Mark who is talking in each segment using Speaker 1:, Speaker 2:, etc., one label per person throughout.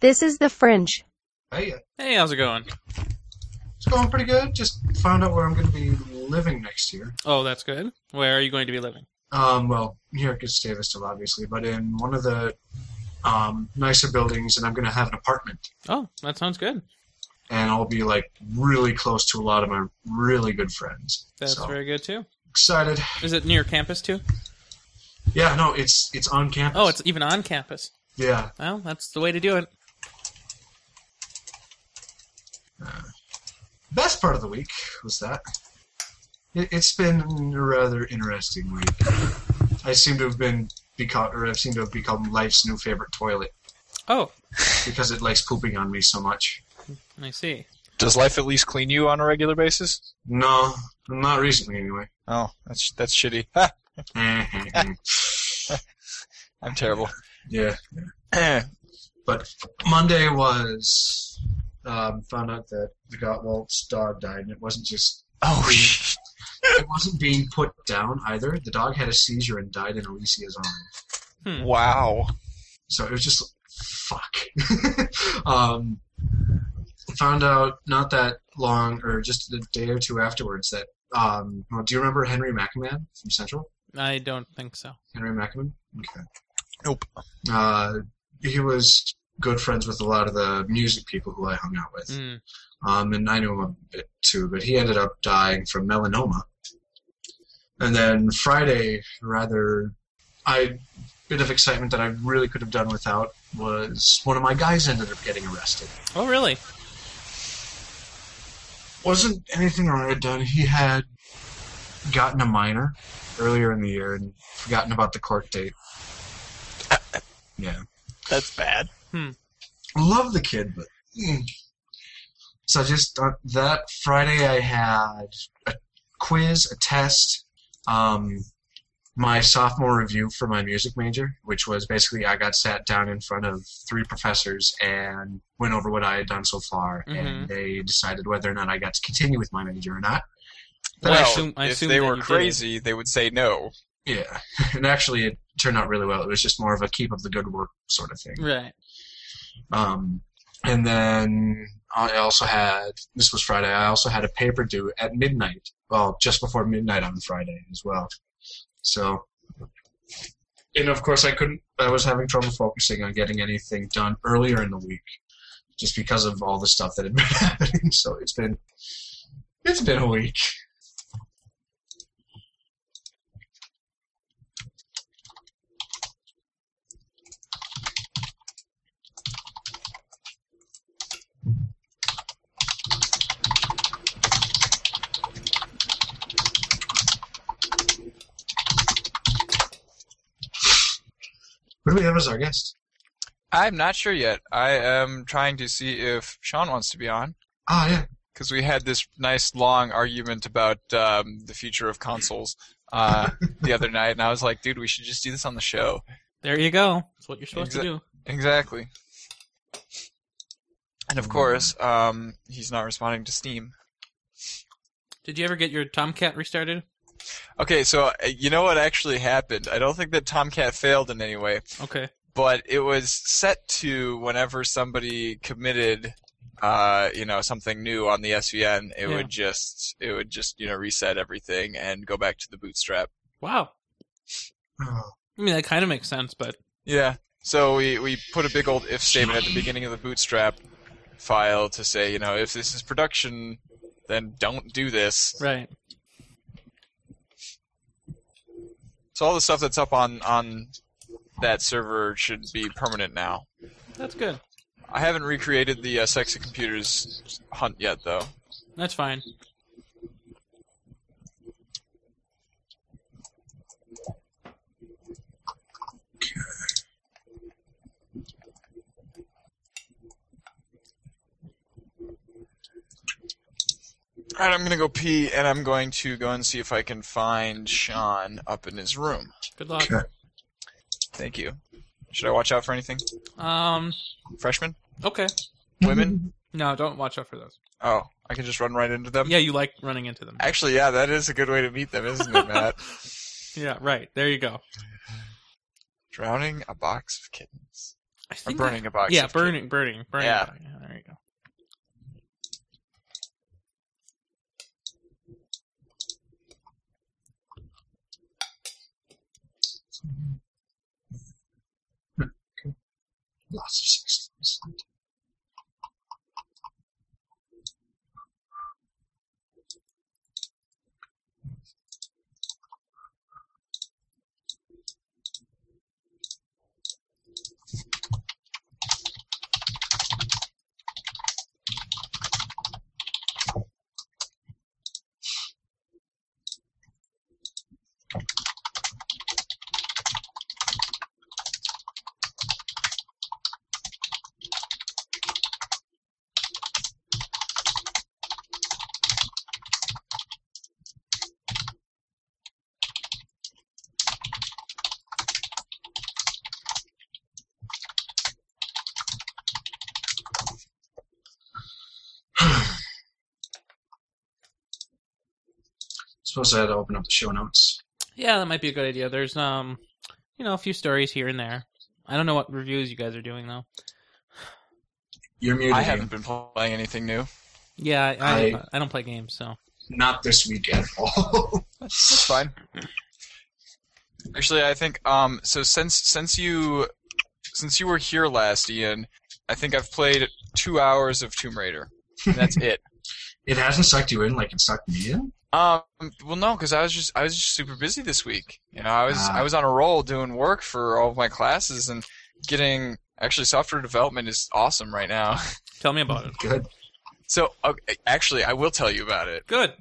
Speaker 1: This is the fringe.
Speaker 2: Hey,
Speaker 3: Hey, how's it going?
Speaker 2: it's going pretty good. Just found out where I'm going to be living next year.
Speaker 3: Oh, that's good. Where are you going to be living?
Speaker 2: Um, well, here at Gustavusville, obviously, but in one of the um, nicer buildings, and I'm going to have an apartment,
Speaker 3: Oh, that sounds good.
Speaker 2: and I'll be like really close to a lot of my really good friends.
Speaker 3: That's
Speaker 2: so
Speaker 3: very good too.
Speaker 2: excited.
Speaker 3: Is it near campus too?
Speaker 2: Yeah, no, it's it's on campus.
Speaker 3: Oh, it's even on campus.
Speaker 2: yeah.
Speaker 3: Well, that's the way to do it.
Speaker 2: Best part of the week was that. It, it's been a rather interesting week. I seem to have been become, or I seem to have become life's new favorite toilet
Speaker 3: Oh,
Speaker 2: because it likes pooping on me so much.
Speaker 3: I see.
Speaker 4: Does life at least clean you on a regular basis?
Speaker 2: No, not recently anyway.
Speaker 4: Oh, that's that's shitty. Ha, I'm terrible.
Speaker 2: yeah.
Speaker 4: oh,
Speaker 2: But Monday was um, found out that the Gottwald's dog died, and it wasn't just
Speaker 4: sh-
Speaker 2: it wasn't being put down either. The dog had a seizure and died in Alicia's arm.
Speaker 4: wow.
Speaker 2: So it was just fuck. um, found out not that long, or just a day or two afterwards, that um, well, do you remember Henry McMahon from Central?
Speaker 3: I don't think so.
Speaker 2: Henry McMahon. Okay.
Speaker 4: Nope.
Speaker 2: uh, he was good friends with a lot of the music people who I hung out with,
Speaker 3: Mm.
Speaker 2: um, and I knew him a bit too. But he ended up dying from melanoma. And then Friday, rather, I bit of excitement that I really could have done without was one of my guys ended up getting arrested.
Speaker 3: Oh, really?
Speaker 2: Wasn't anything wrong I had done. He had gotten a minor earlier in the year and forgotten about the court date. Yeah.
Speaker 4: That's bad.
Speaker 2: love the kid, but mm. so just on that Friday I had a quiz, a test, um, my sophomore review for my music major, which was basically I got sat down in front of three professors and went over what I had done so far, and they decided whether or not I got to continue with my major or not.
Speaker 3: Well,
Speaker 4: well,
Speaker 3: I assume, I
Speaker 4: if
Speaker 3: assume
Speaker 4: they
Speaker 3: that
Speaker 4: were
Speaker 3: you did it.
Speaker 4: crazy, they would say no.
Speaker 2: Yeah, and actually it turned out really well. It was just more of a keep up the good work sort of thing.
Speaker 3: Right.
Speaker 2: Um, and then I also had this was Friday. I also had a paper due at midnight. Well, just before midnight on Friday as well. So, and of course, I couldn't. I was having trouble focusing on getting anything done earlier in the week, just because of all the stuff that had been happening. So it's been it's been a week. Who do we have as our guest?
Speaker 4: I'm not sure yet. I am trying to see if Sean wants to be on
Speaker 2: Ah, yeah.
Speaker 4: because we had this nice long argument about um, the future of consoles uh, the other night, and I was like, dude, we should just do this on the show.
Speaker 3: There you go. That's what you're supposed
Speaker 4: Exa-
Speaker 3: to do.
Speaker 4: Exactly. And of course, um, he's not responding to Steam.
Speaker 3: Did you ever get your Tomcat restarted?
Speaker 4: Okay, so uh, you know what actually happened? I don't think that Tomcat failed in any way,
Speaker 3: Okay.
Speaker 4: but it was set to whenever somebody committed, uh, you know, something new on the SVN, it
Speaker 3: Yeah.
Speaker 4: would just, it would just, you know, reset everything and go back to the bootstrap.
Speaker 3: Wow.
Speaker 2: Oh,
Speaker 3: I mean, that kind of makes sense, but
Speaker 4: Yeah. So we we put a big old if statement at the beginning of the bootstrap file to say, you know, if this is production, then don't do this.
Speaker 3: right.
Speaker 4: So all the stuff that's up on on that server should be permanent now.
Speaker 3: That's good.
Speaker 4: I haven't recreated the uh, sexy computers hunt yet, though.
Speaker 3: That's fine.
Speaker 4: All right, I'm gonna go pee, and I'm going to go and see if I can find Sean up in his room.
Speaker 3: Good luck.
Speaker 2: Okay.
Speaker 4: Thank you. Should I watch out for anything?
Speaker 3: Um.
Speaker 4: Freshmen,
Speaker 3: Okay.
Speaker 4: women?
Speaker 3: No, don't watch out for those.
Speaker 4: Oh, I can just run right into them.
Speaker 3: Yeah, you like running into them.
Speaker 4: Actually, yeah, that is a good way to meet them, isn't it, Matt?
Speaker 3: Yeah. Right. There you go.
Speaker 4: Drowning a box of kittens.
Speaker 3: I
Speaker 4: Or
Speaker 3: think
Speaker 4: burning a box.
Speaker 3: yeah,
Speaker 4: of
Speaker 3: burning, burning, burning.
Speaker 4: Yeah.
Speaker 3: there you go.
Speaker 2: Lots of sex. Suppose I had to open up the show notes.
Speaker 3: Yeah, that might be a good idea. There's um, you know, a few stories here and there. I don't know what reviews you guys are doing though.
Speaker 2: You're
Speaker 4: kid.
Speaker 2: muted.
Speaker 4: I
Speaker 2: Ian.
Speaker 4: haven't been playing anything new.
Speaker 3: Yeah, I I,
Speaker 2: I-
Speaker 3: I don't play games, so
Speaker 2: Not this week at all.
Speaker 4: That's fine. Actually, I think um. So since since you since you were here last, Ian, I think I've played two hours of Tomb Raider. And that's it.
Speaker 2: it hasn't sucked you in like it sucked me in.
Speaker 4: Um. Well, no, because I was just I was just super busy this week. You know, I was
Speaker 2: Ah.
Speaker 4: I was on a roll doing work for all of my classes and getting. Actually, software development is awesome right now.
Speaker 3: tell me about it.
Speaker 2: Good.
Speaker 4: So, okay, actually, I will tell you about it.
Speaker 3: Good.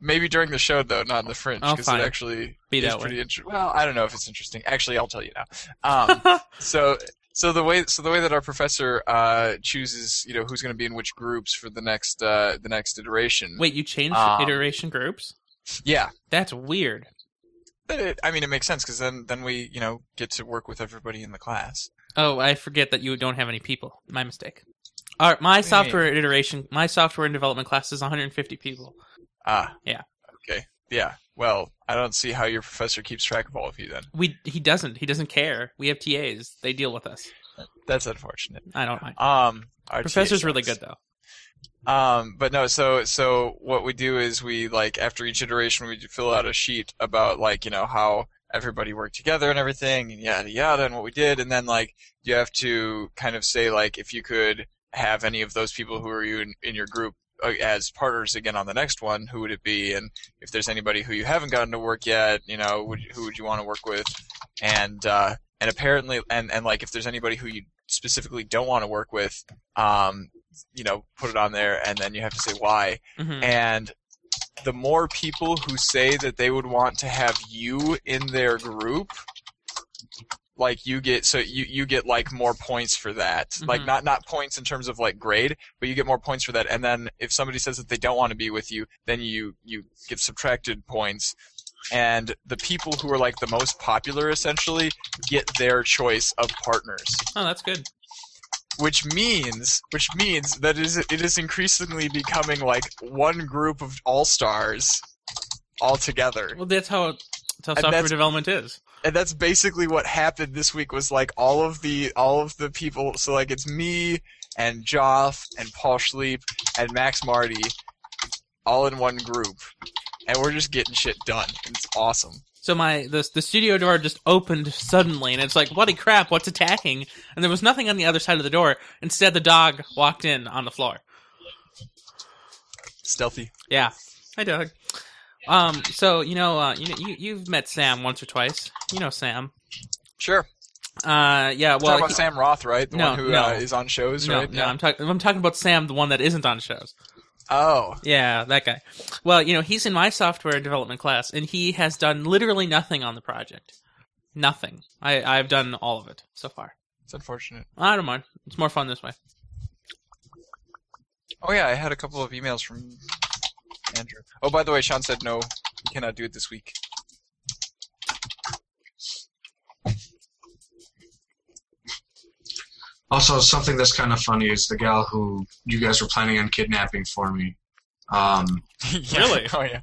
Speaker 4: Maybe during the show, though, not in the fringe,
Speaker 3: Oh,
Speaker 4: because
Speaker 3: fine.
Speaker 4: it actually
Speaker 3: Be
Speaker 4: is
Speaker 3: that way.
Speaker 4: pretty interesting. Well, I don't know if it's interesting. Actually, I'll tell you now. Um, so, so the way so the way that our professor uh, chooses, you know, who's going to be in which groups for the next uh, the next iteration.
Speaker 3: Wait, you changed
Speaker 4: Um,
Speaker 3: iteration groups?
Speaker 4: Yeah,
Speaker 3: That's weird.
Speaker 4: But it, I mean, it makes sense because then then we you know get to work with everybody in the class.
Speaker 3: Oh, I forget that you don't have any people. My mistake. All right, my
Speaker 4: do you
Speaker 3: software iteration, my software and development class is 150 people.
Speaker 4: Ah.
Speaker 3: Yeah.
Speaker 4: Okay. Yeah. Well, I don't see how your professor keeps track of all of you then.
Speaker 3: We he doesn't. He doesn't care. We have TAs. They deal with us.
Speaker 4: That's unfortunate.
Speaker 3: I don't mind.
Speaker 4: Um, our
Speaker 3: Professor's
Speaker 4: TA
Speaker 3: really
Speaker 4: sucks.
Speaker 3: good though.
Speaker 4: Um, but no, so so what we do is we like after each iteration we fill out a sheet about like you know how everybody worked together and everything and yada yada and what we did and then like you have to kind of say like if you could have any of those people who are you in, in your group uh, as partners again on the next one who would it be and if there's anybody who you haven't gotten to work yet you know would, who would you want to work with and uh, and apparently and and like if there's anybody who you specifically don't want to work with um you know put it on there and then you have to say why
Speaker 3: Mhm.
Speaker 4: and the more people who say that they would want to have you in their group like you get so you you get like more points for that like
Speaker 3: Mhm.
Speaker 4: not not points in terms of like grade but you get more points for that and then if somebody says that they don't want to be with you then you you get subtracted points and the people who are like the most popular essentially get their choice of partners
Speaker 3: Oh, that's good.
Speaker 4: which means which means that is it is increasingly becoming like one group of all stars all together
Speaker 3: Well, that's how, that's how
Speaker 4: And
Speaker 3: software
Speaker 4: that's-
Speaker 3: development is.
Speaker 4: and that's basically what happened this week was like all of the all of the people so like it's me and joff and paul schleep and max marty all in one group and we're just getting shit done it's awesome
Speaker 3: So my the the studio door just opened suddenly, and it's like, bloody crap, what's attacking? And there was nothing on the other side of the door. Instead, the dog walked in on the floor.
Speaker 4: stealthy
Speaker 3: Yeah, hi dog. Um, so you know, uh, you know, you you've met Sam once or twice. You know Sam.
Speaker 4: sure
Speaker 3: Uh, yeah. Well,
Speaker 4: well, talking about sam roth right the
Speaker 3: No,
Speaker 4: one who
Speaker 3: no.
Speaker 4: uh, is on shows
Speaker 3: no,
Speaker 4: right
Speaker 3: no, I'm talking. I'm talking about Sam, the one that isn't on shows.
Speaker 4: oh
Speaker 3: Yeah, that guy. Well, you know, he's in my software development class, and he has done literally nothing on the project. Nothing. I I've done all of it so far.
Speaker 4: it's unfortunate
Speaker 3: I don't mind. It's more fun this way.
Speaker 4: Oh yeah, I had a couple of emails from Andrew. Oh, by the way, Sean said no, he cannot do it this week.
Speaker 2: Also, something that's kind of funny is the gal who you guys were planning on kidnapping for me. Um,
Speaker 4: Yeah.
Speaker 3: Really?
Speaker 4: Oh yeah.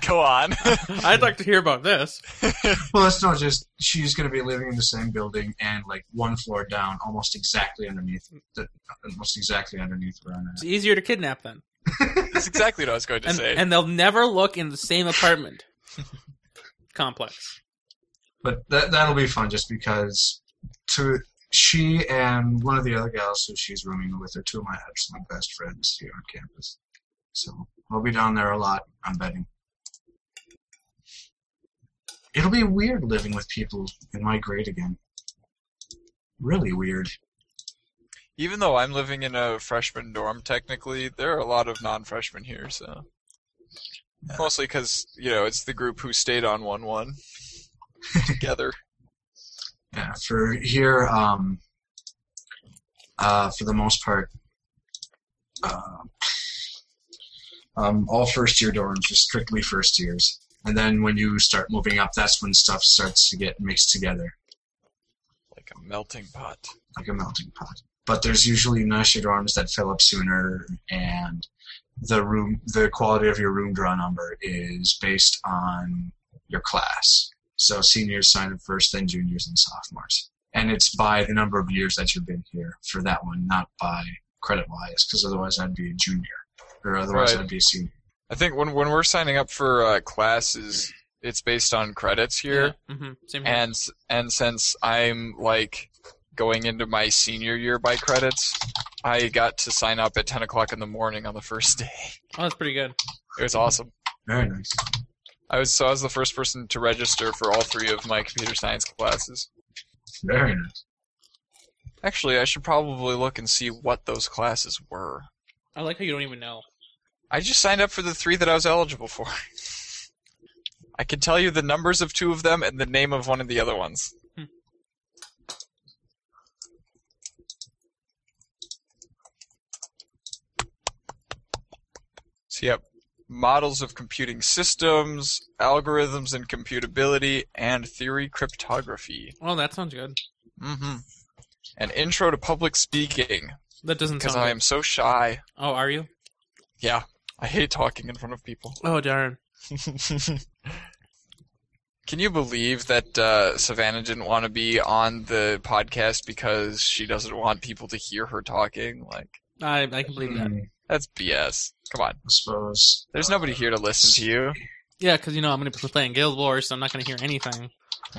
Speaker 4: Go on.
Speaker 3: I'd like to hear about this.
Speaker 2: Well, it's not just she's going to be living in the same building and like one floor down, almost exactly underneath, the, almost exactly underneath where I'm
Speaker 3: It's
Speaker 2: at.
Speaker 3: easier to kidnap them,
Speaker 4: That's exactly what I was going to
Speaker 3: and,
Speaker 4: say.
Speaker 3: and they'll never look in the same apartment complex.
Speaker 2: But that that'll be fun, just because to she and one of the other gals who she's rooming with are two of my absolute best friends here on campus. So I'll be down there a lot. I'm betting. It'll be weird living with people in my grade again. Really weird.
Speaker 4: Even though I'm living in a freshman dorm, technically, there are a lot of non freshmen here, so. Mostly because, you know, it's the group who stayed on 1 1 together.
Speaker 2: Yeah, for here, um, uh, for the most part, uh, um, all first year dorms are strictly first years. And then when you start moving up, that's when stuff starts to get mixed together
Speaker 4: Like a melting pot.
Speaker 2: like a melting pot. But there's usually nicer dorms that fill up sooner, and the room, the quality of your room draw number is based on your class. So seniors sign up first, then juniors and sophomores, and it's by the number of years that you've been here for that one, not by credit wise, because otherwise I'd be a junior, or otherwise
Speaker 4: Right.
Speaker 2: I'd be a senior.
Speaker 4: I think when, when we're signing up for uh, classes, it's based on credits here.
Speaker 3: hmm Same here.
Speaker 4: and s- and since I'm like going into my senior year by credits, I got to sign up at ten o'clock in the morning on the first day.
Speaker 3: oh, that's pretty good.
Speaker 4: It was awesome.
Speaker 2: Very nice.
Speaker 4: I was so I was the first person to register for all three of my computer science classes.
Speaker 2: Very nice.
Speaker 4: Actually, I should probably look and see what those classes were.
Speaker 3: I like how you don't even know.
Speaker 4: I just signed up for the three that I was eligible for. I can tell you the numbers of two of them and the name of one of the other ones.
Speaker 3: Hmm.
Speaker 4: So, yep. Models of computing systems, algorithms and computability, and theory cryptography.
Speaker 3: Well, Oh, that sounds good.
Speaker 4: Mm-hmm. An intro to public speaking,
Speaker 3: That doesn't
Speaker 4: because
Speaker 3: sound.
Speaker 4: I am so shy.
Speaker 3: good. Oh, are you?
Speaker 4: Yeah, I hate talking in front of people.
Speaker 3: Oh, darn.
Speaker 4: Can you believe that uh, Savannah didn't want to be on the podcast because she doesn't want people to hear her talking? Like,
Speaker 3: I I can believe that.
Speaker 2: Hmm,
Speaker 4: that's BS. Come on.
Speaker 2: I suppose
Speaker 4: There's nobody here to listen to you.
Speaker 3: Yeah, because you know I'm going to be playing Guild Wars, so I'm not going to hear anything.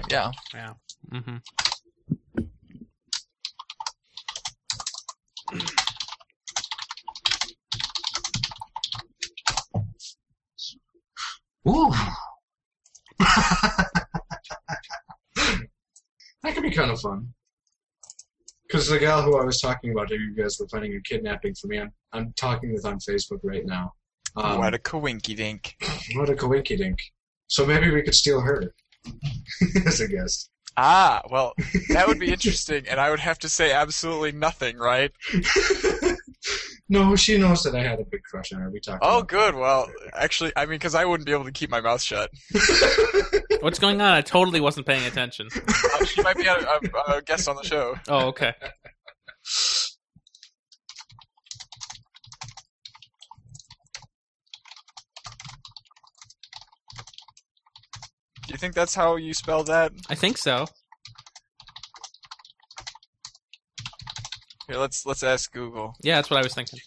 Speaker 4: Yeah.
Speaker 3: Yeah. Mm-hmm.
Speaker 2: Ooh. that could be kind of fun. Because the gal who I was talking about, who you guys were planning on kidnapping for me, I'm, I'm talking with on Facebook right now. Um,
Speaker 4: what a coinky dink.
Speaker 2: what a coinky dink. So maybe we could steal her as a guest.
Speaker 4: Ah, well, that would be interesting, and I would have to say absolutely nothing, right?
Speaker 2: no, she knows that I had a big crush on her. We talked.
Speaker 4: Oh,
Speaker 2: about
Speaker 4: good. Well, actually, I mean, because I wouldn't be able to keep my mouth shut.
Speaker 3: What's going on? I totally wasn't paying attention.
Speaker 4: Uh, she might be a, a, a guest on the show.
Speaker 3: Oh, okay.
Speaker 4: Do you think that's how you spell that?
Speaker 3: I think so.
Speaker 4: Here, let's let's ask Google.
Speaker 3: Yeah, that's what I was thinking.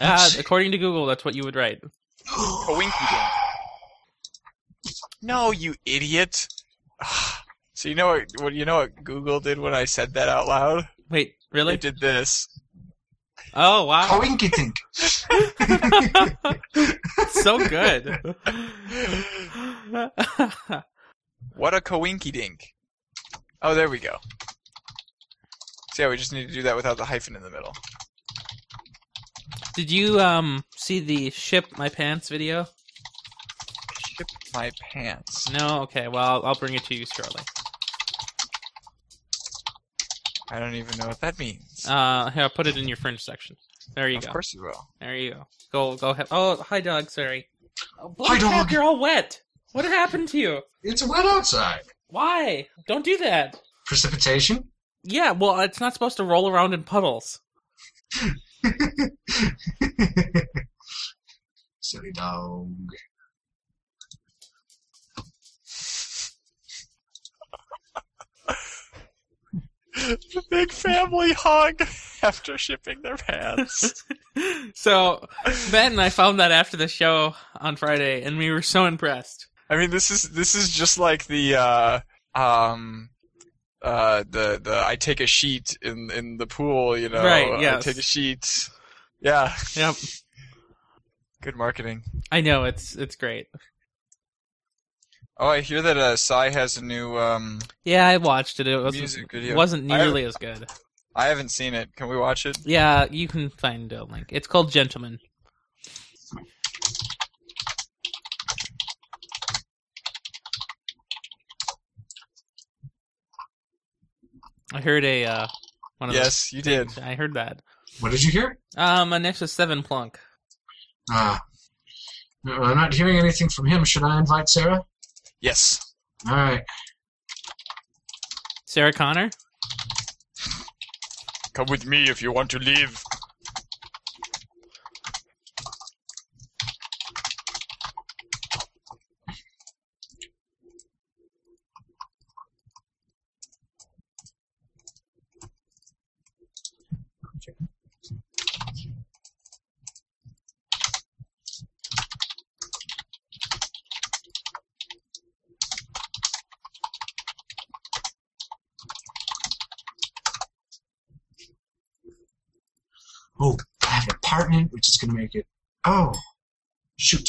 Speaker 3: Ah, according to Google, that's what you would write.
Speaker 4: Coinky dink. No, you idiot. So you know what, what you know what Google did when I said that out loud?
Speaker 3: Wait,
Speaker 4: They
Speaker 3: really?
Speaker 4: did this.
Speaker 3: Oh, wow.
Speaker 2: Coinky dink.
Speaker 3: so good.
Speaker 4: What a coinky dink. Oh, there we go. So yeah, we just need to do that without the hyphen in the middle.
Speaker 3: Did you um see the ship my pants video?
Speaker 4: Ship my pants.
Speaker 3: No. Okay. Well, I'll, I'll bring it to you shortly.
Speaker 4: I don't even know what that means.
Speaker 3: Uh, here, I'll put it in your fringe section. There you
Speaker 4: of
Speaker 3: go.
Speaker 4: course you will.
Speaker 3: There you go. Go. Go. Ahead. Oh, hi, dog. Sorry. Oh,
Speaker 2: Hi,
Speaker 3: holy crap,
Speaker 2: dog.
Speaker 3: You're all wet. What happened to you?
Speaker 2: It's wet outside.
Speaker 3: Why? Don't do that.
Speaker 2: Precipitation.
Speaker 3: Yeah, well, it's not supposed to roll around in puddles.
Speaker 2: Silly dog.
Speaker 4: Big family hug after shipping their pants.
Speaker 3: so Ben and I found that after the show on Friday, and we were so impressed.
Speaker 4: I mean, this is this is just like the uh, um, uh, the the I take a sheet in in the pool, you know.
Speaker 3: Right,
Speaker 4: I
Speaker 3: yes.
Speaker 4: take a sheet. Yeah.
Speaker 3: Yep,
Speaker 4: Good marketing.
Speaker 3: I know it's it's great.
Speaker 4: Oh, I hear that uh, Psy has a new. Um,
Speaker 3: Yeah, I watched it. It wasn't
Speaker 4: Music video.
Speaker 3: wasn't
Speaker 4: I haven't-
Speaker 3: nearly as good.
Speaker 4: I haven't seen it. Can we watch it?
Speaker 3: Yeah, you can find a link. It's called Gentleman. I heard a uh, one of
Speaker 4: Yes, you did.
Speaker 3: those. I heard that.
Speaker 2: What did you hear?
Speaker 3: Um, a Nexus Seven Plunk.
Speaker 2: Ah. No, I'm not hearing anything from him. Should I invite Sarah?
Speaker 4: Yes.
Speaker 2: All right.
Speaker 3: Sarah Connor.
Speaker 4: Come with me if you want to leave.
Speaker 2: Oh, I have an apartment, which is going to make it. Oh, shoot.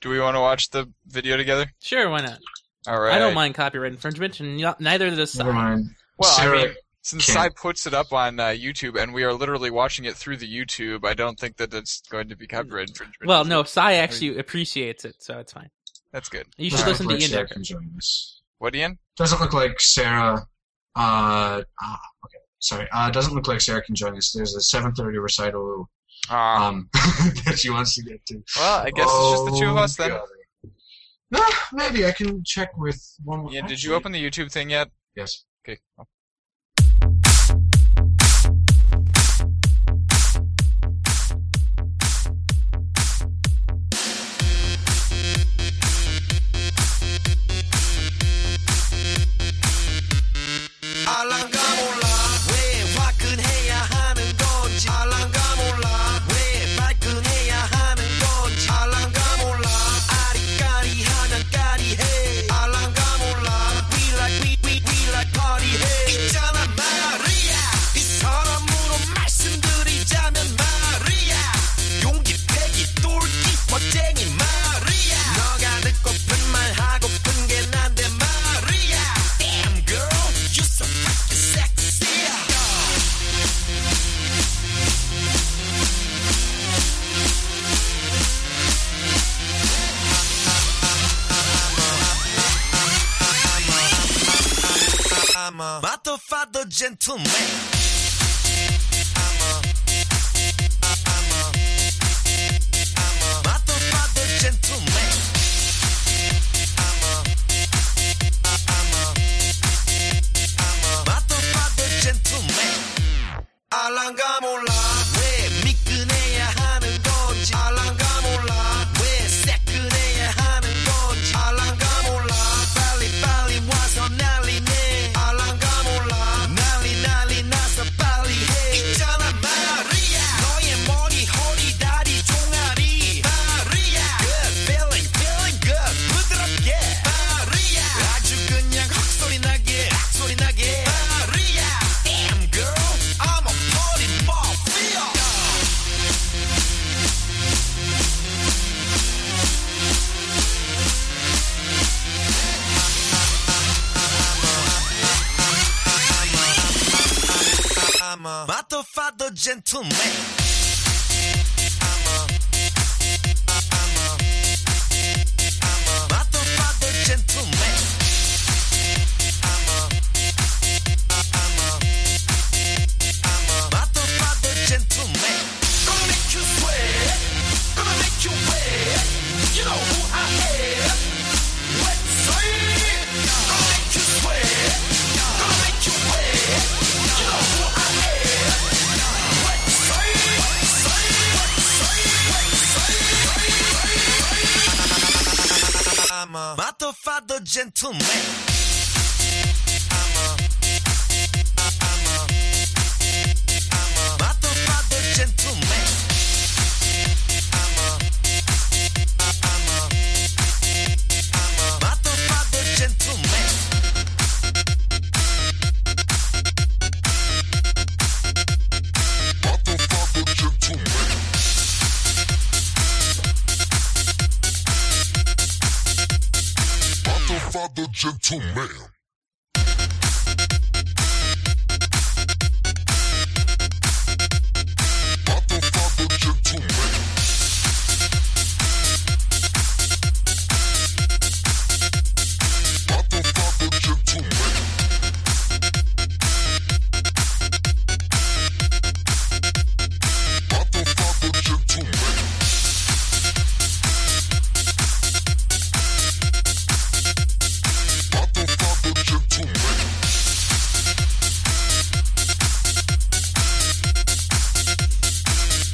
Speaker 4: Do we want to watch the video together?
Speaker 3: Sure, why not?
Speaker 4: All right.
Speaker 3: I don't mind copyright infringement, and y- neither does
Speaker 2: Never
Speaker 3: Sai.
Speaker 2: mind.
Speaker 4: Well,
Speaker 2: Sarah,
Speaker 4: I mean, since
Speaker 2: can-
Speaker 4: Sai puts it up on uh, YouTube and we are literally watching it through the YouTube, I don't think that it's going to
Speaker 3: Hmm.
Speaker 4: be copyright infringement.
Speaker 3: Well, no, Sai actually appreciates it, so it's fine.
Speaker 4: That's good.
Speaker 3: You
Speaker 2: doesn't
Speaker 3: should
Speaker 2: look
Speaker 3: listen to
Speaker 2: like
Speaker 3: Ian
Speaker 2: Sarah
Speaker 3: Decker.
Speaker 2: can join us.
Speaker 4: What, Ian?
Speaker 2: Doesn't look like Sarah. Uh, ah, okay. Sorry. Uh, doesn't look like Sarah can join us. There's a 7:30 recital
Speaker 4: Um,
Speaker 2: um, that she wants to get to.
Speaker 4: well, I guess it's just the two of
Speaker 2: Oh,
Speaker 4: us then.
Speaker 2: golly. No, maybe I can check with one.
Speaker 4: Ian, did you open the YouTube thing yet?
Speaker 2: Yes.
Speaker 4: Okay.
Speaker 1: 알랑가 몰라 왜 화끈해야 하는 건지 알랑가 몰라 왜 발끈해야 하는 건지 알랑가 몰라 아리까리 하냥까리해 알랑가 몰라 We like we we we like party해 있잖아 마리아 이 사람으로 말씀드리자면 마리아 용기 패기 똘끼 멋쟁이 마리아 너가 듣고픈 말 하고픈 게 난데 마리아 Damn girl you're so fucking sexy I'm a motherfucker gentleman. I'm a, I'm a, I'm a motherfucker gentleman. I'm a, I'm a, I'm a motherfucker gentleman. 알랑가 몰라 왜 미끈해야 하는 건지 알랑가 몰라 왜 새끈해야 하는 건지 알랑가 몰라 빨리 빨리 와서 난리네 알랑가 몰라 난리 난리 나서 빨리 해 있잖아 마리아 너의 머리 허리 다리 종아리 마리아 good feeling feeling good 부드럽게 마리아 아주 그냥 헉 소리 나게 악 소리 나게 마리아 damn girl I'm a party mafia I'm a motherfucker gentleman. I'm a, I'm a, I'm a motherfucker gentleman. I'm a, I'm a, I'm a motherfucker gentleman. Gonna make you sweat, gonna make you wet. You know who I am. Let's say, gonna make you sweat, gonna make you wet. You know who I am. Let's say, say, say, say, say, say. I'm a motherfucker gentleman. I'm a, I'm a,
Speaker 5: gentle man. Motherfucker, gentle man. Motherfucker, gentle man. Motherfucker, gentle man. Motherfucker, gentle man.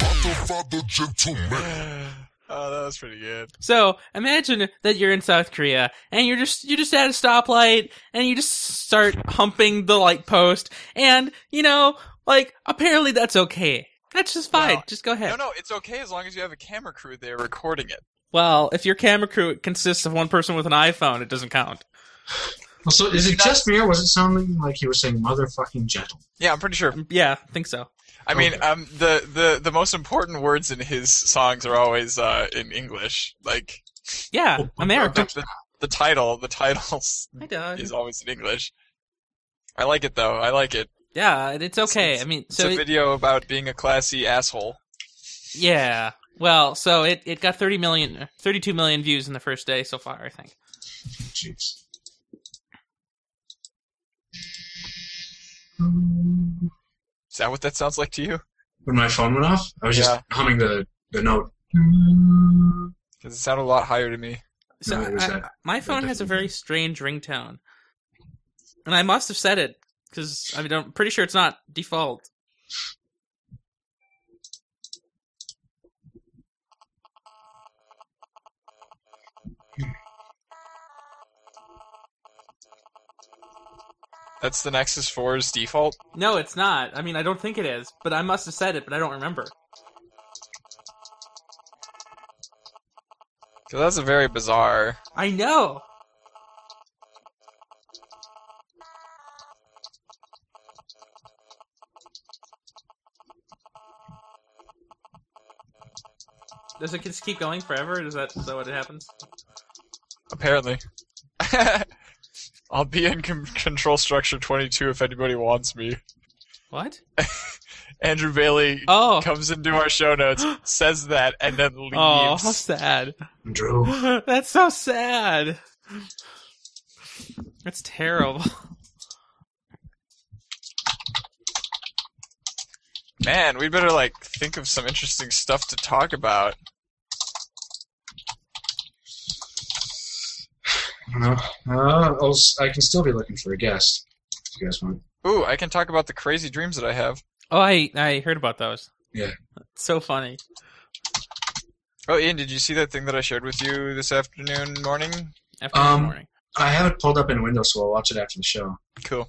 Speaker 5: Motherfucker, gentle man.
Speaker 4: Oh, that was pretty good.
Speaker 3: So imagine that you're in South Korea and you're just you're just at a stoplight and you just start humping the light post and you know like apparently that's okay. That's just fine.
Speaker 4: Well,
Speaker 3: just go ahead.
Speaker 4: No, no, it's okay as long as you have a camera crew there recording it.
Speaker 3: Well, if your camera crew consists of one person with an iPhone, it doesn't count.
Speaker 2: Well, so is it just me, or was it sounding like he was saying motherfucking gentle?
Speaker 4: Yeah, I'm pretty sure.
Speaker 3: Um, Yeah, I think so.
Speaker 4: I mean,
Speaker 2: Okay.
Speaker 4: um, the, the, the most important words in his songs are always uh, in English. Like
Speaker 3: Yeah, America.
Speaker 4: the, the title, the title
Speaker 3: Hi, Doug.
Speaker 4: is always in English. I like it though. I like it.
Speaker 3: Yeah, and it's okay. I mean,
Speaker 4: It's
Speaker 3: so
Speaker 4: a
Speaker 3: it-
Speaker 4: video about being a classy asshole.
Speaker 3: yeah. Well, so it, it got 30 million, 32 million views in the first day so far, I think.
Speaker 2: Jeez.
Speaker 4: Is that what that sounds like to you?
Speaker 2: When my phone went off, I was
Speaker 4: Yeah.
Speaker 2: just humming the, the note.
Speaker 4: Because it sounded a lot higher to me.
Speaker 3: So
Speaker 2: No, it was
Speaker 3: I-
Speaker 2: that-
Speaker 3: my phone has a very strange ringtone, and I must have said it because I mean, I'm pretty sure it's not default.
Speaker 4: That's the Nexus 4's default.
Speaker 3: No, it's not. I mean, I don't think it is, but I must have said it, but I don't remember.
Speaker 4: Because that's a very bizarre.
Speaker 3: I know. Does it just keep going forever? Is that, is that what it happens?
Speaker 4: Apparently. I'll be in com- Control Structure 22 if anybody wants me.
Speaker 3: What?
Speaker 4: Andrew Bailey
Speaker 3: Oh.
Speaker 4: comes into our show notes, says that, and then leaves.
Speaker 3: Oh, how sad.
Speaker 2: Drew.
Speaker 3: That's so sad. That's terrible.
Speaker 4: Man, we better like think of some interesting stuff to talk about.
Speaker 2: Uh, uh, I'll, s- I can still be looking for a guest. If you guys want.
Speaker 4: Ooh, I can talk about the crazy dreams that I have.
Speaker 3: Oh, I I heard about those.
Speaker 2: Yeah.
Speaker 3: So funny.
Speaker 4: Oh, Ian, did you see that thing that I shared with you this afternoon, morning?
Speaker 3: After
Speaker 2: Um,
Speaker 3: the morning.
Speaker 2: I have it pulled up in Windows, so I'll watch it after the show.
Speaker 4: Cool.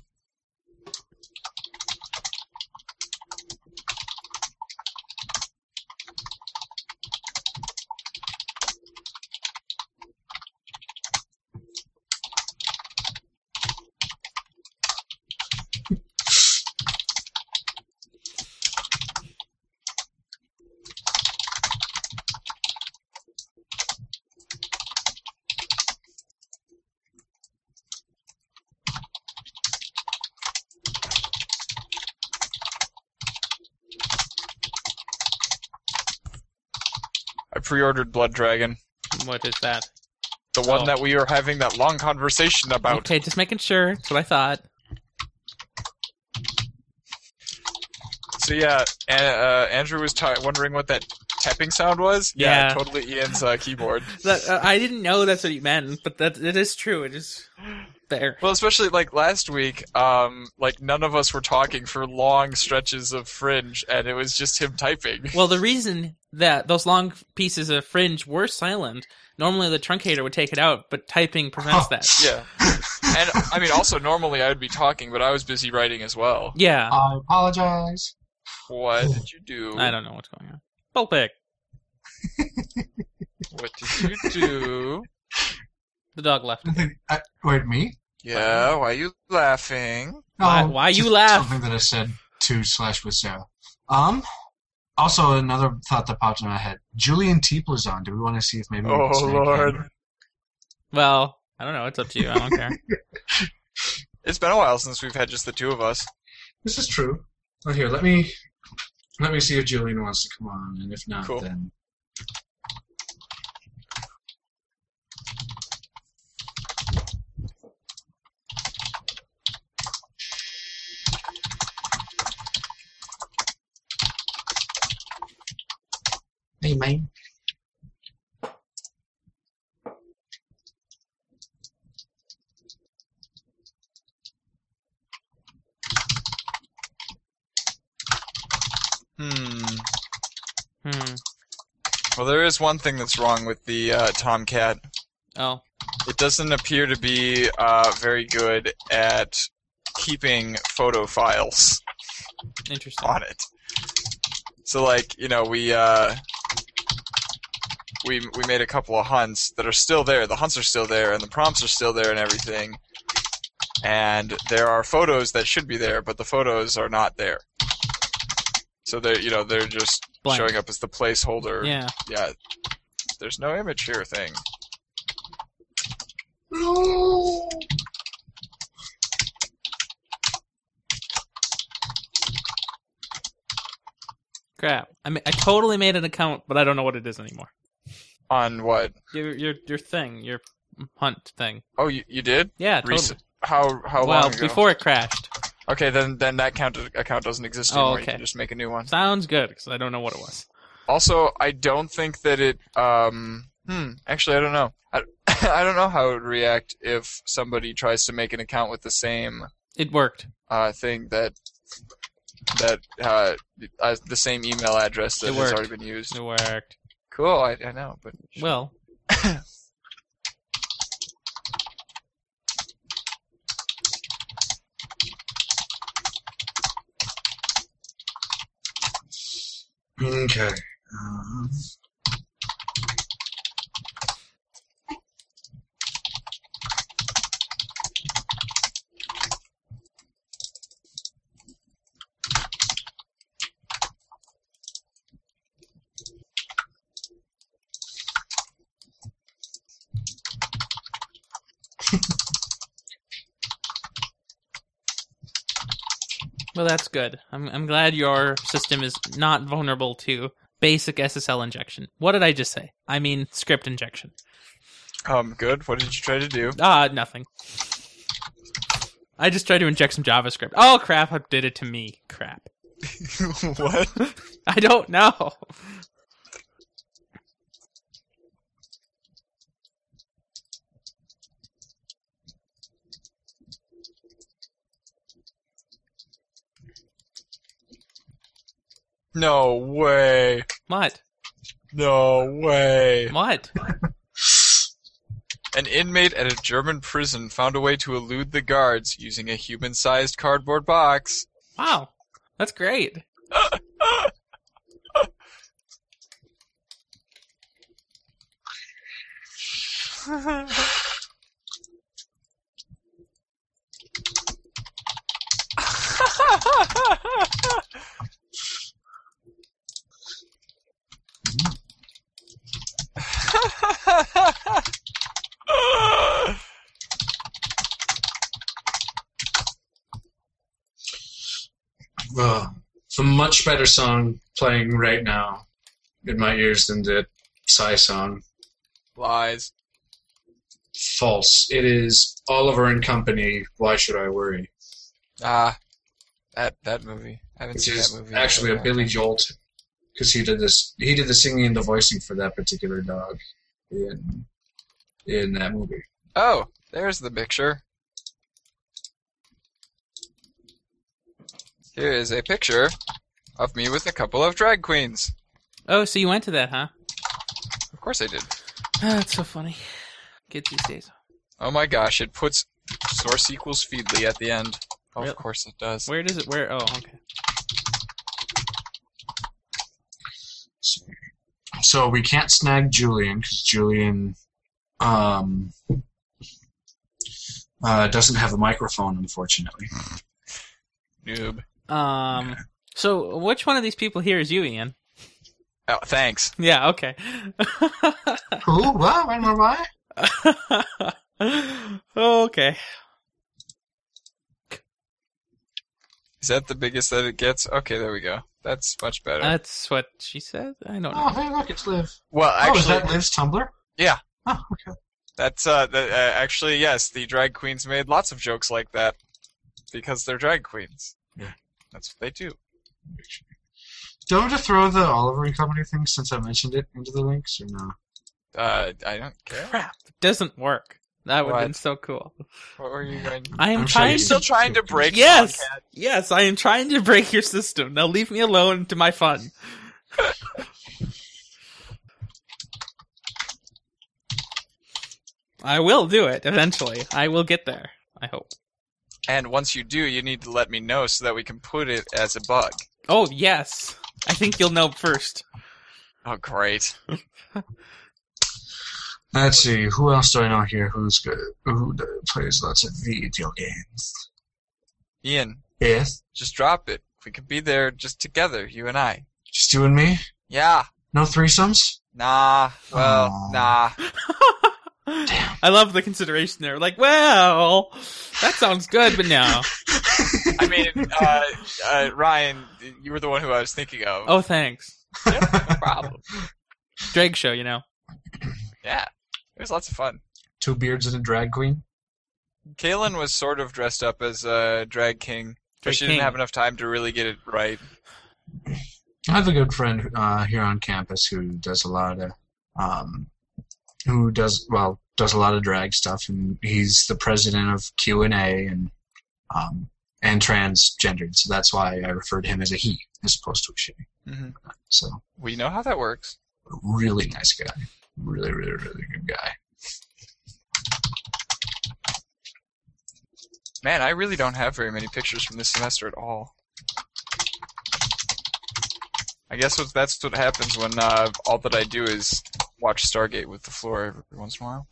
Speaker 4: I pre-ordered Blood Dragon,
Speaker 3: What is that?
Speaker 4: the one
Speaker 3: Oh.
Speaker 4: that we were having that long conversation about.
Speaker 3: Okay, just making sure. That's what I thought.
Speaker 4: So yeah, and, uh, Andrew was ta- wondering what that tapping sound was.
Speaker 3: Yeah.
Speaker 4: totally Ian's uh, keyboard.
Speaker 3: That, uh, I didn't know that's what he meant, but that it is true. It is there.
Speaker 4: Well, especially like last week, um, like none of us were talking for long stretches of Fringe, and it was just him typing.
Speaker 3: Well, the reason that those long pieces of fringe were silent, normally the truncator would take it out, but typing prevents that.
Speaker 4: Yeah, and I mean, also normally I would be talking, but I was busy writing as well.
Speaker 3: Yeah.
Speaker 2: I apologize.
Speaker 4: What did you do?
Speaker 3: I don't know what's going on. Bullpick.
Speaker 4: What did you do?
Speaker 3: The dog left.
Speaker 2: I, uh, wait, me?
Speaker 4: yeah, why are you laughing?
Speaker 3: Why- why you
Speaker 2: just
Speaker 3: laugh?
Speaker 2: Something that I said to slash with Sarah. Um. Also, another thought that popped in my head. Julian Teeple is on. Do we want to see if maybe? we can
Speaker 4: Oh
Speaker 2: snag him?
Speaker 4: Lord.
Speaker 3: Well, I don't know. It's up to you. I don't care.
Speaker 4: It's been a while since we've had just the two of us.
Speaker 2: This is true. Well, here, let me let me see if Julian wants to come on, and if not,
Speaker 4: Cool.
Speaker 2: then hey, man.
Speaker 4: Hmm.
Speaker 3: Hmm.
Speaker 4: Well, there is one thing that's wrong with the uh, Tomcat.
Speaker 3: Oh.
Speaker 4: It doesn't appear to be uh, very good at keeping photo files
Speaker 3: Interesting.
Speaker 4: on it. So, like, you know, we uh, we we made a couple of hunts that are still there. The hunts are still there, and the prompts are still there, and everything. And there are photos that should be there, but the photos are not there. So they're you know they're just
Speaker 3: Blank.
Speaker 4: showing up as the placeholder
Speaker 3: Yeah.
Speaker 4: yeah, there's no image here thing.
Speaker 2: No.
Speaker 3: Crap. I mean, I totally made an account, but I don't know what it is anymore.
Speaker 4: On what?
Speaker 3: Your your your thing, your hunt thing.
Speaker 4: Oh, you, you did?
Speaker 3: Yeah, totally.
Speaker 4: Recent- How how
Speaker 3: well,
Speaker 4: long ago?
Speaker 3: before it crashed.
Speaker 4: Okay, then then that count account doesn't exist
Speaker 3: Oh,
Speaker 4: anymore. You
Speaker 3: okay.
Speaker 4: can just make a new one.
Speaker 3: Sounds good because I don't know what it was.
Speaker 4: Also, I don't think that it. Um, hmm. Actually, I don't know. I, I don't know how it would react if somebody tries to make an account with the same
Speaker 3: It worked.
Speaker 4: uh, thing that that uh, uh, the same email address that
Speaker 3: It
Speaker 4: has
Speaker 3: worked.
Speaker 4: already been used.
Speaker 3: It worked.
Speaker 4: Cool. I, I know, but
Speaker 3: Well,
Speaker 2: Okay. Um,
Speaker 3: well, that's good. I'm I'm glad your system is not vulnerable to basic SSL injection. What did I just say? I mean script injection.
Speaker 4: um, good. What did you try to do?
Speaker 3: Ah, nothing. I just tried to inject some JavaScript. Oh crap! It did it to me. Crap.
Speaker 4: what?
Speaker 3: I don't know.
Speaker 4: No way.
Speaker 3: What?
Speaker 4: No way.
Speaker 3: What?
Speaker 4: An inmate at a German prison found a way to elude the guards using a human sized cardboard box.
Speaker 3: Wow, that's great.
Speaker 2: Well, it's a much better song playing right now in my ears than the Psy song.
Speaker 4: Lies.
Speaker 2: False. It is Oliver and Company. Why should I worry?
Speaker 4: Ah, that that movie. I haven't
Speaker 2: Which
Speaker 4: seen
Speaker 2: is
Speaker 4: that movie. in
Speaker 2: actually
Speaker 4: so
Speaker 2: a
Speaker 4: long.
Speaker 2: Billy Joel because he did this. He did the singing and the voicing for that particular dog in in that movie.
Speaker 4: Oh, there's the picture. Here is a picture of me with a couple of drag queens.
Speaker 3: Oh, so you went to that, huh?
Speaker 4: Of course I did.
Speaker 3: That's so funny. Kids these days.
Speaker 4: Oh my gosh, it puts source equals feedly at the end. Of
Speaker 3: Really?
Speaker 4: course it does.
Speaker 3: Where does it? Where? Oh, okay.
Speaker 2: So we can't snag Julian because Julian um, uh, doesn't have a microphone, unfortunately.
Speaker 4: Noob.
Speaker 3: Um. So, which one of these people here is you, Ian?
Speaker 4: Oh, thanks.
Speaker 3: Yeah. Okay.
Speaker 2: Who? What? When? Where? Why?
Speaker 3: okay.
Speaker 4: Is that the biggest that it gets? Okay, there we go. That's much better.
Speaker 2: Uh,
Speaker 3: That's what she said? I don't
Speaker 2: Oh,
Speaker 3: know.
Speaker 2: hey, look, it's Liv.
Speaker 4: well,
Speaker 2: oh, is
Speaker 4: actually,
Speaker 2: that Liv's Tumblr?
Speaker 4: Yeah.
Speaker 2: Oh, okay.
Speaker 4: that's uh, the, uh, actually yes. The drag queens made lots of jokes like that because they're drag queens.
Speaker 2: Yeah.
Speaker 4: That's what they do.
Speaker 2: Do I want to throw the Oliver and Company thing since I mentioned it into the links or no?
Speaker 4: Uh, I don't care.
Speaker 3: Crap. It doesn't work. That would have been
Speaker 4: What?
Speaker 3: so cool.
Speaker 4: What were you going?
Speaker 3: I am
Speaker 2: I'm sure
Speaker 3: trying
Speaker 2: you
Speaker 4: I'm
Speaker 3: to
Speaker 4: still trying to break.
Speaker 3: Yes.
Speaker 4: Tomcat.
Speaker 3: Yes, I am trying to break your system. Now leave me alone to my fun. I will do it eventually. I will get there. I hope.
Speaker 4: And once you do, you need to let me know so that we can put it as a bug.
Speaker 3: Oh, yes. I think you'll know first.
Speaker 4: Oh, great.
Speaker 2: Let's see. Who else do I know here? Who's good? Who d- plays lots of video games?
Speaker 4: Ian,
Speaker 2: Yes.
Speaker 4: just drop it. We could be there just together, you and I.
Speaker 2: Just you and me.
Speaker 4: Yeah.
Speaker 2: No threesomes.
Speaker 4: Nah. Well,
Speaker 2: Aw.
Speaker 4: nah.
Speaker 3: I love the consideration there. Like, well, that sounds good, but no.
Speaker 4: I mean, uh, uh, Ryan, you were the one who I was thinking of.
Speaker 3: Oh, thanks.
Speaker 4: Yeah, no problem.
Speaker 3: Drag show, you know.
Speaker 4: Yeah. It was lots of fun.
Speaker 2: Two beards and a drag queen.
Speaker 4: Kaylin was sort of dressed up as a drag king, but
Speaker 3: Drag
Speaker 4: she didn't
Speaker 3: king.
Speaker 4: have enough time to really get it right.
Speaker 2: I have a good friend uh, here on campus who does a lot of, um, who does well does a lot of drag stuff, and he's the president of Q and A and um, and transgendered. So that's why I refer to him as a he as opposed to a she.
Speaker 3: Mm-hmm.
Speaker 4: Mhm.
Speaker 2: So
Speaker 4: We know how that works.
Speaker 2: really nice guy, really really really good guy.
Speaker 4: Man, I really don't have very many pictures from this semester at all. I guess what, that's what happens when uh, all that I do is watch Stargate with the floor every once in a while.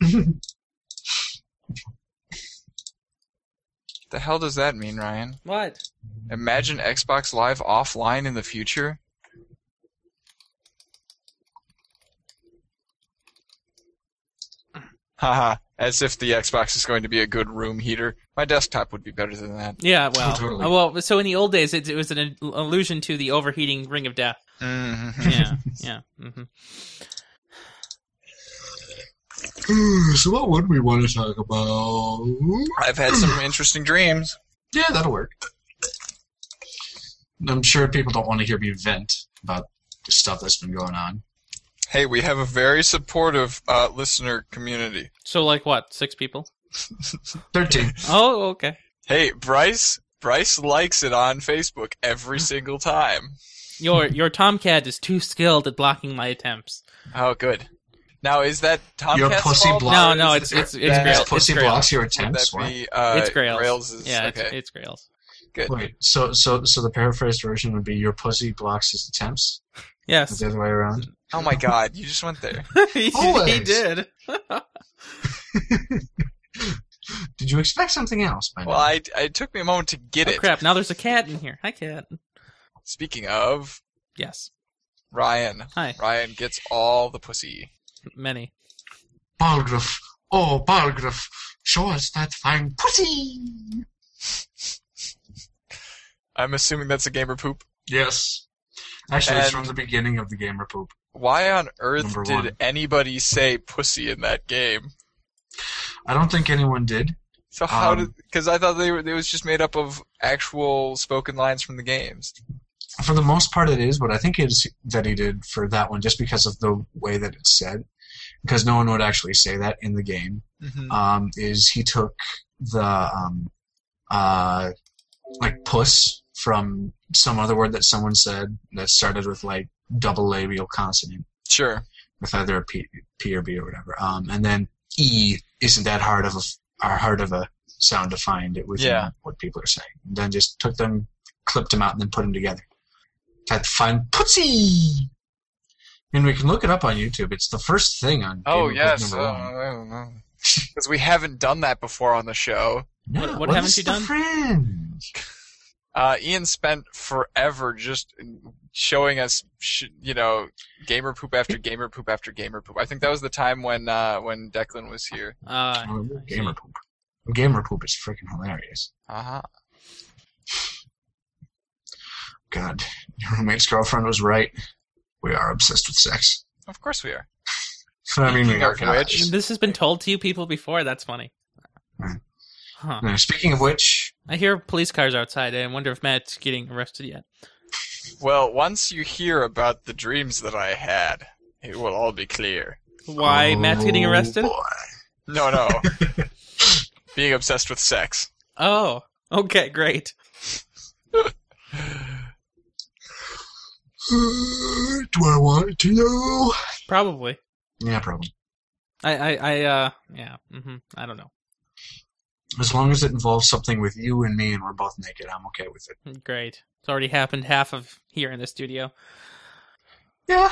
Speaker 4: the hell does that mean, Ryan?
Speaker 3: What?
Speaker 4: Imagine Xbox Live offline in the future? Haha, as if the Xbox is going to be a good room heater. My desktop would be better than that.
Speaker 3: Yeah, well,
Speaker 2: Oh, Totally.
Speaker 3: uh, well. So in the old days, it, it was an al- allusion to the overheating ring of death.
Speaker 4: Mm-hmm.
Speaker 3: Yeah, yeah. hmm
Speaker 2: so what would we want to talk about?
Speaker 4: I've had some interesting dreams.
Speaker 2: Yeah, that'll work. I'm sure people don't want to hear me vent about the stuff that's been going on.
Speaker 4: Hey, we have a very supportive uh, listener community.
Speaker 3: So like what? Six people?
Speaker 2: Thirteen.
Speaker 3: Oh, okay.
Speaker 4: Hey, Bryce, Bryce likes it on Facebook every
Speaker 3: Mm.
Speaker 4: single time.
Speaker 3: Your your Tomcat is too skilled at blocking my attempts.
Speaker 4: Oh, good. Now, is that Tomcat's
Speaker 2: Your pussy
Speaker 4: fault?
Speaker 2: block-
Speaker 3: no, no, it's it's it's
Speaker 4: Yeah.
Speaker 3: Grail. It's
Speaker 2: pussy
Speaker 3: Grail.
Speaker 2: blocks your
Speaker 4: Would
Speaker 2: attempts.
Speaker 4: that
Speaker 2: What?
Speaker 4: be uh,
Speaker 3: It's Grails.
Speaker 4: is,
Speaker 3: Yeah,
Speaker 4: okay.
Speaker 3: it's, it's Grails.
Speaker 4: good.
Speaker 2: Wait, so so so the paraphrased version would be your pussy blocks his attempts. Is
Speaker 3: Yes,
Speaker 2: the other way around?
Speaker 4: Oh my god, you just went there.
Speaker 3: he, he
Speaker 2: Always.
Speaker 3: did. Oh,
Speaker 2: Did you expect something else? By now?
Speaker 4: Well, I it took me a moment to get
Speaker 3: Oh
Speaker 4: it.
Speaker 3: crap! Now there's a cat in here. Hi, cat.
Speaker 4: Speaking of
Speaker 3: Yes.
Speaker 4: Ryan,
Speaker 3: Hi.
Speaker 4: Ryan gets all the pussy.
Speaker 3: Many.
Speaker 2: Balgriff. Oh, Balgriff, show us that fine pussy.
Speaker 4: I'm assuming that's a gamer poop.
Speaker 2: Yes. Actually, it's
Speaker 4: And-
Speaker 2: from the beginning of the gamer poop.
Speaker 4: Why on earth
Speaker 2: Number
Speaker 4: did
Speaker 2: one.
Speaker 4: anybody say pussy in that game?
Speaker 2: I don't think anyone did.
Speaker 4: So how
Speaker 2: Um,
Speaker 4: did? Because I thought they were. It was just made up of actual spoken lines from the games.
Speaker 2: For the most part, it is, but I think it's that he did for that one just because of the way that it's said. Because no one would actually say that in the game.
Speaker 4: Mm-hmm.
Speaker 2: um, is he took the um, uh, like puss from some other word that someone said that started with like double labial consonant
Speaker 4: Sure.
Speaker 2: with either a p, p or b or whatever. Um, and then e isn't that hard of a f- or hard of a sound to find it within
Speaker 4: Yeah.
Speaker 2: what people are saying. And then just took them, clipped them out, and then put them together. That fine pussy. And we can look it up on YouTube. It's the first thing on. Gamer
Speaker 4: Oh
Speaker 2: Book
Speaker 4: yes.
Speaker 2: number
Speaker 4: Uh,
Speaker 2: one.
Speaker 4: I don't know. Because we haven't done that before on the show.
Speaker 2: No,
Speaker 3: What- what
Speaker 2: well,
Speaker 3: haven't
Speaker 2: this
Speaker 3: you
Speaker 2: is the
Speaker 3: done?
Speaker 2: Fringe.
Speaker 4: Uh, Ian spent forever just showing us, sh- you know, gamer poop after gamer poop after gamer poop. I think that was the time when uh, when Declan was here.
Speaker 3: Uh,
Speaker 2: Oh, gamer poop. Gamer poop is freaking hilarious.
Speaker 4: Uh huh.
Speaker 2: God, your roommate's girlfriend was right. We are obsessed with sex.
Speaker 4: Of course we are.
Speaker 2: I mean, we
Speaker 4: Speaking
Speaker 2: are
Speaker 4: of
Speaker 2: guys.
Speaker 4: which-
Speaker 3: this has been told to you people before. That's funny.
Speaker 2: Right.
Speaker 3: Huh.
Speaker 2: Now, speaking of which,
Speaker 3: I hear police cars outside. I wonder if Matt's getting arrested yet.
Speaker 4: Well, once you hear about the dreams that I had, it will all be clear.
Speaker 3: Why
Speaker 2: oh,
Speaker 3: Matt's getting arrested?
Speaker 2: boy.
Speaker 4: No, no. Being obsessed with sex.
Speaker 3: Oh, okay, great.
Speaker 2: Do I want to know?
Speaker 3: Probably.
Speaker 2: Yeah, probably.
Speaker 3: I, I, I uh, yeah. hmm I don't know.
Speaker 2: As long as it involves something with you and me, and we're both naked, I'm okay with it.
Speaker 3: Great. It's already happened half of here in the studio.
Speaker 2: Yeah.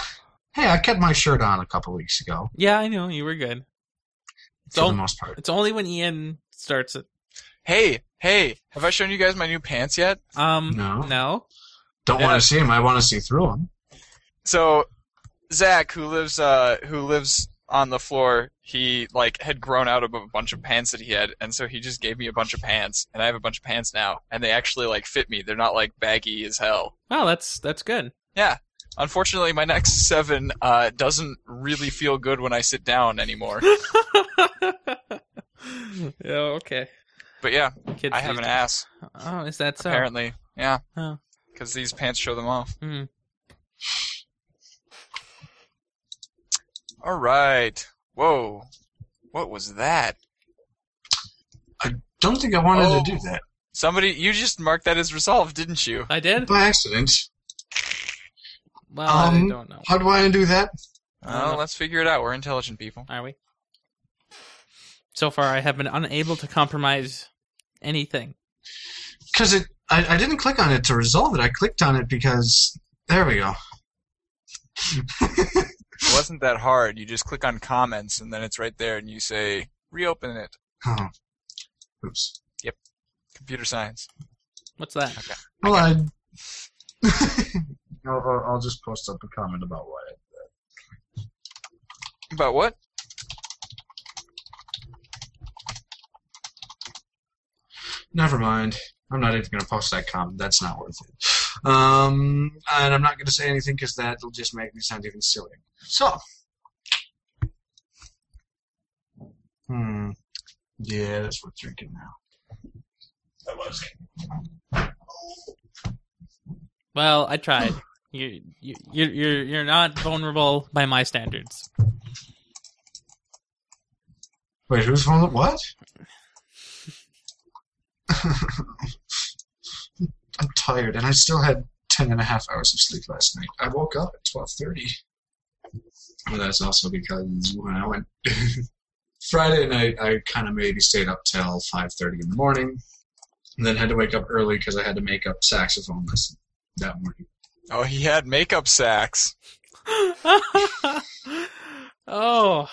Speaker 2: Hey, I kept my shirt on a couple weeks ago.
Speaker 3: Yeah, I know you were good. It's,
Speaker 2: For the
Speaker 3: on-
Speaker 2: most part,
Speaker 3: it's only when Ian starts it.
Speaker 4: Hey, hey, have I shown you guys my new pants yet?
Speaker 3: Um,
Speaker 2: No.
Speaker 3: no.
Speaker 2: don't
Speaker 4: Yeah.
Speaker 2: want to see him. I want to see through him.
Speaker 4: so Zach, who lives uh who lives on the floor, he like had grown out of a bunch of pants that he had, and so he just gave me a bunch of pants, and I have a bunch of pants now, and they actually like fit me. They're not like baggy as hell.
Speaker 3: Wow, that's that's good.
Speaker 4: Unfortunately, my next seven uh, doesn't really feel good when I sit down anymore.
Speaker 3: yeah, okay.
Speaker 4: But yeah,
Speaker 3: Kids
Speaker 4: I have
Speaker 3: these
Speaker 4: an
Speaker 3: days.
Speaker 4: ass
Speaker 3: Oh, is that so?
Speaker 4: apparently. Yeah,
Speaker 3: Oh.
Speaker 4: because these pants show them off.
Speaker 3: Mm.
Speaker 4: All right. Whoa, what was that?
Speaker 2: Don't think I wanted
Speaker 4: Oh.
Speaker 2: to do that
Speaker 4: Somebody, you just marked that as resolved, didn't you?
Speaker 3: I did.
Speaker 2: by accident.
Speaker 3: Well, I
Speaker 2: Um,
Speaker 3: don't know.
Speaker 2: How do I undo that?
Speaker 4: Uh, let's figure it out. We're intelligent people.
Speaker 3: Are we? So far, I have been unable to compromise anything.
Speaker 2: Because it, I, I didn't click on it to resolve it. I clicked on it because there we go.
Speaker 4: It wasn't that hard. You just click on comments, and then it's right there, and you say reopen it.
Speaker 2: Oh. Oops.
Speaker 4: Computer science.
Speaker 3: What's that?
Speaker 2: Well, I. I'll- I'll, I'll just post up a comment about why.
Speaker 4: About what?
Speaker 2: Never mind. I'm not even going to post that comment. That's not worth it. Um, and I'm not going to say anything because that'll just make me sound even sillier. So. Hmm. Yeah, that's worth drinking now. That was
Speaker 3: Well, I tried. You, you, you're, you're, you're not vulnerable by my standards.
Speaker 2: Wait, who's phone? What? I'm tired, and I still had ten and a half hours of sleep last night. I woke up at twelve thirty. But that's also because when I went Friday night, I kind of maybe stayed up till five thirty in the morning, and then had to wake up early because I had to make up saxophone lesson that morning.
Speaker 4: Oh, he had makeup sacks.
Speaker 3: oh,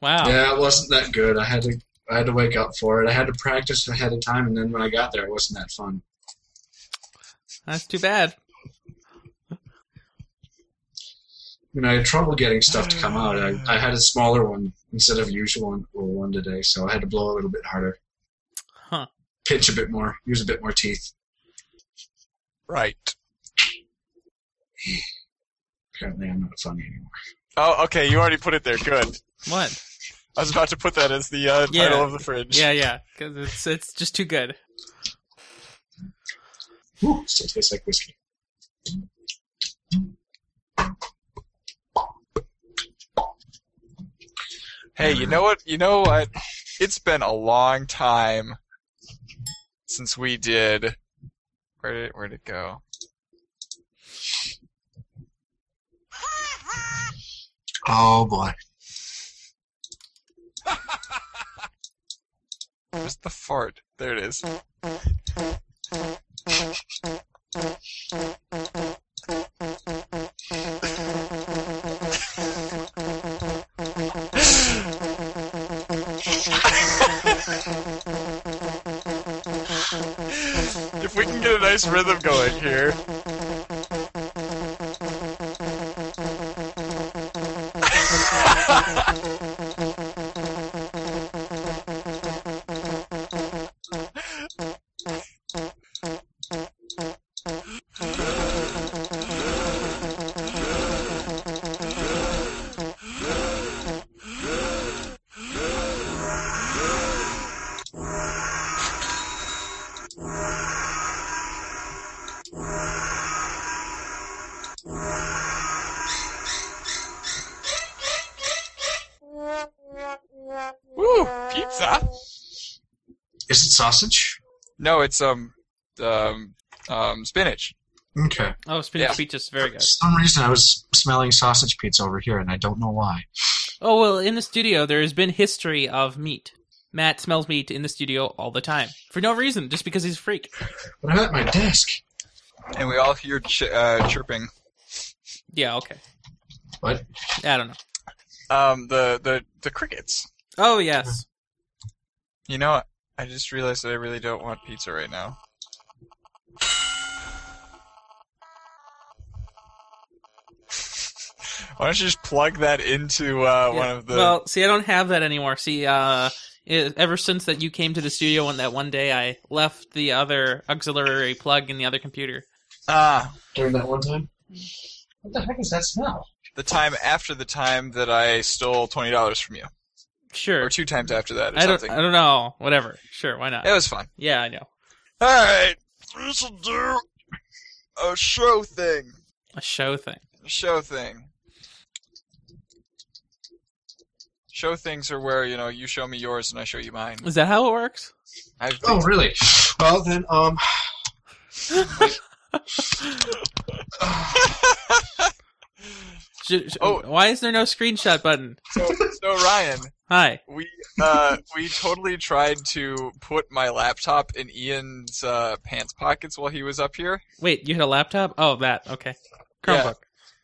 Speaker 3: wow.
Speaker 2: Yeah, it wasn't that good. I had to I had to wake up for it. I had to practice ahead of time, and then when I got there, it wasn't that fun.
Speaker 3: That's too bad.
Speaker 2: you know, I had trouble getting stuff to come out. I,
Speaker 3: Mm.
Speaker 2: I had a smaller one instead of usual one, or one today, so I had to blow a little bit harder.
Speaker 3: Huh.
Speaker 2: Pinch a bit more, use a bit more teeth.
Speaker 4: Right.
Speaker 2: Apparently, I'm not funny anymore.
Speaker 4: Oh, okay. You already put it there. Good.
Speaker 3: What?
Speaker 4: I was about to put that as the uh,
Speaker 3: Yeah.
Speaker 4: title of the fridge.
Speaker 3: Yeah, yeah. Because it's, it's just too good.
Speaker 2: Whew, still tastes like whiskey.
Speaker 4: Hey, you know what? You know what? It's been a long time since we did. Where did it, where did it go?
Speaker 2: Oh boy.
Speaker 4: Where's the fart? There it is. if we can get it nice rhythm going here. Woo, pizza.
Speaker 2: Is it sausage?
Speaker 4: No, it's um, um, um, spinach.
Speaker 2: Okay.
Speaker 3: Oh, spinach
Speaker 4: Yeah.
Speaker 3: peaches, very
Speaker 2: For
Speaker 3: good.
Speaker 2: some reason, I was smelling sausage pizza over here, and I don't know why.
Speaker 3: Oh well, in the studio there has been history of meat. Matt smells meat in the studio all the time for no reason, just because he's a freak.
Speaker 2: But I'm at my desk.
Speaker 4: And we all hear ch- uh, chirping.
Speaker 3: Yeah, okay.
Speaker 2: What?
Speaker 3: I don't know.
Speaker 4: Um, the the the crickets.
Speaker 3: Oh yes.
Speaker 4: You know, I just realized that I really don't want pizza right now. Why don't you just plug that into uh, one
Speaker 3: Yeah.
Speaker 4: of the?
Speaker 3: Well, see, I don't have that anymore. See, uh, it, ever since that you came to the studio on that one day, I left the other auxiliary plug in the other computer.
Speaker 4: ah,
Speaker 2: During that one time.
Speaker 3: Hmm.
Speaker 2: What the heck is that smell?
Speaker 4: the time after the time that I stole twenty dollars from you,
Speaker 3: Sure.
Speaker 4: or two times after that, or
Speaker 3: I don't.
Speaker 4: something.
Speaker 3: I don't know. Whatever. Sure. Why not?
Speaker 4: It was fun.
Speaker 3: Yeah, I know.
Speaker 4: All right, this'll do. A show thing.
Speaker 3: A show thing.
Speaker 4: show thing. Show things are where you know you show me yours and I show you mine.
Speaker 3: Is that how it works?
Speaker 4: I've
Speaker 2: Oh, really? Well, then, um,
Speaker 3: Sh- sh-
Speaker 4: Oh.
Speaker 3: Why is there no screenshot button?
Speaker 4: so, so Ryan,
Speaker 3: Hi.
Speaker 4: we uh, we totally tried to put my laptop in Ian's uh, pants pockets while he was up here.
Speaker 3: Wait, you had a laptop? Oh, that. Okay.
Speaker 4: Yeah.
Speaker 3: Chromebook.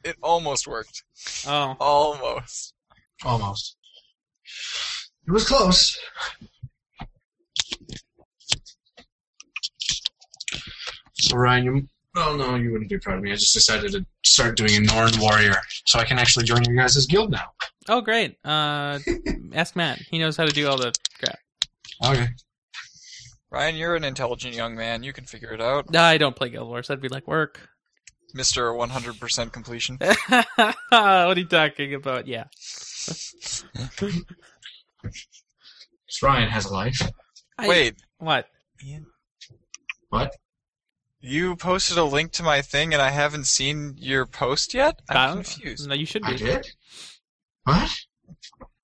Speaker 4: It almost worked,
Speaker 3: Oh.
Speaker 4: almost.
Speaker 2: almost. It was close. So, Ryan, you. Well, no, you wouldn't be proud of me. I just decided to start doing a Norn Warrior, so I can actually join your guys' guild now.
Speaker 3: Oh, great. Uh, ask Matt. He knows how to do all the crap.
Speaker 2: Okay.
Speaker 4: Ryan, you're an intelligent young man. You can figure it out,
Speaker 3: Nah, I don't play Guild Wars. That'd be like work.
Speaker 4: Mister 100% completion.
Speaker 3: what are you talking about? Yeah.
Speaker 2: So Ryan has a life.
Speaker 3: I-
Speaker 4: Wait,
Speaker 3: What?
Speaker 2: What?
Speaker 4: you posted a link to my thing and I haven't seen your post yet.
Speaker 3: I
Speaker 4: I'm
Speaker 3: don't know.
Speaker 4: confused.
Speaker 3: No, you should be.
Speaker 2: I did? What?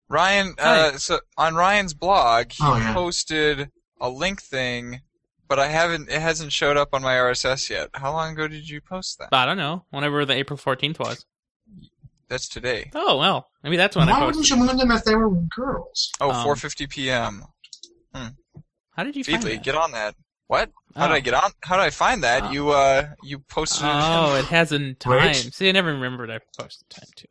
Speaker 4: Ryan, uh, so on Ryan's blog, he
Speaker 2: Oh, yeah.
Speaker 4: posted a link thing, but I haven't. It hasn't showed up on my RSS yet. How long ago did you post that?
Speaker 3: I don't know. Whenever the April 14th was.
Speaker 4: That's today.
Speaker 3: Oh, well. Maybe that's when I
Speaker 2: Why
Speaker 3: posted.
Speaker 2: wouldn't you moon them if they were girls?
Speaker 4: Oh,
Speaker 3: Um,
Speaker 4: 4:50 p.m.
Speaker 3: How did you find
Speaker 4: Feedly,
Speaker 3: that?
Speaker 4: get on that. What? How
Speaker 3: oh.
Speaker 4: did I get on? How did I find that?
Speaker 3: Oh.
Speaker 4: You uh, you posted. it.
Speaker 3: Oh, it has in time.
Speaker 2: Right?
Speaker 3: See, I never remembered I posted time, too.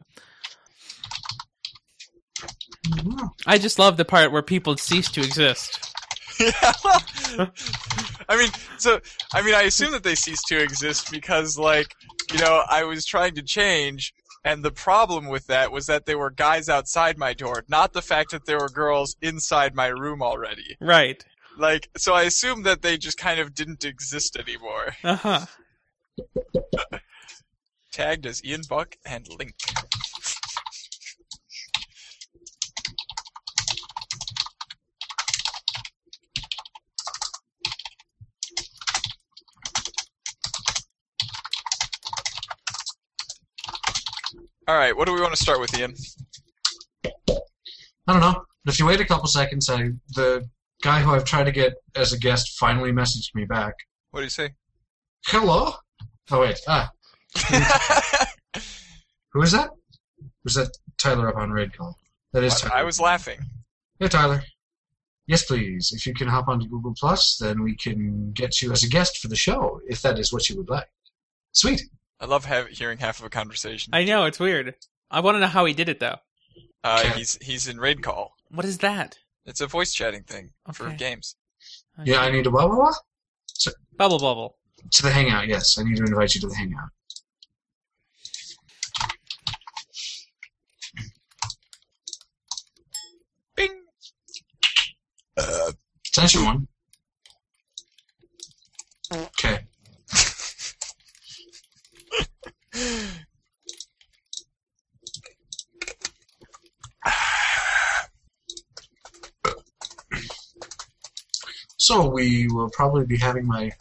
Speaker 3: I just love the part where people cease to exist.
Speaker 4: yeah. I mean, so I mean, I assume that they cease to exist because, like, you know, I was trying to change, and the problem with that was that there were guys outside my door, not the fact that there were girls inside my room already.
Speaker 3: Right.
Speaker 4: Like, so I assume that they just kind of didn't exist anymore.
Speaker 3: Uh huh.
Speaker 4: Tagged as Ian Buck and Link. All right, what do we want to start with, Ian?
Speaker 2: I don't know. If you wait a couple seconds, I, the guy who I've tried to get as a guest finally messaged me back.
Speaker 4: What do you say?
Speaker 2: Hello? Oh, wait. Ah, who is that? Was that Tyler up on Red Call? That is Tyler.
Speaker 4: I was laughing.
Speaker 2: Hey, Tyler. Yes, please. If you can hop onto Google Plus, then we can get you as a guest for the show, if that is what you would like. Sweet.
Speaker 4: I love have, hearing half of a conversation.
Speaker 3: I know, it's weird. I want to know how he did it, though.
Speaker 4: Uh, he's he's in raid call.
Speaker 3: What is that?
Speaker 4: It's a voice chatting thing for
Speaker 3: Okay.
Speaker 4: games.
Speaker 2: Yeah, I need a blah blah blah.
Speaker 3: Bubble bubble.
Speaker 2: To the hangout, yes. I need to invite you to the hangout.
Speaker 4: Bing. Uh,
Speaker 2: Sent you one. Okay. So we will probably be having my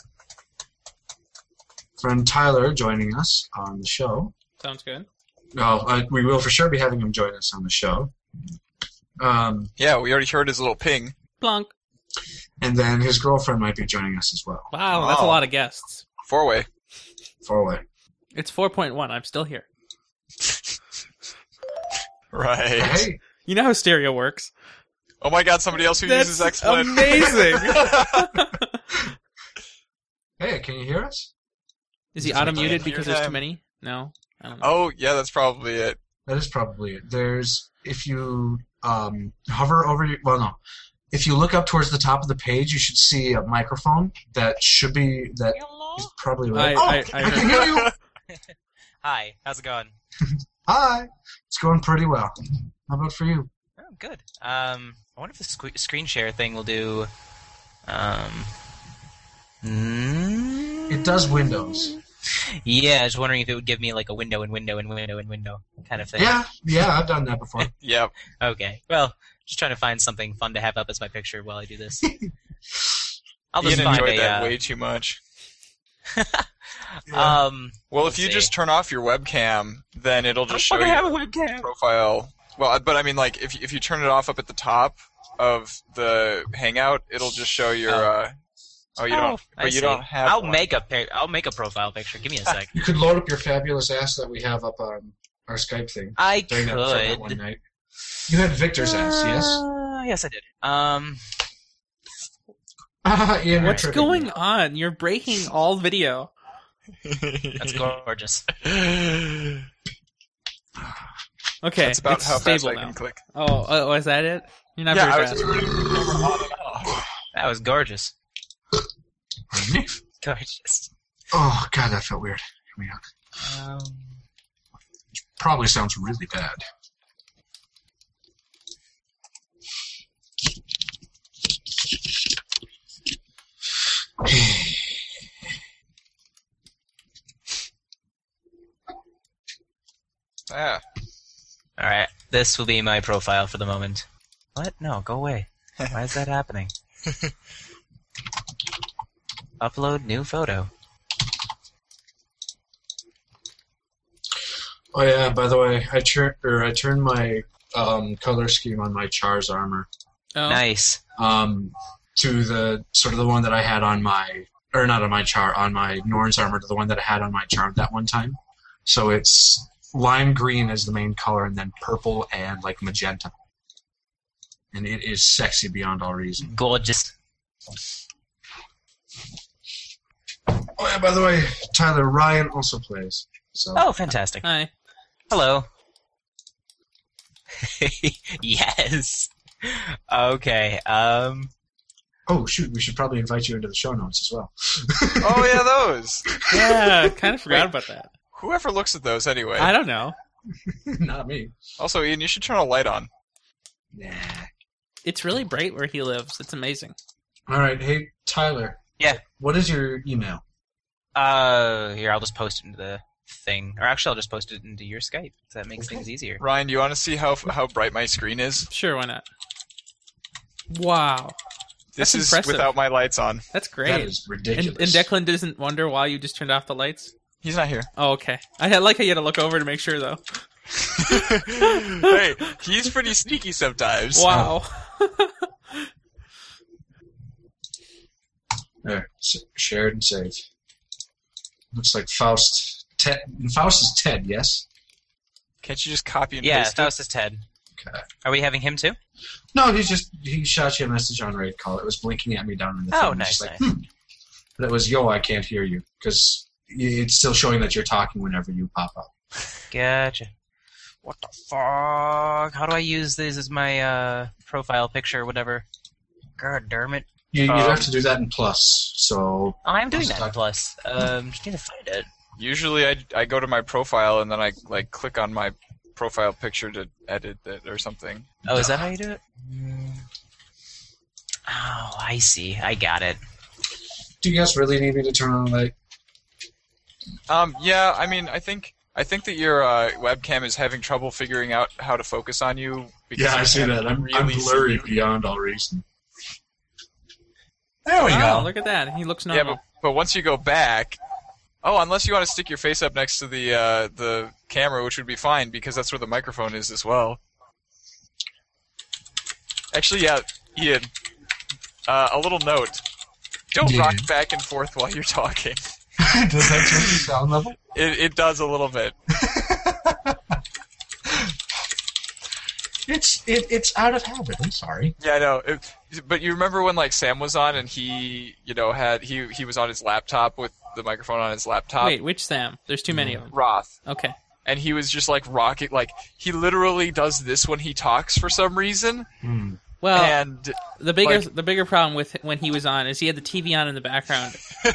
Speaker 2: friend Tyler joining us on the show.
Speaker 3: Sounds good.
Speaker 2: Well, uh, we will for sure be having him join us on the show. Um,
Speaker 4: yeah, we already heard his little ping.
Speaker 3: Plunk.
Speaker 2: and then his girlfriend might be joining us as well.
Speaker 3: Wow, that's a
Speaker 4: Wow.
Speaker 3: lot of guests.
Speaker 4: Four way.
Speaker 2: Four way.
Speaker 3: It's 4.1. I'm still here.
Speaker 4: Right.
Speaker 2: Hey,
Speaker 3: You know how stereo works.
Speaker 4: Oh my god, somebody else who
Speaker 3: That's
Speaker 4: uses XSplit.
Speaker 3: amazing.
Speaker 2: hey, can you hear us?
Speaker 3: Is he
Speaker 2: Just
Speaker 3: auto
Speaker 2: like
Speaker 3: muted
Speaker 4: that.
Speaker 3: because there's too
Speaker 4: Time.
Speaker 3: many? No. I don't know.
Speaker 4: oh, yeah, that's probably it.
Speaker 2: That is probably it. There's if you um, hover over your well no. If you look up towards the top of the page, you should see a microphone that should be that is probably right.
Speaker 3: I- I-
Speaker 2: oh,
Speaker 3: I
Speaker 2: I can hear you.
Speaker 6: Hi, how's it going?
Speaker 2: Hi, it's going pretty well. How about for you?
Speaker 6: Oh, good. Um, I wonder if the sque- screen share thing will do. Um. mm,
Speaker 2: It does Windows.
Speaker 6: Yeah, I was wondering if it would give me like a window and window and window and window kind of thing.
Speaker 2: Yeah, yeah, I've done that before.
Speaker 4: Yep.
Speaker 6: Okay. Well, just trying to find something fun to have up as my picture while I do this. I'll just
Speaker 4: Ian
Speaker 6: find
Speaker 4: enjoyed
Speaker 6: a.
Speaker 4: that
Speaker 6: uh,
Speaker 4: way too much.
Speaker 2: Yeah.
Speaker 6: Um.
Speaker 4: Well,
Speaker 6: Let's
Speaker 4: if you
Speaker 6: see.
Speaker 4: just turn off your webcam, then it'll just show
Speaker 6: I
Speaker 4: you
Speaker 6: have a webcam.
Speaker 4: profile. Well, I- but I mean, like, if if you turn it off up at the top of the Hangout, it'll just show your.
Speaker 6: Oh.
Speaker 4: Uh, oh, you don't.
Speaker 6: I
Speaker 4: Oh, you
Speaker 6: see.
Speaker 4: don't have.
Speaker 6: I'll
Speaker 4: one.
Speaker 6: make a. Pa- I'll make a profile picture. Give me a sec.
Speaker 2: you could load up your fabulous ass that we have up on our Skype thing
Speaker 6: I
Speaker 2: during that, for that
Speaker 6: could.
Speaker 2: one night. You had Victor's ass, yes?
Speaker 6: Uh, yes, I did. Um.
Speaker 2: Ian,
Speaker 3: What's
Speaker 2: you're tripping.
Speaker 3: going on? You're breaking all video.
Speaker 6: That's gorgeous.
Speaker 3: Okay,
Speaker 4: That's about
Speaker 3: it's
Speaker 4: how fast
Speaker 3: stable
Speaker 4: I
Speaker 3: now.
Speaker 4: can click.
Speaker 3: Oh, oh, is that it? You're not
Speaker 4: yeah, I
Speaker 3: very
Speaker 4: was
Speaker 3: fast.
Speaker 4: just turning the camera on and off.
Speaker 6: That was gorgeous. Gorgeous.
Speaker 2: Oh god, that felt weird. Here we are.
Speaker 6: Um,
Speaker 2: Probably sounds really bad.
Speaker 4: Ah,
Speaker 6: all right, this will be my profile for the moment. What? No, go away. Why is that happening? Upload new photo.
Speaker 2: Oh yeah. By the way, I turn or I turned my um, color scheme on my Char's armor
Speaker 3: Oh,
Speaker 6: Nice.
Speaker 2: um, to the sort of the one that I had on my or not on my Char on my Norn's armor to the one that I had on my Char that one time. So it's lime green as the main color, and then purple and like magenta. And it is sexy beyond all reason.
Speaker 6: Gorgeous.
Speaker 2: Oh yeah. By the way, Tyler Ryan also plays. So
Speaker 6: Oh, fantastic.
Speaker 3: Hi.
Speaker 6: Hello. yes. Okay. Um.
Speaker 2: oh shoot, we should probably invite you into the show notes as well.
Speaker 4: oh yeah, those.
Speaker 3: Yeah, kind of forgot about that.
Speaker 4: Whoever looks at those anyway.
Speaker 3: I don't know.
Speaker 2: Not me.
Speaker 4: Also, Ian, you should turn a light on.
Speaker 2: Nah.
Speaker 3: It's really bright where he lives. It's amazing.
Speaker 2: All right. Hey, Tyler.
Speaker 6: Yeah.
Speaker 2: What is your email?
Speaker 6: Uh. Here, I'll just post it into the thing, or actually, I'll just post it into your Skype. If that makes
Speaker 2: Okay.
Speaker 6: things easier.
Speaker 4: Ryan, do you want to see how how bright my screen is?
Speaker 3: Sure, why not? Wow,
Speaker 4: This
Speaker 3: That's
Speaker 4: is
Speaker 3: impressive.
Speaker 4: without my lights on.
Speaker 3: that's
Speaker 2: That
Speaker 3: great.
Speaker 2: is
Speaker 3: And,
Speaker 2: ridiculous.
Speaker 3: and Declan doesn't wonder why you just turned off the lights.
Speaker 4: He's not here.
Speaker 3: Oh, okay. I had- like how you had to look over to make sure, though.
Speaker 4: hey, he's pretty sneaky sometimes.
Speaker 3: Wow.
Speaker 2: There, s- shared and saved. Looks like Faust. Ted. Faust is Ted. Yes.
Speaker 4: Can't you just copy and
Speaker 6: Yeah,
Speaker 4: paste
Speaker 6: that was his Ted.
Speaker 2: Okay.
Speaker 6: Are we having him too?
Speaker 2: No, he just he shot you a message on raid call. It was blinking at me down in the.
Speaker 6: Oh,
Speaker 2: thing. It was
Speaker 6: nice,
Speaker 2: just hmm. But it was yo. I can't hear you because it's still showing that you're talking whenever you pop up.
Speaker 6: Gotcha. What the fuck? How do I use this as my uh, profile picture or whatever? God damn it.
Speaker 2: You, you'd
Speaker 4: Um,
Speaker 2: have to do that in Plus. So
Speaker 6: I'm doing that
Speaker 2: Stuck.
Speaker 6: plus. Um, just need to find it.
Speaker 4: Usually, I, I go to my profile and then I like click on my profile picture to edit it or something.
Speaker 6: Oh, is that how you do it? Mm. Oh, I see. I got it.
Speaker 2: do you guys really need me to turn on the light?
Speaker 4: Um, yeah, I mean, I think I think that your uh, webcam is having trouble figuring out how to focus on you. Because
Speaker 2: Yeah, I
Speaker 4: you
Speaker 2: see
Speaker 4: can't
Speaker 2: that. I'm,
Speaker 4: really
Speaker 2: I'm
Speaker 4: see
Speaker 2: blurry
Speaker 4: you.
Speaker 2: beyond all reason.
Speaker 7: There we
Speaker 3: Wow,
Speaker 7: go.
Speaker 3: look at that. He looks
Speaker 4: Yeah,
Speaker 3: normal.
Speaker 4: but, but once you go back, oh, unless you want to stick your face up next to the uh, the camera, which would be fine because that's where the microphone is as well. Actually, yeah, Ian. Uh, a little note: don't
Speaker 2: Yeah.
Speaker 4: rock back and forth while you're talking.
Speaker 7: Does that change the sound level?
Speaker 4: It, it does a little bit.
Speaker 2: It's it, it's out of habit. I'm sorry.
Speaker 4: Yeah, I know. It, but you remember when like Sam was on and he, you know, had he he was on his laptop with the microphone on his laptop.
Speaker 3: Wait, which Sam? There's too many of them.
Speaker 4: Roth.
Speaker 3: Okay.
Speaker 4: and he was just like rocking like he literally does this when he talks for some reason
Speaker 2: Hmm.
Speaker 3: Well,
Speaker 4: and
Speaker 3: the bigger the bigger problem with when he was on is he had the TV on in the background.
Speaker 2: All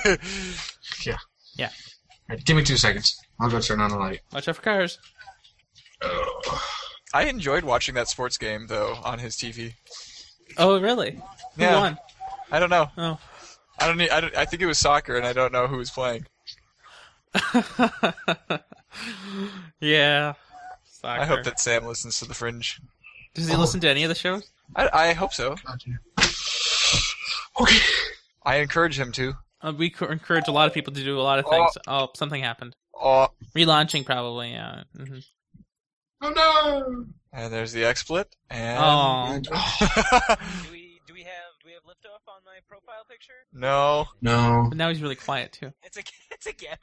Speaker 2: right, give me two seconds. I'll go turn on the light.
Speaker 3: Watch out for cars.
Speaker 4: i enjoyed watching that sports game though on his tv
Speaker 3: Oh, really? Who
Speaker 4: Yeah.
Speaker 3: won?
Speaker 4: i don't know
Speaker 3: Oh.
Speaker 4: i don't, e- I don't i think it was soccer and i don't know who was playing
Speaker 3: yeah.
Speaker 4: i
Speaker 3: Soccer.
Speaker 4: hope that sam listens to the fringe
Speaker 3: Does he listen to any of the shows?
Speaker 4: i, I hope so
Speaker 2: Okay.
Speaker 4: i encourage him to
Speaker 3: Uh, we cou- encourage a lot of people to do a lot of things. Oh, something happened.
Speaker 4: oh
Speaker 3: Relaunching, probably. Yeah. hmm
Speaker 2: Oh no.
Speaker 4: and there's the XSplit. and
Speaker 3: Oh,
Speaker 2: And- oh,
Speaker 6: Do we do we have do we have liftoff on my profile picture?
Speaker 4: no
Speaker 2: no.
Speaker 3: but now he's really quiet too.
Speaker 6: It's a it's a gap.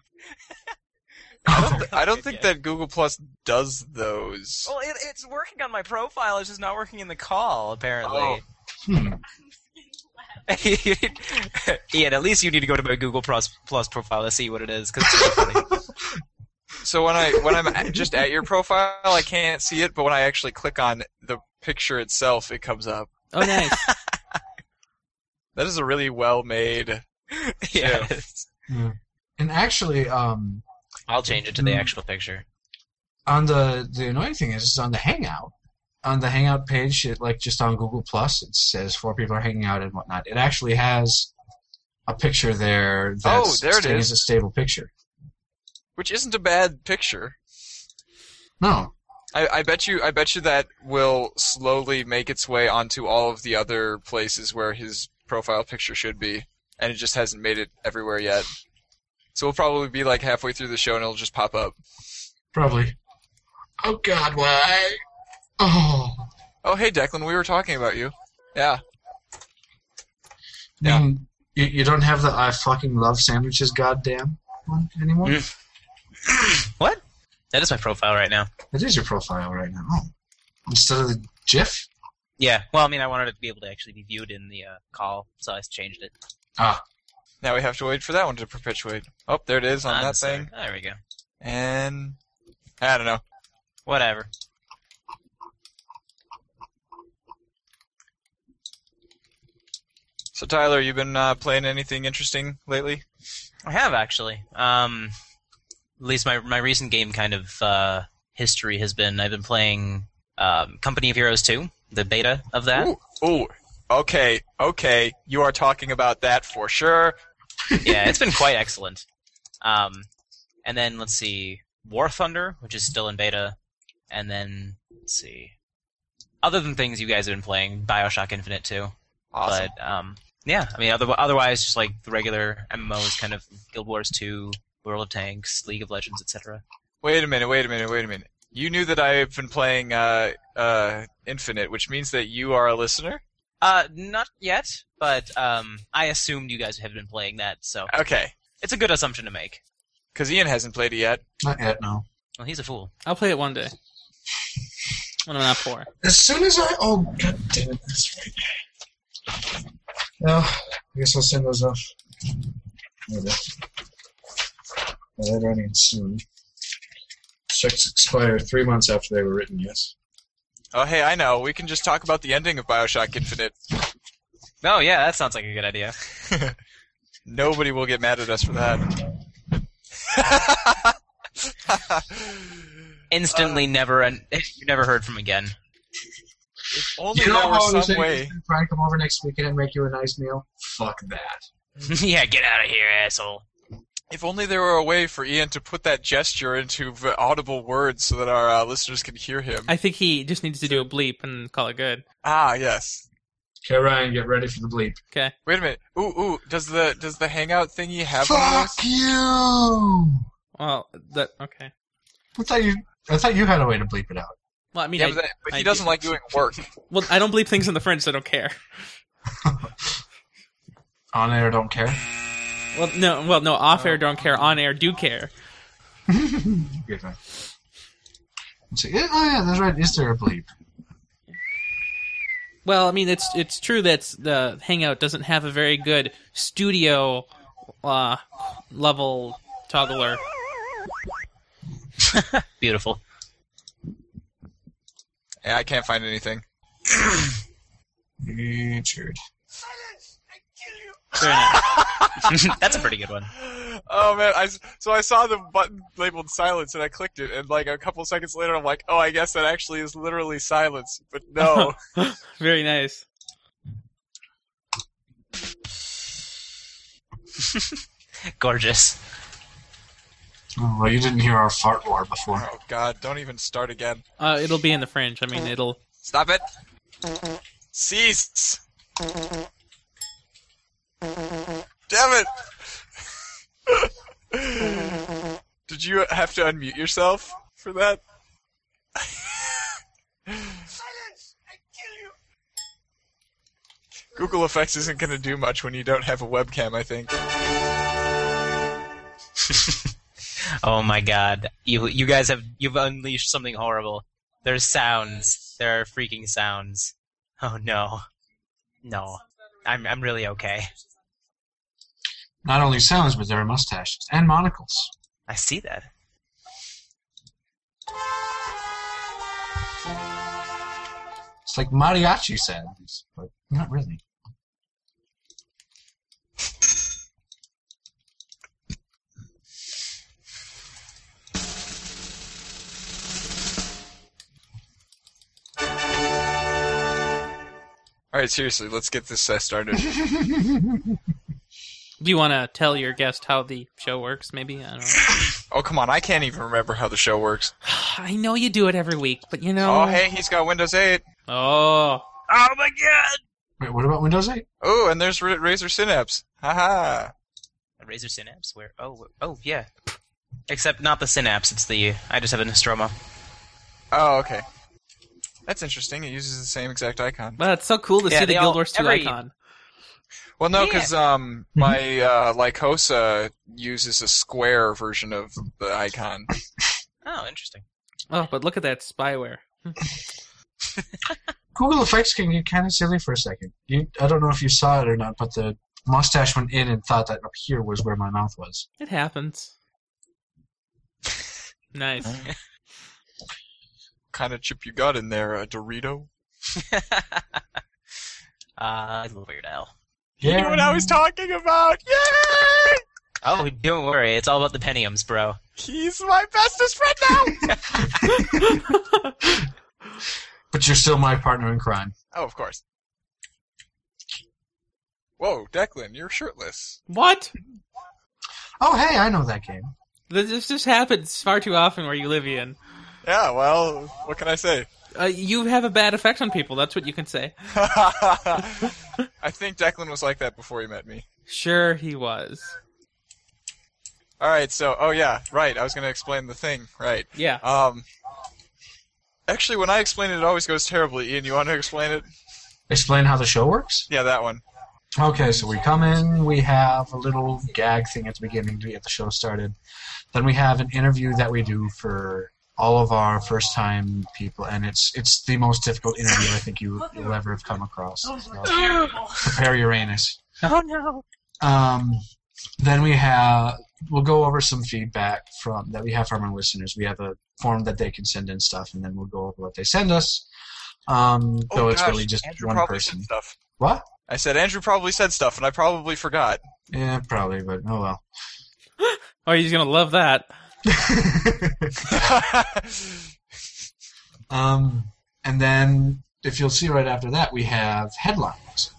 Speaker 4: i don't, th- I don't think that google plus does those
Speaker 6: Well, it, it's working on my profile. It's just not working in the call
Speaker 4: Oh.
Speaker 6: apparently.
Speaker 2: Hmm.
Speaker 6: Ian, at least you need to go to my Google Plus, Plus profile to see what it is. Cause it's really funny.
Speaker 4: So when I when I'm at- just at your profile, I can't see it, but when I actually click on the picture itself, it comes up.
Speaker 3: Oh, nice.
Speaker 4: That is a really well made.
Speaker 6: yeah.
Speaker 2: And actually, um,
Speaker 6: I'll change it to the actual picture.
Speaker 2: on the the annoying thing is, is on the Hangout, on the Hangout page, it like just on Google Plus, it says four people are hanging out and whatnot. It actually has a picture there. That's
Speaker 4: Oh, there it
Speaker 2: staying
Speaker 4: is.
Speaker 2: as a stable picture.
Speaker 4: which isn't a bad picture.
Speaker 2: No.
Speaker 4: I, I bet you I bet you that will slowly make its way onto all of the other places where his profile picture should be, and it just hasn't made it everywhere yet. So we'll probably be like halfway through the show, and it'll just pop up.
Speaker 2: Probably. Oh God, why? Oh.
Speaker 4: Oh, hey Declan, we were talking about you. Yeah.
Speaker 2: I mean, you, you don't have the I fucking love sandwiches, goddamn one anymore.
Speaker 6: Mm. What? That is my profile right now.
Speaker 2: It is your profile right now Oh. instead of the GIF.
Speaker 6: Yeah. Well, I mean, I wanted it to be able to actually be viewed in the uh, call, so I changed it.
Speaker 4: Now we have to wait for that one to perpetuate. Oh, there it is on
Speaker 6: Ah,
Speaker 4: that
Speaker 6: sorry.
Speaker 4: thing.
Speaker 6: There we go.
Speaker 4: And I don't know.
Speaker 6: Whatever.
Speaker 4: So Tyler, you been uh, playing anything interesting lately?
Speaker 6: I have actually. Um, at least my my recent game kind of uh, history has been I've been playing um, Company of Heroes 2, the beta of that.
Speaker 4: Ooh, ooh, okay, okay. You are talking about that for sure.
Speaker 6: yeah, it's been quite excellent. Um, and then let's see, War Thunder, which is still in beta, and then let's see. Other than things you guys have been playing, Bioshock Infinite too.
Speaker 4: Awesome.
Speaker 6: But um, yeah, I mean, other, otherwise, just like the regular MMOs, kind of Guild Wars 2, World of Tanks, League of Legends, etc.
Speaker 4: Wait a minute, wait a minute, wait a minute. You knew that I've been playing uh, uh, Infinite, which means that you are a listener.
Speaker 6: Uh, not yet, but um, I assumed you guys have been playing that, so
Speaker 4: Okay,
Speaker 6: it's a good assumption to make.
Speaker 4: because Ian hasn't played it yet.
Speaker 2: Not yet, no.
Speaker 6: Well, he's a fool.
Speaker 3: I'll play it one day when I'm not poor.
Speaker 2: As soon as I oh god damn it, that's right. Well, I guess I'll send those off. Later. Well, they're running soon. Checks expire three months after they were written. Yes.
Speaker 4: Oh, hey, I know. We can just talk about the ending of Bioshock Infinite.
Speaker 6: Oh yeah, that sounds like a good idea.
Speaker 4: Nobody will get mad at us for that.
Speaker 6: Instantly, never and you never heard from again.
Speaker 4: if only
Speaker 2: You know
Speaker 4: there
Speaker 2: how I
Speaker 4: were
Speaker 2: was
Speaker 4: some
Speaker 2: saying,
Speaker 4: way.
Speaker 2: try to come over next weekend and make you a nice meal? Fuck that.
Speaker 6: yeah, get out of here, asshole.
Speaker 4: If only there were a way for Ian to put that gesture into v- audible words so that our uh, listeners can hear him.
Speaker 3: I think he just needs to do a bleep and call it good.
Speaker 4: ah, yes.
Speaker 2: Okay, Ryan, get ready for the bleep.
Speaker 3: Okay.
Speaker 4: Wait a minute. Ooh, ooh. Does the does the hangout thingy have one of
Speaker 7: Fuck
Speaker 4: those?
Speaker 7: you!
Speaker 3: Well, that okay.
Speaker 2: I thought you, I thought you had a way to bleep it out.
Speaker 3: Well, I mean,
Speaker 4: Yeah,
Speaker 3: I,
Speaker 4: but, that- but
Speaker 3: I
Speaker 4: he
Speaker 3: do.
Speaker 4: doesn't like doing work.
Speaker 3: well, I don't bleep things in the French, so I don't care.
Speaker 2: On air, don't care.
Speaker 3: Well, no, well, no, off air don't care, on air do care.
Speaker 2: Good one. Let's see. Yeah, Oh yeah, that's right. Is there a bleep?
Speaker 3: Well, I mean, it's it's true that the Hangout doesn't have a very good studio uh, level toggler.
Speaker 6: Beautiful.
Speaker 4: Yeah, I can't find anything.
Speaker 2: Richard.
Speaker 3: Very nice.
Speaker 6: That's a pretty good one.
Speaker 4: Oh man! I s so I saw the button labeled silence, and I clicked it, and like a couple seconds later, I'm like, "Oh, I guess that actually is literally silence." But no,
Speaker 3: Very nice.
Speaker 6: Gorgeous.
Speaker 2: Oh, well, you didn't hear our fart war before.
Speaker 4: oh god, don't even start again.
Speaker 3: Uh, it'll be in the French. I mean, it'll.
Speaker 4: Stop it! Cease! Damn it! Did you have to unmute yourself for that? Google Effects isn't going to do much when you don't have a webcam, I think.
Speaker 6: Oh my god. You you guys have you've unleashed something horrible. There's sounds. There are freaking sounds. Oh no. No. I'm I'm really okay.
Speaker 2: Not only sounds, but there are mustaches and monocles.
Speaker 6: I see that.
Speaker 2: It's like mariachi sounds, but not really.
Speaker 4: Alright, seriously, let's get this uh, started.
Speaker 3: Do you want to tell your guest how the show works? Maybe I don't. know.
Speaker 4: oh, come on, I can't even remember how the show works.
Speaker 3: I know you do it every week, but you know.
Speaker 4: Oh, hey, he's got Windows 8.
Speaker 3: Oh,
Speaker 6: Oh my god.
Speaker 2: Wait, what about Windows 8?
Speaker 4: Oh, and there's Ra- Razor Synapse. Haha.
Speaker 6: Razor Synapse where oh oh yeah. Except not the synapse, it's the I just have a Nostromo.
Speaker 4: Oh, okay. That's interesting. It uses the same exact icon.
Speaker 3: well, it's so cool to
Speaker 6: Yeah,
Speaker 3: see the
Speaker 6: they all-
Speaker 3: Guild Wars 2
Speaker 6: every-
Speaker 3: icon.
Speaker 4: Well, no, because um, my uh, Lycosa uses a square version of the icon.
Speaker 6: Oh, interesting.
Speaker 3: Oh, but look at that spyware.
Speaker 2: Google Effects can get kind of silly for a second. You, I don't know if you saw it or not, but the mustache went in and thought that up here was where my mouth was.
Speaker 3: It happens. Nice.
Speaker 4: kind of chip you got in there, a Dorito?
Speaker 6: uh Weird Al.
Speaker 4: You
Speaker 2: Yeah,
Speaker 4: knew what I was talking about. Yay!
Speaker 6: Oh, don't worry, it's all about the Pentiums, bro.
Speaker 4: He's my bestest friend now.
Speaker 2: but you're still my partner in crime.
Speaker 4: oh, of course. Whoa, Declan, you're shirtless.
Speaker 3: What?
Speaker 2: Oh, hey, I know that game.
Speaker 3: This this just happens far too often where you live, Ian.
Speaker 4: Yeah, well, what can I say?
Speaker 3: Uh, you have a bad effect on people. That's what you can say.
Speaker 4: I think Declan was like that before he met me.
Speaker 3: Sure, he was.
Speaker 4: All right, so oh yeah, right. I was gonna explain the thing, right?
Speaker 3: Yeah.
Speaker 4: Um, actually, when I explain it, it always goes terribly. Ian, you want to explain it?
Speaker 2: Explain how the show works?
Speaker 4: Yeah, that one.
Speaker 2: Okay, so we come in, we have a little gag thing at the beginning to get the show started. Then we have an interview that we do for all of our first time people, and it's it's the most difficult interview I think you, you'll ever have come across. So, prepare your anus.
Speaker 6: Oh no.
Speaker 2: Um, then we have we'll go over some feedback from that we have from our listeners. We have a form that they can send in stuff, and then we'll go over what they send us. Um,
Speaker 4: Oh
Speaker 2: though it's
Speaker 4: gosh,
Speaker 2: really just
Speaker 4: Andrew
Speaker 2: one
Speaker 4: probably
Speaker 2: person.
Speaker 4: Said stuff.
Speaker 2: What?
Speaker 4: I said Andrew probably said stuff, and I probably forgot.
Speaker 2: Yeah, probably, but oh well.
Speaker 3: Oh, he's gonna love that.
Speaker 2: um, and then, if you'll see right after that, we have headlines,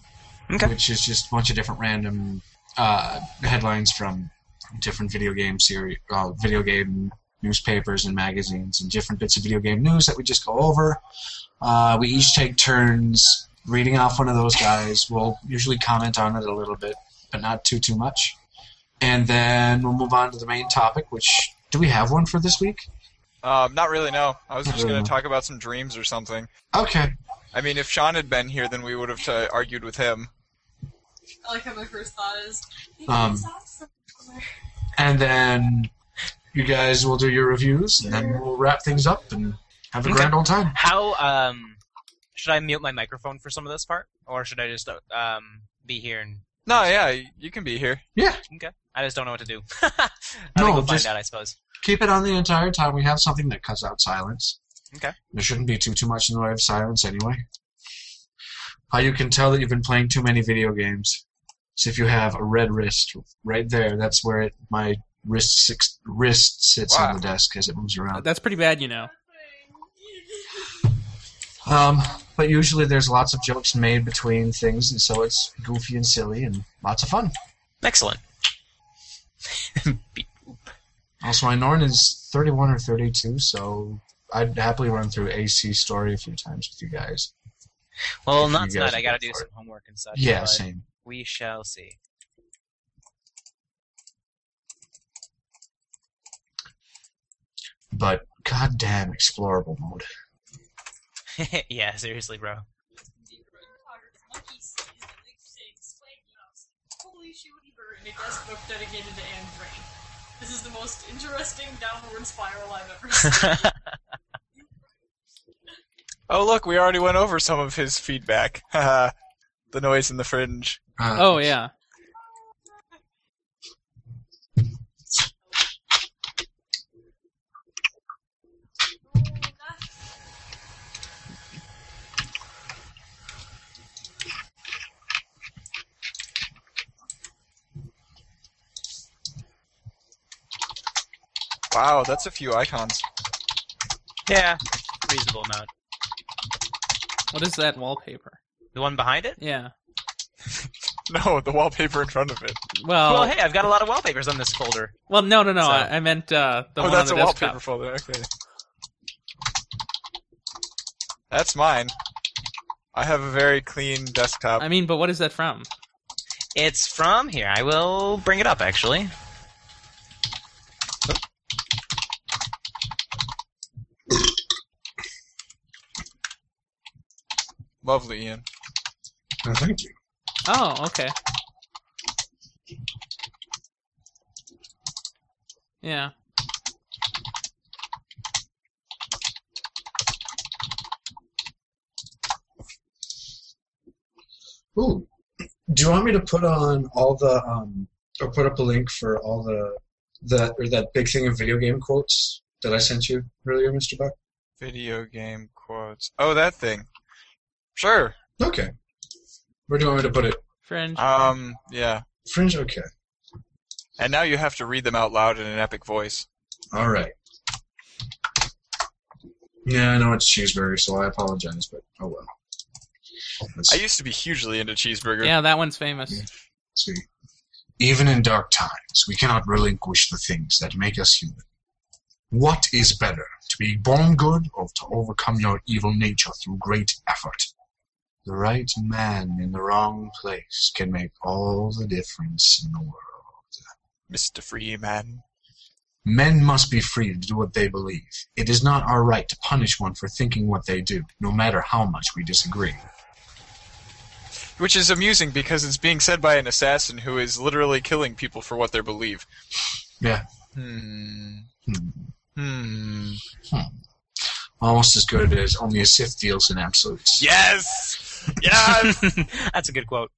Speaker 6: Okay.
Speaker 2: which is just a bunch of different random uh, headlines from different video game series, uh, video game newspapers and magazines, and different bits of video game news that we just go over. Uh, we each take turns reading off one of those guys. We'll usually comment on it a little bit, but not too too much. And then we'll move on to the main topic, which do we have one for this week?
Speaker 4: Um, not really. No, I was
Speaker 2: Not
Speaker 4: just
Speaker 2: really,
Speaker 4: going
Speaker 2: no.
Speaker 4: to talk about some dreams or something.
Speaker 2: Okay.
Speaker 4: I mean, if Sean had been here, then we would have uh argued with him.
Speaker 8: I like how my first thought is. "Hey,
Speaker 2: Um,
Speaker 8: that's awesome."
Speaker 2: And then you guys will do your reviews, and then we'll wrap things up and have a
Speaker 6: Okay.
Speaker 2: grand old time.
Speaker 6: How um should I mute my microphone for some of this part, or should I just uh, um be here and
Speaker 4: No, yeah, you can be here.
Speaker 6: I just don't know what to do. I
Speaker 2: No,
Speaker 6: think we'll
Speaker 2: just-
Speaker 6: find out, I suppose.
Speaker 2: Keep it on the entire time. We have something that cuts out silence.
Speaker 6: Okay.
Speaker 2: There shouldn't be too too much in the way of silence anyway. How you can tell that you've been playing too many video games. So if you have a red wrist right there, that's where it, my wrist six, wrist sits on
Speaker 4: Wow.
Speaker 2: the desk as it moves
Speaker 4: uh,
Speaker 2: around.
Speaker 3: That's pretty bad, you know.
Speaker 2: Um, but usually there's lots of jokes made between things, and so it's goofy and silly and lots of fun.
Speaker 6: Excellent.
Speaker 2: Also, my Norn is 31 or 32, so I'd happily run through AC story a few times with you guys.
Speaker 6: Well,
Speaker 2: If you
Speaker 6: not
Speaker 2: guys
Speaker 6: tonight. I
Speaker 2: are
Speaker 6: got to
Speaker 2: good
Speaker 6: do
Speaker 2: for
Speaker 6: some homework and such.
Speaker 2: Yeah,
Speaker 6: but
Speaker 2: same.
Speaker 6: We shall see.
Speaker 2: But goddamn explorable mode.
Speaker 6: yeah, seriously, bro.
Speaker 8: Holy shit, what you wrote in a guest book dedicated to Anne Frank. This is the most interesting downward spiral I've ever seen.
Speaker 4: Oh, look, we already went over some of his feedback. Haha. the noise in the fringe.
Speaker 2: Uh,
Speaker 3: Oh yeah.
Speaker 4: Wow, that's a few icons.
Speaker 6: yeah, reasonable amount.
Speaker 3: What is that wallpaper?
Speaker 6: The one behind it?
Speaker 3: Yeah.
Speaker 4: No, the wallpaper in front of it.
Speaker 3: Well,
Speaker 6: Well,
Speaker 3: well,
Speaker 6: hey, I've got a lot of wallpapers on this folder.
Speaker 3: no, no, no.
Speaker 6: So-
Speaker 3: I, I meant uh, the
Speaker 4: Oh,
Speaker 3: one
Speaker 4: that's
Speaker 3: on
Speaker 4: a
Speaker 3: the desktop.
Speaker 4: wallpaper folder. Okay. That's mine. I have a very clean desktop.
Speaker 3: I mean, but what is that from?
Speaker 6: It's from here. I will bring it up, actually.
Speaker 4: Lovely, Ian.
Speaker 2: uh, thank you.
Speaker 3: Oh, okay. Yeah.
Speaker 2: Ooh. Do you want me to put on all the, um, or put up a link for all the, the, or that big thing of video game quotes that I sent you earlier, Mr. Buck?
Speaker 4: Video game quotes. Oh, that thing. Sure.
Speaker 2: Okay. Where do you want me to put it?
Speaker 3: Fringe.
Speaker 4: Um, yeah.
Speaker 2: Fringe? Okay.
Speaker 4: And now you have to read them out loud in an epic voice.
Speaker 2: All right. Yeah, I know it's cheeseburger, so I apologize, but oh well. Let's
Speaker 4: I used to be hugely into cheeseburger.
Speaker 3: yeah, that one's famous.
Speaker 2: see. Even in dark times, we cannot relinquish the things that make us human. What is better, to be born good or to overcome your evil nature through great effort? The right man in the wrong place can make all the difference in the world.
Speaker 4: Mr. Freeman.
Speaker 2: Men must be free to do what they believe. It is not our right to punish one for thinking what they do, no matter how much we disagree.
Speaker 4: Which is amusing because it's being said by an assassin who is literally killing people for what they believe.
Speaker 2: Yeah.
Speaker 4: Hmm.
Speaker 2: Hmm.
Speaker 4: Hmm.
Speaker 2: Almost as good as only a Sith deals in absolutes.
Speaker 4: Yes! Yes!
Speaker 6: That's a good quote.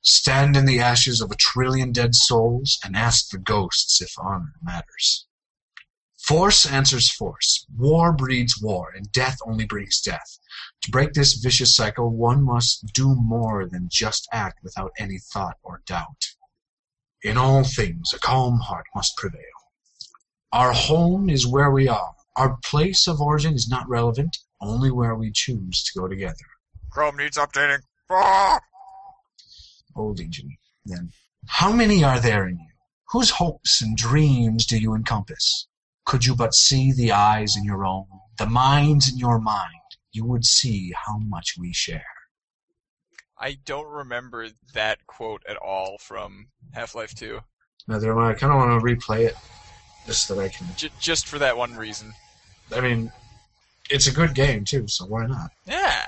Speaker 2: Stand in the ashes of a trillion dead souls and ask the ghosts if honor matters. Force answers force. War breeds war, and death only brings death. To break this vicious cycle, one must do more than just act without any thought or doubt. In all things, a calm heart must prevail. Our home is where we are. Our place of origin is not relevant, only where we choose to go together.
Speaker 4: Chrome needs updating. Ah!
Speaker 2: Old Legion, then. How many are there in you? Whose hopes and dreams do you encompass? Could you but see the eyes in your own, the minds in your mind, you would see how much we share.
Speaker 4: I don't remember that quote at all from Half Life 2.
Speaker 2: Neither am I. I kind of want to replay it, just that I can.
Speaker 4: J- just for that one reason.
Speaker 2: I mean, it's a good game too, so why not?
Speaker 4: Yeah.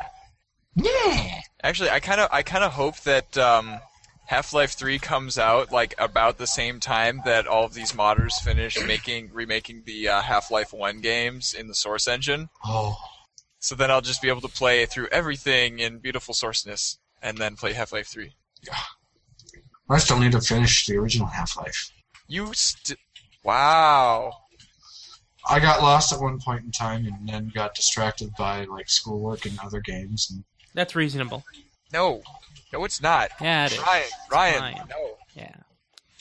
Speaker 2: Yeah.
Speaker 4: Actually, I kind of I kind of hope that um, Half-Life 3 comes out like about the same time that all of these modders finish making remaking the uh, Half-Life 1 games in the Source engine.
Speaker 2: Oh,
Speaker 4: So then I'll just be able to play through everything in beautiful sourceness and then play Half-Life 3.
Speaker 2: I still need to finish the original Half-Life.
Speaker 4: You st- Wow.
Speaker 2: I got lost at one point in time, and then got distracted by like schoolwork and other games. And
Speaker 3: That's reasonable.
Speaker 4: No. No, it's not.
Speaker 3: Yeah, it is.
Speaker 4: Ryan, Ryan,
Speaker 3: Fine.
Speaker 4: no.
Speaker 3: Yeah.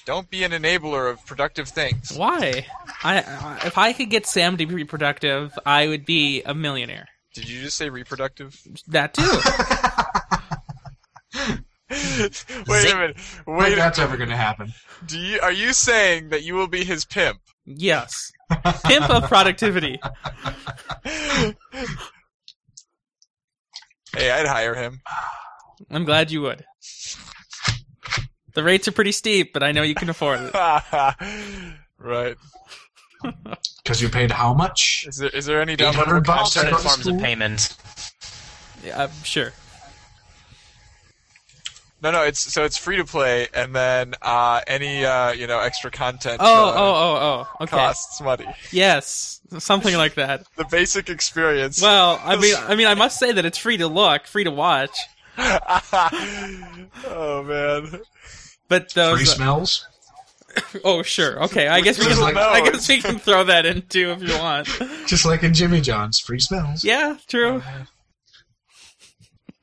Speaker 4: Don't be an enabler of productive things.
Speaker 3: Why? I, I if I could get Sam to be reproductive, I would be a millionaire.
Speaker 4: Did you just say reproductive?
Speaker 3: That too.
Speaker 4: wait a minute.
Speaker 2: Wait,
Speaker 4: Wait. A,
Speaker 2: that's ever going to happen.
Speaker 4: do you are you saying that you will be his pimp?
Speaker 3: yes. Pimp of productivity.
Speaker 4: hey, I'd hire him.
Speaker 3: I'm glad you would. The rates are pretty steep, but I know you can afford it.
Speaker 4: right.
Speaker 2: Because you paid how much?
Speaker 4: Is there is there any
Speaker 2: 800
Speaker 4: downloadable
Speaker 2: bucks?
Speaker 4: content?
Speaker 2: Secondary
Speaker 6: Alternate forms
Speaker 2: school?
Speaker 6: of payment.
Speaker 3: Yeah, I'm sure.
Speaker 4: No, no. It's so it's free to play, and then uh, any uh, you know extra content.
Speaker 3: Oh,
Speaker 4: uh,
Speaker 3: oh, oh, oh. Okay.
Speaker 4: Costs money.
Speaker 3: Yes, something like that.
Speaker 4: The basic experience.
Speaker 3: Well, I mean, I mean, I must say that it's free to look, free to watch,
Speaker 4: oh man.
Speaker 3: but
Speaker 2: Three
Speaker 3: those.
Speaker 2: smells.
Speaker 3: oh, sure. Okay, I guess we
Speaker 2: Just
Speaker 3: can.
Speaker 2: like-
Speaker 3: I guess we can throw that in too if you want.
Speaker 2: Just like in Jimmy John's, free smells.
Speaker 3: Yeah, true.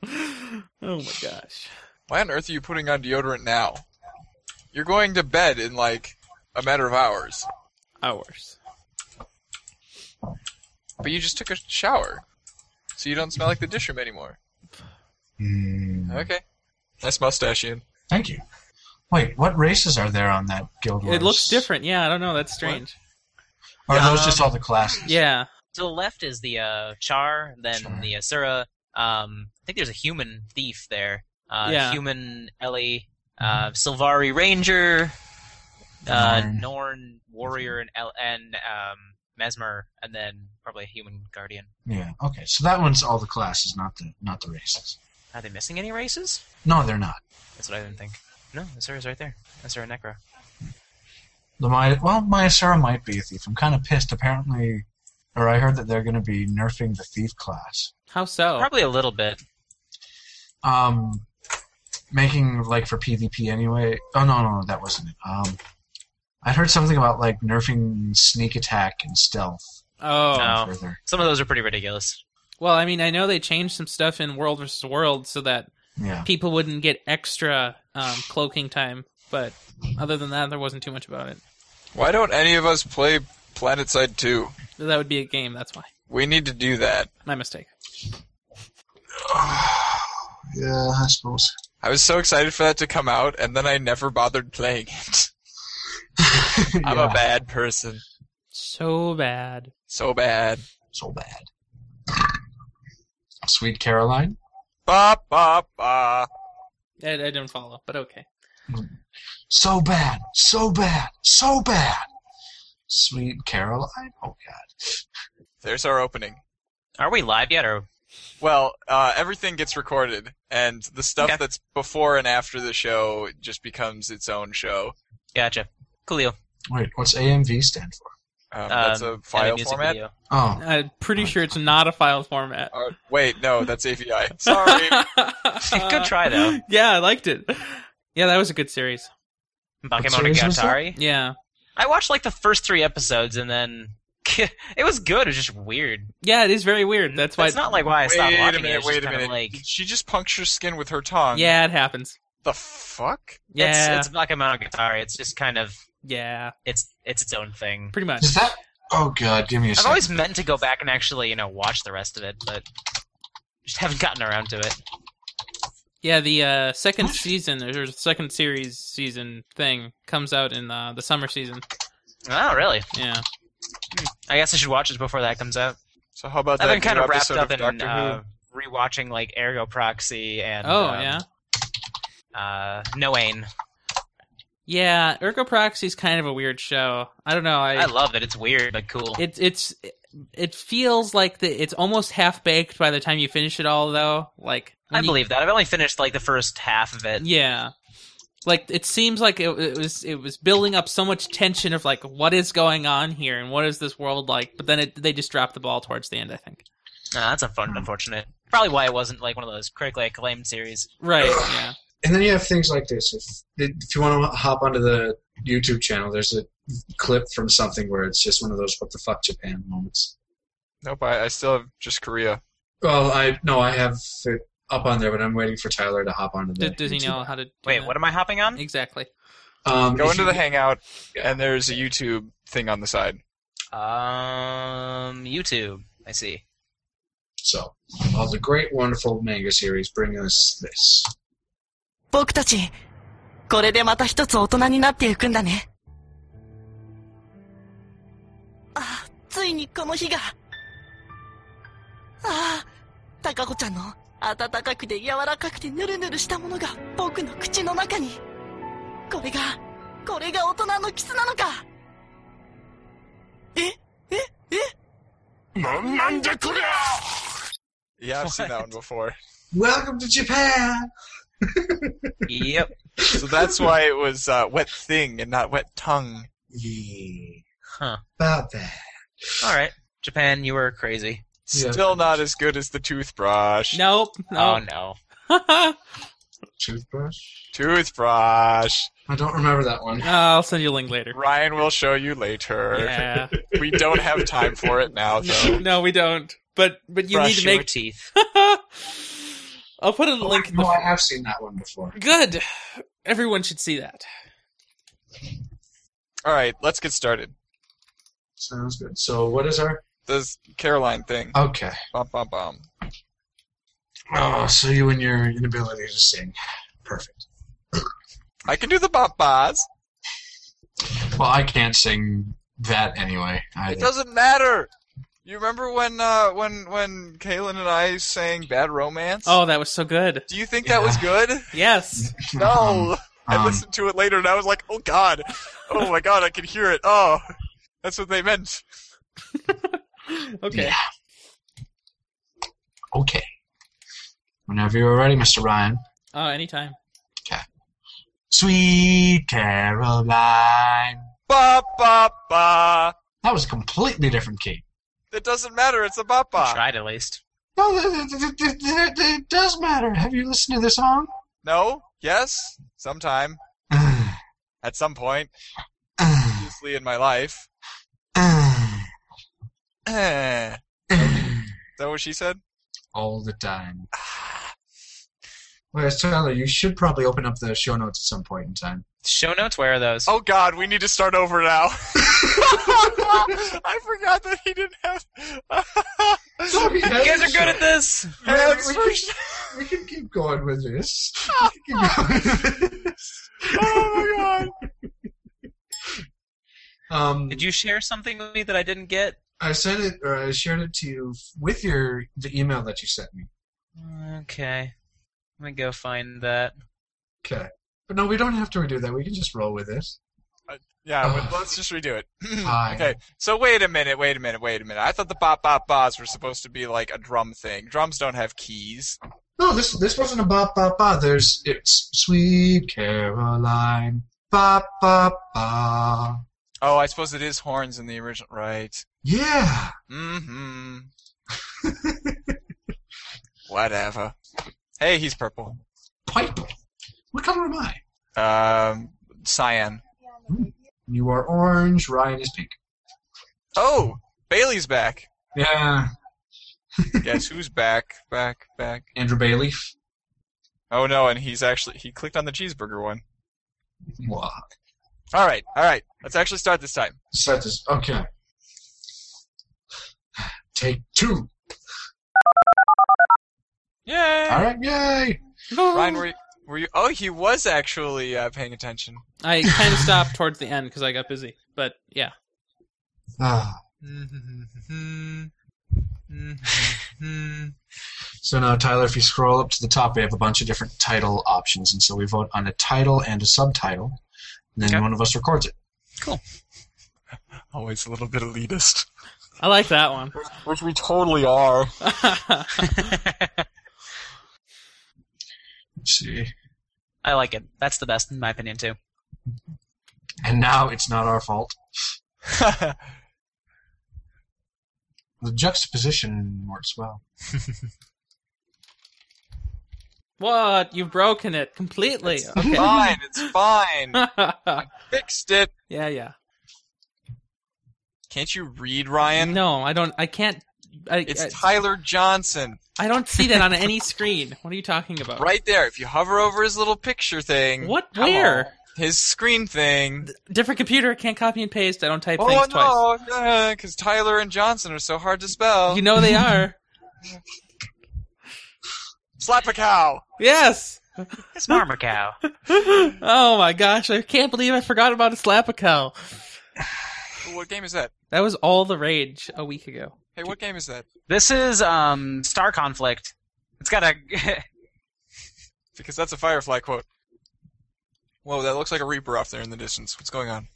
Speaker 6: Uh,
Speaker 3: Oh my gosh.
Speaker 4: Why on earth are you putting on deodorant now? You're going to bed in like a matter of hours,
Speaker 3: Hours.
Speaker 4: but you just took a shower, so you don't smell like the dishroom anymore.
Speaker 2: Mm,
Speaker 4: Okay, nice mustachian.
Speaker 2: thank you. Wait, what races are there on that Guild Wars?
Speaker 3: It looks different. Yeah, I don't know. That's strange.
Speaker 2: Are those just all the classes?
Speaker 3: Yeah.
Speaker 6: To the left is the uh, Char, then
Speaker 2: Char.
Speaker 6: the Asura. Um, I think there's a human thief there. Uh,
Speaker 3: Yeah.
Speaker 6: Human Ellie,
Speaker 4: Mm-hmm.
Speaker 6: uh, Silvari Ranger, uh,
Speaker 2: Norn.
Speaker 6: Norn Warrior, and, El- and um, Mesmer, and then probably a human guardian.
Speaker 2: Yeah. Okay. So that one's all the classes, not the not the races.
Speaker 6: Are they missing any races?
Speaker 2: No, they're not.
Speaker 6: That's what I didn't think. No, Asura's right there. Asura Necro.
Speaker 2: The my well, Myasura might be a thief. I'm kind of pissed. Apparently, or I heard that they're going to be nerfing the thief class,
Speaker 3: How
Speaker 2: Oh.
Speaker 3: so?
Speaker 6: Probably a little bit.
Speaker 2: um, making like for PvP anyway. Oh no, no, that wasn't it. Um, I heard something about like nerfing sneak attack and stealth
Speaker 3: Oh.
Speaker 6: No.
Speaker 2: further.
Speaker 6: Some of those are pretty ridiculous.
Speaker 3: Well, I mean, I know they changed some stuff in World versus World so that
Speaker 2: Yeah.
Speaker 3: people wouldn't get extra um, cloaking time, but other than that, there wasn't too much about it.
Speaker 4: Why don't any of us play Planetside 2?
Speaker 3: That would be a game. That's why.
Speaker 4: We need to do that.
Speaker 3: My mistake.
Speaker 2: yeah, I suppose.
Speaker 4: I was so excited for that to come out, and then I never bothered playing it. I'm
Speaker 2: Yeah,
Speaker 4: a bad person.
Speaker 3: So bad.
Speaker 4: So bad.
Speaker 2: so bad. Sweet Caroline.
Speaker 4: Ba ba ba.
Speaker 3: I, I didn't follow, but okay.
Speaker 2: So bad, so bad, so bad. Sweet Caroline. Oh God.
Speaker 4: There's our opening.
Speaker 6: Are we live yet, or
Speaker 4: Well, uh, everything gets recorded, and the stuff
Speaker 6: Okay.
Speaker 4: that's before and after the show just becomes its own show.
Speaker 6: gotcha? Coolio.
Speaker 2: Wait, what's AMV stand for?
Speaker 4: Um,
Speaker 6: Um,
Speaker 4: that's a
Speaker 6: and
Speaker 4: file
Speaker 6: music
Speaker 4: format.
Speaker 6: video.
Speaker 2: Oh,
Speaker 3: I'm pretty sure it's not a file format.
Speaker 4: Uh, wait, no, that's AVI. Sorry.
Speaker 6: Good try, though.
Speaker 3: Yeah, I liked it. Yeah, that was a good series.
Speaker 6: Pokemon
Speaker 2: series was that?
Speaker 6: Gatari.
Speaker 3: Yeah.
Speaker 6: I watched like the first three episodes, and then it was good. It was just weird.
Speaker 3: Yeah, it is very weird. That's why.
Speaker 6: That's not like why I
Speaker 4: wait
Speaker 6: stopped
Speaker 4: a
Speaker 6: watching it.
Speaker 4: minute,
Speaker 6: It's
Speaker 4: wait
Speaker 6: just
Speaker 4: a
Speaker 6: kind
Speaker 4: minute.
Speaker 6: of like
Speaker 4: she just punctures skin with her tongue.
Speaker 3: yeah, it happens.
Speaker 4: The fuck?
Speaker 3: Yeah,
Speaker 6: it's, it's like a Monogatari. It's just kind of
Speaker 3: yeah,
Speaker 6: it's it's its own thing.
Speaker 3: pretty much.
Speaker 2: Is that? Oh god, give me a
Speaker 6: I've
Speaker 2: second.
Speaker 6: always meant to go back and actually you know watch the rest of it, but just haven't gotten around to it.
Speaker 3: Yeah, the uh, second season, there's a second series season thing comes out in uh, the summer season.
Speaker 6: Oh, really?
Speaker 3: Yeah,
Speaker 6: I guess I should watch it before that comes out.
Speaker 4: So how about
Speaker 6: I've
Speaker 4: that
Speaker 6: been kind
Speaker 4: new
Speaker 6: of wrapped
Speaker 4: episode of
Speaker 6: up in
Speaker 4: Doctor
Speaker 6: uh,
Speaker 4: Who?
Speaker 6: rewatching like Ergo Proxy and
Speaker 3: Oh,
Speaker 6: um,
Speaker 3: yeah?
Speaker 6: uh, Noane.
Speaker 3: yeah. Ergo Proxy's kind of a weird show. I don't know. I,
Speaker 6: I love it. It's weird but cool.
Speaker 3: it it's it feels like the, it's almost half baked by the time you finish it all though like
Speaker 6: I
Speaker 3: when you-
Speaker 6: believe that. I've only finished like the first half of it.
Speaker 3: yeah like it seems like it, it was it was building up so much tension of like what is going on here and what is this world like but then it, they just dropped the ball towards the end i think
Speaker 6: Nah, that's
Speaker 3: Hmm.
Speaker 6: unfun- unfortunate. Probably why it wasn't like one of those critically acclaimed series.
Speaker 3: right yeah
Speaker 2: and then you have things like this. If if you want to hop onto the YouTube channel, there's a clip from something where it's just one of those "what the fuck Japan" moments.
Speaker 4: Nope, I, I still have just Korea.
Speaker 2: Well, I no, I have it up on there, but I'm waiting for Tyler to hop onto the.
Speaker 3: Did, does he know how to do
Speaker 6: Wait,
Speaker 3: that?
Speaker 6: what am I hopping on?
Speaker 3: exactly
Speaker 2: Um,
Speaker 4: Go
Speaker 2: if
Speaker 4: into
Speaker 2: you-
Speaker 4: the Hangout, and there's a YouTube thing on the side.
Speaker 6: Um, YouTube. I see.
Speaker 2: So, of the great, wonderful manga series, bring us this.
Speaker 9: 僕たち、これでまた一つ大人になっていくんだね。ああ、ついにこの日が。ああ、高子ちゃんの暖かくて柔らかくてぬるぬるしたものが僕の口の中に。これが、これが大人のキスなのか。え、え、え
Speaker 5: なんなんじゃこりゃ
Speaker 4: Yeah, I've seen that one before.
Speaker 2: Welcome to Japan.
Speaker 6: Yep.
Speaker 4: So that's why it was uh, wet thing and not wet tongue.
Speaker 2: Yeah,
Speaker 6: Huh.
Speaker 2: about that.
Speaker 6: All right. Japan, you were crazy.
Speaker 2: Yeah.
Speaker 4: Still not as good as the toothbrush.
Speaker 3: nope
Speaker 6: Oh
Speaker 3: no
Speaker 6: no.
Speaker 2: Toothbrush.
Speaker 4: Toothbrush.
Speaker 2: I don't remember that one.
Speaker 3: i'll send you a link later
Speaker 4: Ryan will show you later.
Speaker 3: yeah
Speaker 4: We don't have time for it now, though.
Speaker 3: no we don't but but you
Speaker 4: Brush
Speaker 3: need to
Speaker 6: Your
Speaker 3: make
Speaker 6: teeth.
Speaker 3: i'll put a link in the
Speaker 2: No, Oh, I have seen that one before.
Speaker 3: Good. Everyone should see that.
Speaker 4: All right, let's get started.
Speaker 2: Sounds good. So, what is our?
Speaker 4: This Caroline thing.
Speaker 2: Okay.
Speaker 4: Bum, bum, bum.
Speaker 2: Oh, so you and your inability to sing. Perfect.
Speaker 4: I can do the bop bars.
Speaker 2: Well, I can't sing that anyway. I
Speaker 4: It doesn't matter. You remember when uh, when when Kaylin and I sang "Bad Romance"?
Speaker 3: Oh, that was so good.
Speaker 4: do you think that was good?
Speaker 3: Yes.
Speaker 4: No. I
Speaker 2: Um,
Speaker 4: listened to it later and I was like, "Oh God, oh my God, I can hear it." Oh, that's what they meant.
Speaker 3: Okay.
Speaker 2: Yeah. Okay. Whenever you're ready, Mr. Ryan.
Speaker 3: Oh, anytime.
Speaker 2: Sweet Caroline.
Speaker 4: Ba ba ba.
Speaker 2: That was a completely different key.
Speaker 4: It doesn't matter. It's a ba ba.
Speaker 6: Tried at least.
Speaker 2: No, th- th- th- th- th- th- it does matter. Have you listened to the song?
Speaker 4: No. Yes. Sometime.
Speaker 2: Uh,
Speaker 4: At some point.
Speaker 2: uh,
Speaker 4: Previously in my life.
Speaker 2: uh,
Speaker 4: Eh. Is that what she said?
Speaker 2: All the time. Whereas Tyler, you should probably open up the show notes at some point in time.
Speaker 6: Show notes. Where are those?
Speaker 4: Oh God, we need to start over now. I forgot that he didn't have.
Speaker 2: Sorry,
Speaker 6: you guys are good at this.
Speaker 2: Yeah,
Speaker 4: Hands
Speaker 2: we,
Speaker 4: for
Speaker 2: can, we can keep going with this. We can keep going with this.
Speaker 4: Oh my God.
Speaker 2: Um,
Speaker 6: Did you share something with me that I didn't get?
Speaker 2: I sent it, or I shared it to you with your the email that you sent me.
Speaker 6: Okay. Let me go find that.
Speaker 2: Okay, but no, we don't have to redo that. We can just roll with it.
Speaker 4: Yeah, but
Speaker 2: Ugh.
Speaker 4: let's just redo it.
Speaker 2: Fine.
Speaker 4: okay, so wait a minute, wait a minute, wait a minute. I thought the bop bop bars were supposed to be like a drum thing. Drums don't have keys.
Speaker 2: No, this this wasn't a bop bop bop. There's it's Sweet Caroline bop bop bop.
Speaker 4: Oh, I suppose it is horns in the original, right?
Speaker 2: Yeah,
Speaker 4: Mm-hmm. Whatever. Hey, he's purple.
Speaker 2: pipe. What color am I?
Speaker 4: Um, cyan.
Speaker 2: You are orange. Ryan is pink.
Speaker 4: Oh, Bailey's back.
Speaker 2: Yeah,
Speaker 4: Guess who's back? Back, back.
Speaker 2: Andrew Bailey.
Speaker 4: Oh no, and he's actually he clicked on the cheeseburger one.
Speaker 2: Wow.
Speaker 4: All right, all right. Let's actually start this time.
Speaker 2: Set this. Okay. Take two.
Speaker 4: Yay!
Speaker 2: All right, yay!
Speaker 4: Ryan, were you, were you? Oh, he was actually uh, paying attention.
Speaker 3: I kind of stopped towards the end because I got busy. But yeah,
Speaker 2: Ah. So now, Tyler, if you scroll up to the top, we have a bunch of different title options, and so we vote on a title and a subtitle, and then
Speaker 6: Okay.
Speaker 2: one of us records it.
Speaker 4: Always a little bit elitist,
Speaker 3: I like that one.
Speaker 4: which we totally are.
Speaker 2: Let's see.
Speaker 6: I like it. That's the best, in my opinion, too.
Speaker 2: And now it's not our fault. The juxtaposition works well.
Speaker 3: what? You've broken it completely. Okay.
Speaker 4: fine, it's fine. Fixed it.
Speaker 3: yeah, yeah.
Speaker 4: Can't you read, Ryan?
Speaker 3: No, I don't. I can't. I,
Speaker 4: It's
Speaker 3: I,
Speaker 4: Tyler Johnson
Speaker 3: I don't see that on any screen. What are you talking about?
Speaker 4: right there. If you hover over his little picture thing,
Speaker 3: What?
Speaker 4: Come
Speaker 3: Where?
Speaker 4: on. His screen thing.
Speaker 3: Different computer. I can't copy and paste. I don't type
Speaker 4: Oh
Speaker 3: things twice.
Speaker 4: no, because Tyler and Johnson are so hard to spell.
Speaker 3: You know they are.
Speaker 4: Slap a cow.
Speaker 3: yes.
Speaker 6: It's Marmer Cow.
Speaker 3: oh my gosh, I can't believe I forgot about a slap a cow.
Speaker 4: What game is that?
Speaker 3: That was all the rage a week ago.
Speaker 4: Hey, what game is that?
Speaker 6: This is um Star Conflict. It's got a
Speaker 4: Because that's a Firefly quote. Whoa, that looks like a Reaper off there in the distance. What's going on?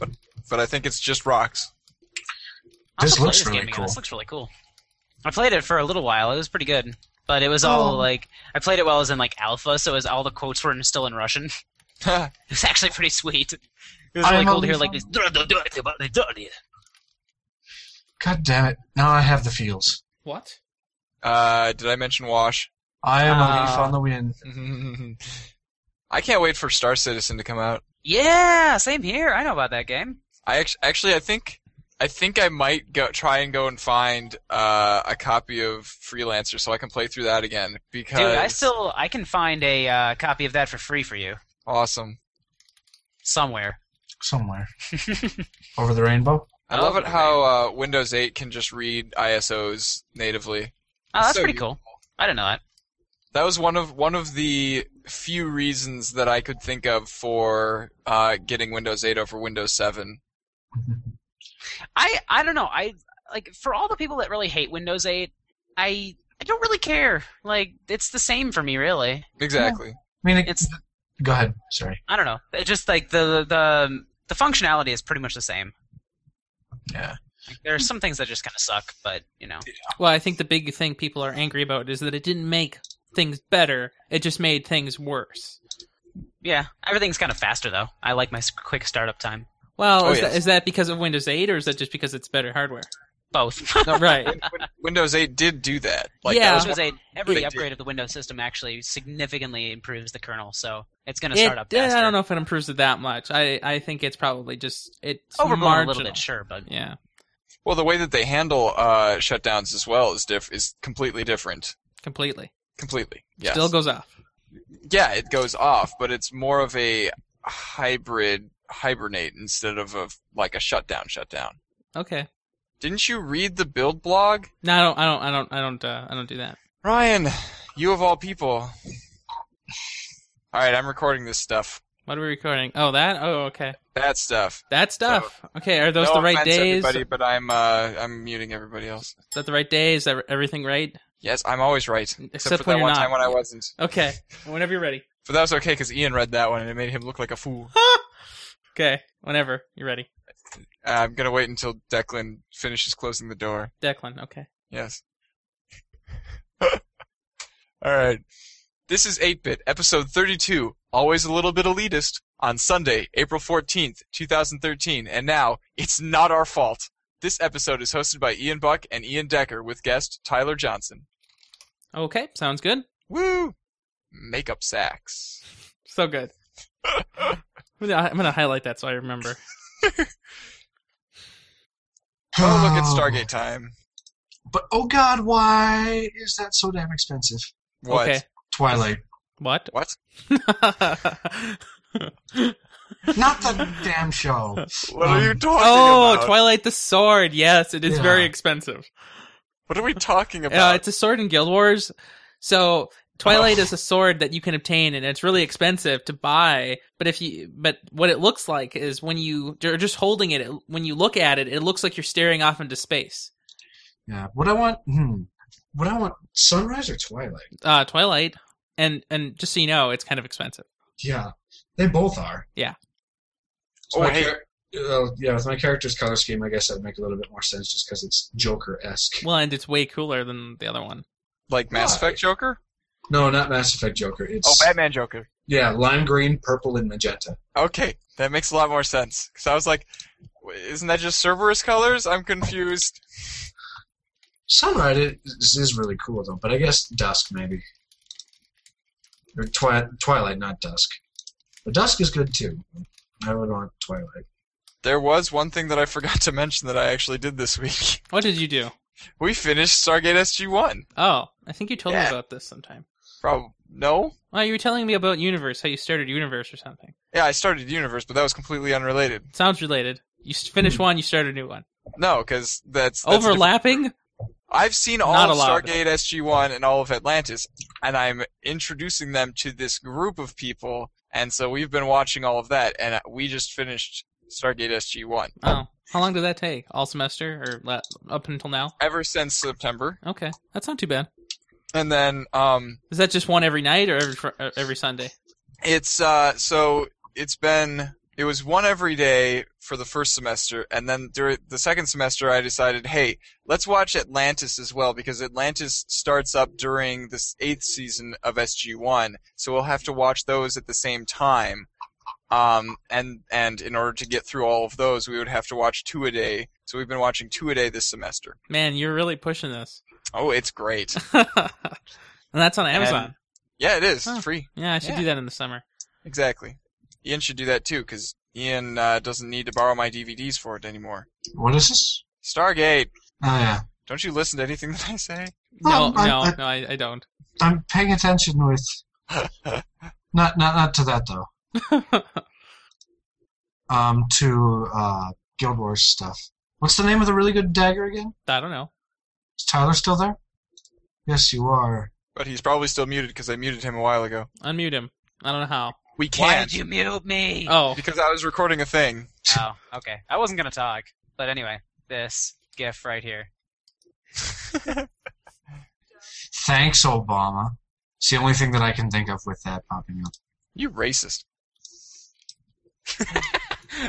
Speaker 4: But, but I think it's just rocks.
Speaker 6: I'll
Speaker 2: This
Speaker 6: play
Speaker 2: looks really
Speaker 6: again.
Speaker 2: cool.
Speaker 6: This looks really cool. I played it for a little while. It was pretty good, but it was all
Speaker 2: Oh.
Speaker 6: like I played it while it was in like alpha, so it was all the quotes were in, still in Russian. It
Speaker 4: I
Speaker 6: was actually pretty sweet. It was
Speaker 2: I
Speaker 6: really
Speaker 2: am
Speaker 6: cool to hear
Speaker 2: only
Speaker 6: like
Speaker 2: from-
Speaker 6: this. "Duh, duh, duh, duh, duh, duh, duh."
Speaker 2: God damn it! Now I have the feels.
Speaker 3: What?
Speaker 4: uh, did I mention Wash?
Speaker 2: I am a leaf
Speaker 6: Ah.
Speaker 2: on the wind.
Speaker 4: I can't wait for Star Citizen to come out.
Speaker 6: Yeah, same here. I know about that game.
Speaker 4: I actually, actually, I think, I think I might go try and go and find uh, a copy of Freelancer so I can play through that again. Because
Speaker 6: Dude, I still I can find a uh, copy of that for free for you
Speaker 4: awesome.
Speaker 6: somewhere.
Speaker 2: Somewhere. Over the rainbow?
Speaker 4: I
Speaker 6: Oh,
Speaker 4: love it
Speaker 6: great.
Speaker 4: how uh, Windows 8 can just read ISOs natively.
Speaker 6: Oh, that's
Speaker 4: So
Speaker 6: pretty cool. I didn't know that.
Speaker 4: That was one of one of the few reasons that I could think of for uh, getting Windows 8 over Windows 7.
Speaker 6: I I don't know. I like for all the people that really hate Windows 8, I I don't really care. Like it's the same for me really.
Speaker 4: Exactly.
Speaker 2: I mean, it,
Speaker 6: It's
Speaker 2: go ahead. Sorry.
Speaker 6: I don't know. It just like the the the functionality is pretty much the same.
Speaker 2: Yeah.
Speaker 6: Like, there are some things that just kind of suck, but you know.
Speaker 3: Well, I think the big thing people are angry about is that it didn't make things better, it just made things worse.
Speaker 6: Yeah, everything's kind of faster though. I like my s- quick startup time.
Speaker 3: Well,
Speaker 4: Oh,
Speaker 3: is,
Speaker 4: yes.
Speaker 3: that, is that because of Windows 8 or is that just because it's better hardware?
Speaker 6: Both.
Speaker 3: right.
Speaker 4: Win- win- Windows 8 did do that. Like
Speaker 3: Yeah.
Speaker 4: that was
Speaker 6: Windows 8,
Speaker 4: They
Speaker 6: every
Speaker 4: did.
Speaker 6: upgrade of the Windows system actually significantly improves the kernel, so it's going to
Speaker 3: It,
Speaker 6: start up faster.
Speaker 3: I don't know if it improves it that much. I, I think it's probably just it's
Speaker 6: Overblown a
Speaker 3: marginal.
Speaker 6: little bit, sure, but
Speaker 3: Yeah.
Speaker 4: well the way that they handle uh, shutdowns as well is diff is completely different.
Speaker 3: Completely.
Speaker 4: Completely. Yes.
Speaker 3: Still goes off.
Speaker 4: yeah, it goes off, but it's more of a hybrid hibernate instead of a like a shutdown shutdown.
Speaker 3: Okay.
Speaker 4: Didn't you read the build blog?
Speaker 3: No, I don't I don't I don't I don't uh, I don't do that.
Speaker 4: Ryan, you of all people. All right, I'm recording this stuff.
Speaker 3: What are we recording? Oh, that? Oh, okay.
Speaker 4: That stuff.
Speaker 3: That stuff. okay, are those
Speaker 4: no
Speaker 3: the right
Speaker 4: offense,
Speaker 3: days?
Speaker 4: everybody, but I'm uh, I'm muting everybody else.
Speaker 3: Is that the right days? Is everything right?
Speaker 4: Yes, I'm always right, except,
Speaker 3: Except
Speaker 4: for
Speaker 3: when
Speaker 4: that
Speaker 3: you're
Speaker 4: one
Speaker 3: not.
Speaker 4: time when I wasn't.
Speaker 3: Okay. Whenever you're ready.
Speaker 4: But that was okay because Ian read that one and it made him look like a fool.
Speaker 3: Okay. Whenever you're ready.
Speaker 4: Uh, I'm gonna wait until Declan finishes closing the door.
Speaker 3: Declan, okay.
Speaker 4: Yes. All right. This is 8-Bit, episode 32, always a little bit elitist, on Sunday, April 14th, 2013. And now, it's not our fault. This episode is hosted by Ian Buck and Ian Decker with guest Tyler Johnson.
Speaker 3: Okay, sounds good.
Speaker 4: Woo! Makeup sacks.
Speaker 3: So good. I'm gonna, I'm gonna highlight that so I remember.
Speaker 4: Oh, look, it's Stargate time.
Speaker 2: But oh god, why is that so damn expensive?
Speaker 4: What?
Speaker 3: Okay.
Speaker 2: Twilight.
Speaker 3: What?
Speaker 4: What?
Speaker 2: Not the damn show.
Speaker 4: What are you
Speaker 2: Um,
Speaker 4: talking
Speaker 3: oh,
Speaker 4: about?
Speaker 3: Twilight the Sword. Yes, it is
Speaker 2: Yeah.
Speaker 3: very expensive.
Speaker 4: what are we talking
Speaker 3: Uh,
Speaker 4: about?
Speaker 3: it's a sword in Guild Wars. So Twilight is a sword that you can obtain, and it's really expensive to buy. But if you, but what it looks like is when you you're just holding it, it, when you look at it, it looks like you're staring off into space.
Speaker 2: Yeah. What I want hmm. What I want Sunrise or Twilight?
Speaker 3: Uh, Twilight, and and just so you know, it's kind of expensive.
Speaker 2: Yeah. They both are.
Speaker 3: Yeah.
Speaker 2: So
Speaker 4: Oh,
Speaker 2: my
Speaker 4: hey.
Speaker 2: char- uh, yeah, with my character's color scheme, I guess that'd make a little bit more sense just because it's Joker esque.
Speaker 3: Well, and it's way cooler than the other one.
Speaker 4: like Mass
Speaker 2: Why?
Speaker 4: Effect Joker?
Speaker 2: No, not Mass Effect Joker. It's
Speaker 4: Oh, Batman Joker.
Speaker 2: yeah, lime green, purple, and magenta.
Speaker 4: Okay, that makes a lot more sense. Because I was like, w- isn't that just Cerberus colors? I'm confused.
Speaker 2: Sunrise i- is, is really cool though, but I guess dusk maybe. Or twi- twilight, not dusk. But dusk is good too. I would want twilight.
Speaker 4: There was one thing that I forgot to mention that I actually did this week.
Speaker 3: What did you do?
Speaker 4: We finished Stargate SG-1.
Speaker 3: Oh, I think you told me
Speaker 4: Yeah.
Speaker 3: about this sometime.
Speaker 4: Probably, no?
Speaker 3: Well, you were telling me about Universe, how you started Universe or something.
Speaker 4: Yeah, I started Universe, but that was completely unrelated.
Speaker 3: Sounds related. You s- finish one, you start a new one.
Speaker 4: No, because that's, that's a different-
Speaker 3: Overlapping?
Speaker 4: I've seen all
Speaker 3: Not
Speaker 4: of
Speaker 3: allowed.
Speaker 4: Stargate SG-1 and all of Atlantis, and I'm introducing them to this group of people, and so we've been watching all of that, and we just finished Stargate SG-1
Speaker 3: Oh, how long did that take? All semester or la- up until now?
Speaker 4: ever since September,
Speaker 3: Okay, that's not too bad.
Speaker 4: and then um,
Speaker 3: Is that just one every night or every fr- uh, every Sunday?
Speaker 4: it's uh, so it's been it was one every day for the first semester, and then during the second semester, I decided, hey, let's watch Atlantis as well because Atlantis starts up during this eighth season of SG1, so we'll have to watch those at the same time. Um, and and in order to get through all of those, we would have to watch two a day. So we've been watching two a day this semester.
Speaker 3: Man, you're really pushing this.
Speaker 4: Oh, it's great.
Speaker 3: and that's on Amazon.
Speaker 4: yeah, it is
Speaker 3: Huh.
Speaker 4: It's free.
Speaker 3: yeah, I should
Speaker 4: yeah.
Speaker 3: do that in the summer.
Speaker 4: Exactly. Ian should do that too because Ian uh, doesn't need to borrow my DVDs for it anymore.
Speaker 2: What is this?
Speaker 4: Stargate.
Speaker 2: Oh yeah,
Speaker 4: Don't you listen to anything that I say?
Speaker 3: No,
Speaker 2: Um, I-
Speaker 3: no,
Speaker 2: I-
Speaker 3: no, I, I don't.
Speaker 2: I'm paying attention with. not not not to that though. Um, to uh, Guild Wars stuff. What's the name of the really good dagger again?
Speaker 3: I don't know.
Speaker 2: Is Tyler still there? Yes, you are.
Speaker 4: But he's probably still muted because I muted him a while ago.
Speaker 3: Unmute him. I don't know how.
Speaker 4: We
Speaker 6: Why
Speaker 4: can't
Speaker 6: did you mute me?
Speaker 3: Oh,
Speaker 4: because I was recording a thing.
Speaker 6: Oh, okay. I wasn't gonna talk, but anyway, this gif right here.
Speaker 2: Thanks, Obama. It's the only thing that I can think of with that popping up.
Speaker 4: You racist.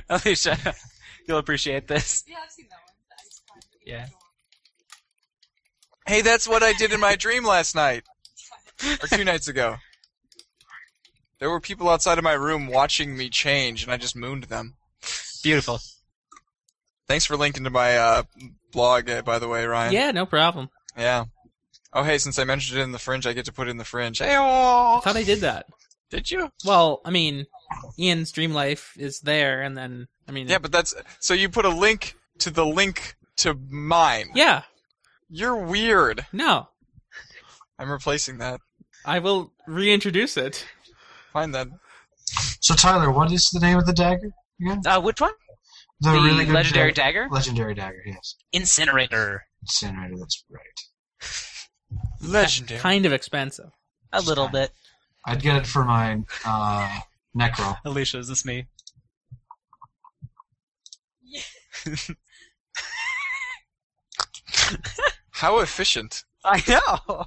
Speaker 6: Alicia, you'll appreciate this.
Speaker 8: Yeah, I've seen that one. That's fine.
Speaker 6: Yeah.
Speaker 4: Hey, that's what I did in my dream last night or two nights ago. There were people outside of my room watching me change, and I just mooned them.
Speaker 6: Beautiful.
Speaker 4: Thanks for linking to my uh, blog, uh, by the way, Ryan.
Speaker 3: yeah, no problem.
Speaker 4: Yeah. Oh, hey, since I mentioned it in the fringe, I get to put it in the fringe. Hey, oh.
Speaker 3: I thought I did that.
Speaker 4: Did you?
Speaker 3: Well, I mean, Ian's dream life is there, and then I mean,
Speaker 4: Yeah, but that's. So you put a link to the link to mine.
Speaker 3: yeah,
Speaker 4: You're weird.
Speaker 3: no,
Speaker 4: I'm replacing that.
Speaker 3: I will reintroduce it.
Speaker 4: Fine then.
Speaker 2: So, Tyler, what is the name of the dagger again?
Speaker 6: Uh, which one?
Speaker 2: The,
Speaker 6: the
Speaker 2: really good
Speaker 6: legendary
Speaker 2: dag-
Speaker 6: dagger?
Speaker 2: Legendary dagger, yes.
Speaker 6: Incinerator.
Speaker 2: Incinerator, that's right.
Speaker 4: Legendary.
Speaker 3: Kind of expensive.
Speaker 6: A little bit.
Speaker 2: I'd get it for my uh, necro.
Speaker 6: Alicia, is this me?
Speaker 4: How efficient.
Speaker 6: I know.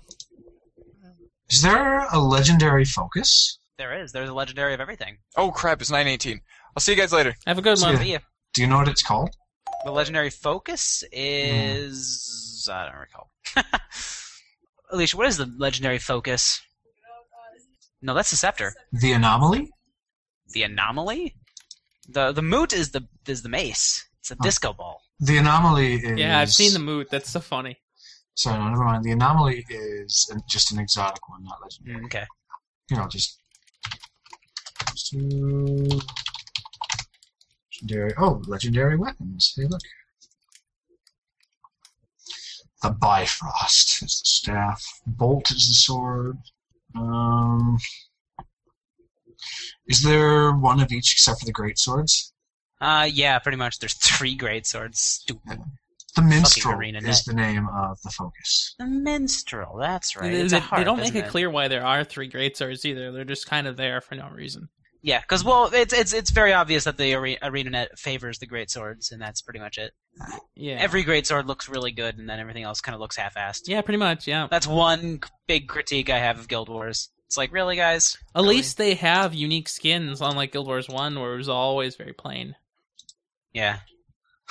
Speaker 2: Is there a legendary focus?
Speaker 6: There is. There's a legendary of everything.
Speaker 4: Oh crap! It's 9:18. I'll see you guys later.
Speaker 3: Have a good one.
Speaker 2: Yeah.
Speaker 6: The,
Speaker 2: Do you know what it's called?
Speaker 6: the legendary focus is I don't recall. Alicia, what is the legendary focus? No, that's the scepter.
Speaker 2: The anomaly?
Speaker 6: The anomaly. The the moot is the is the mace. It's a disco ball.
Speaker 2: The anomaly is.
Speaker 3: Yeah, I've seen the moot. That's so funny.
Speaker 2: Sorry, no, never mind. The anomaly is an- just an exotic one, not legendary.
Speaker 3: Mm-hmm.
Speaker 6: Mm, Okay.
Speaker 2: you know, just legendary. Oh, legendary weapons. Hey, look. The Bifrost is the staff. Bolt is the sword. Um, is there one of each except for the great swords?
Speaker 6: Uh, yeah, pretty much. There's three great swords. Stupid.
Speaker 2: The minstrel
Speaker 6: arena
Speaker 2: is the name of the focus.
Speaker 6: The minstrel. That's right.
Speaker 3: They,
Speaker 6: It's
Speaker 3: they-
Speaker 6: a harp,
Speaker 3: they don't make
Speaker 6: isn't
Speaker 3: it clear why there are three great swords either. They're just kind of there for no reason.
Speaker 6: Yeah, because well, it's it's it's very obvious that the are- arena net favors the great swords, and that's pretty much it.
Speaker 3: Yeah.
Speaker 6: Every great sword looks really good, and then everything else kind of looks half-assed.
Speaker 3: yeah, pretty much. Yeah.
Speaker 6: That's one c- big critique I have of Guild Wars. It's like, really, guys?
Speaker 3: At
Speaker 6: Really?
Speaker 3: least they have unique skins, unlike Guild Wars One, where it was always very plain.
Speaker 6: Yeah.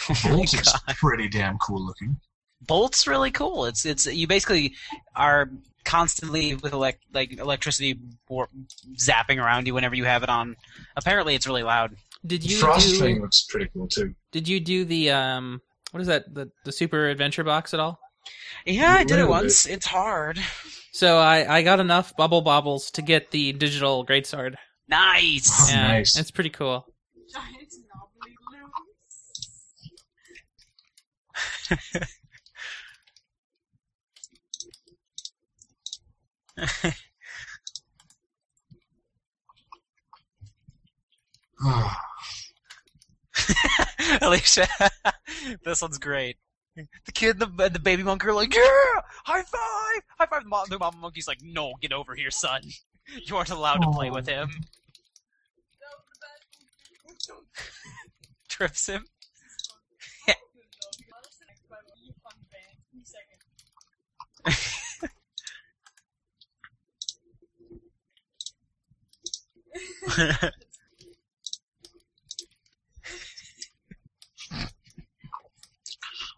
Speaker 3: Oh
Speaker 2: Bolt is pretty damn cool looking.
Speaker 6: Bolt's really cool. It's it's you basically are constantly with elect like electricity war- zapping around you whenever you have it on. Apparently, it's really loud.
Speaker 3: Did you
Speaker 2: Frost
Speaker 3: do,
Speaker 2: thing looks pretty cool too.
Speaker 3: Did you do the um? What is that? The the Super Adventure Box at all?
Speaker 6: Yeah, I did it
Speaker 2: Really?
Speaker 6: once. It's hard.
Speaker 3: So I I got enough bubble bobbles to get the digital greatsword.
Speaker 6: Nice.
Speaker 2: Oh,
Speaker 3: Yeah,
Speaker 2: nice.
Speaker 3: It's pretty cool.
Speaker 8: Giant knobbly loops.
Speaker 6: Alicia, this one's great. The kid and the, and the baby monkey are like, yeah, high five, high five. The, mom, the mama monkey's like, no, get over here, son. You aren't allowed to play with him. Trips him.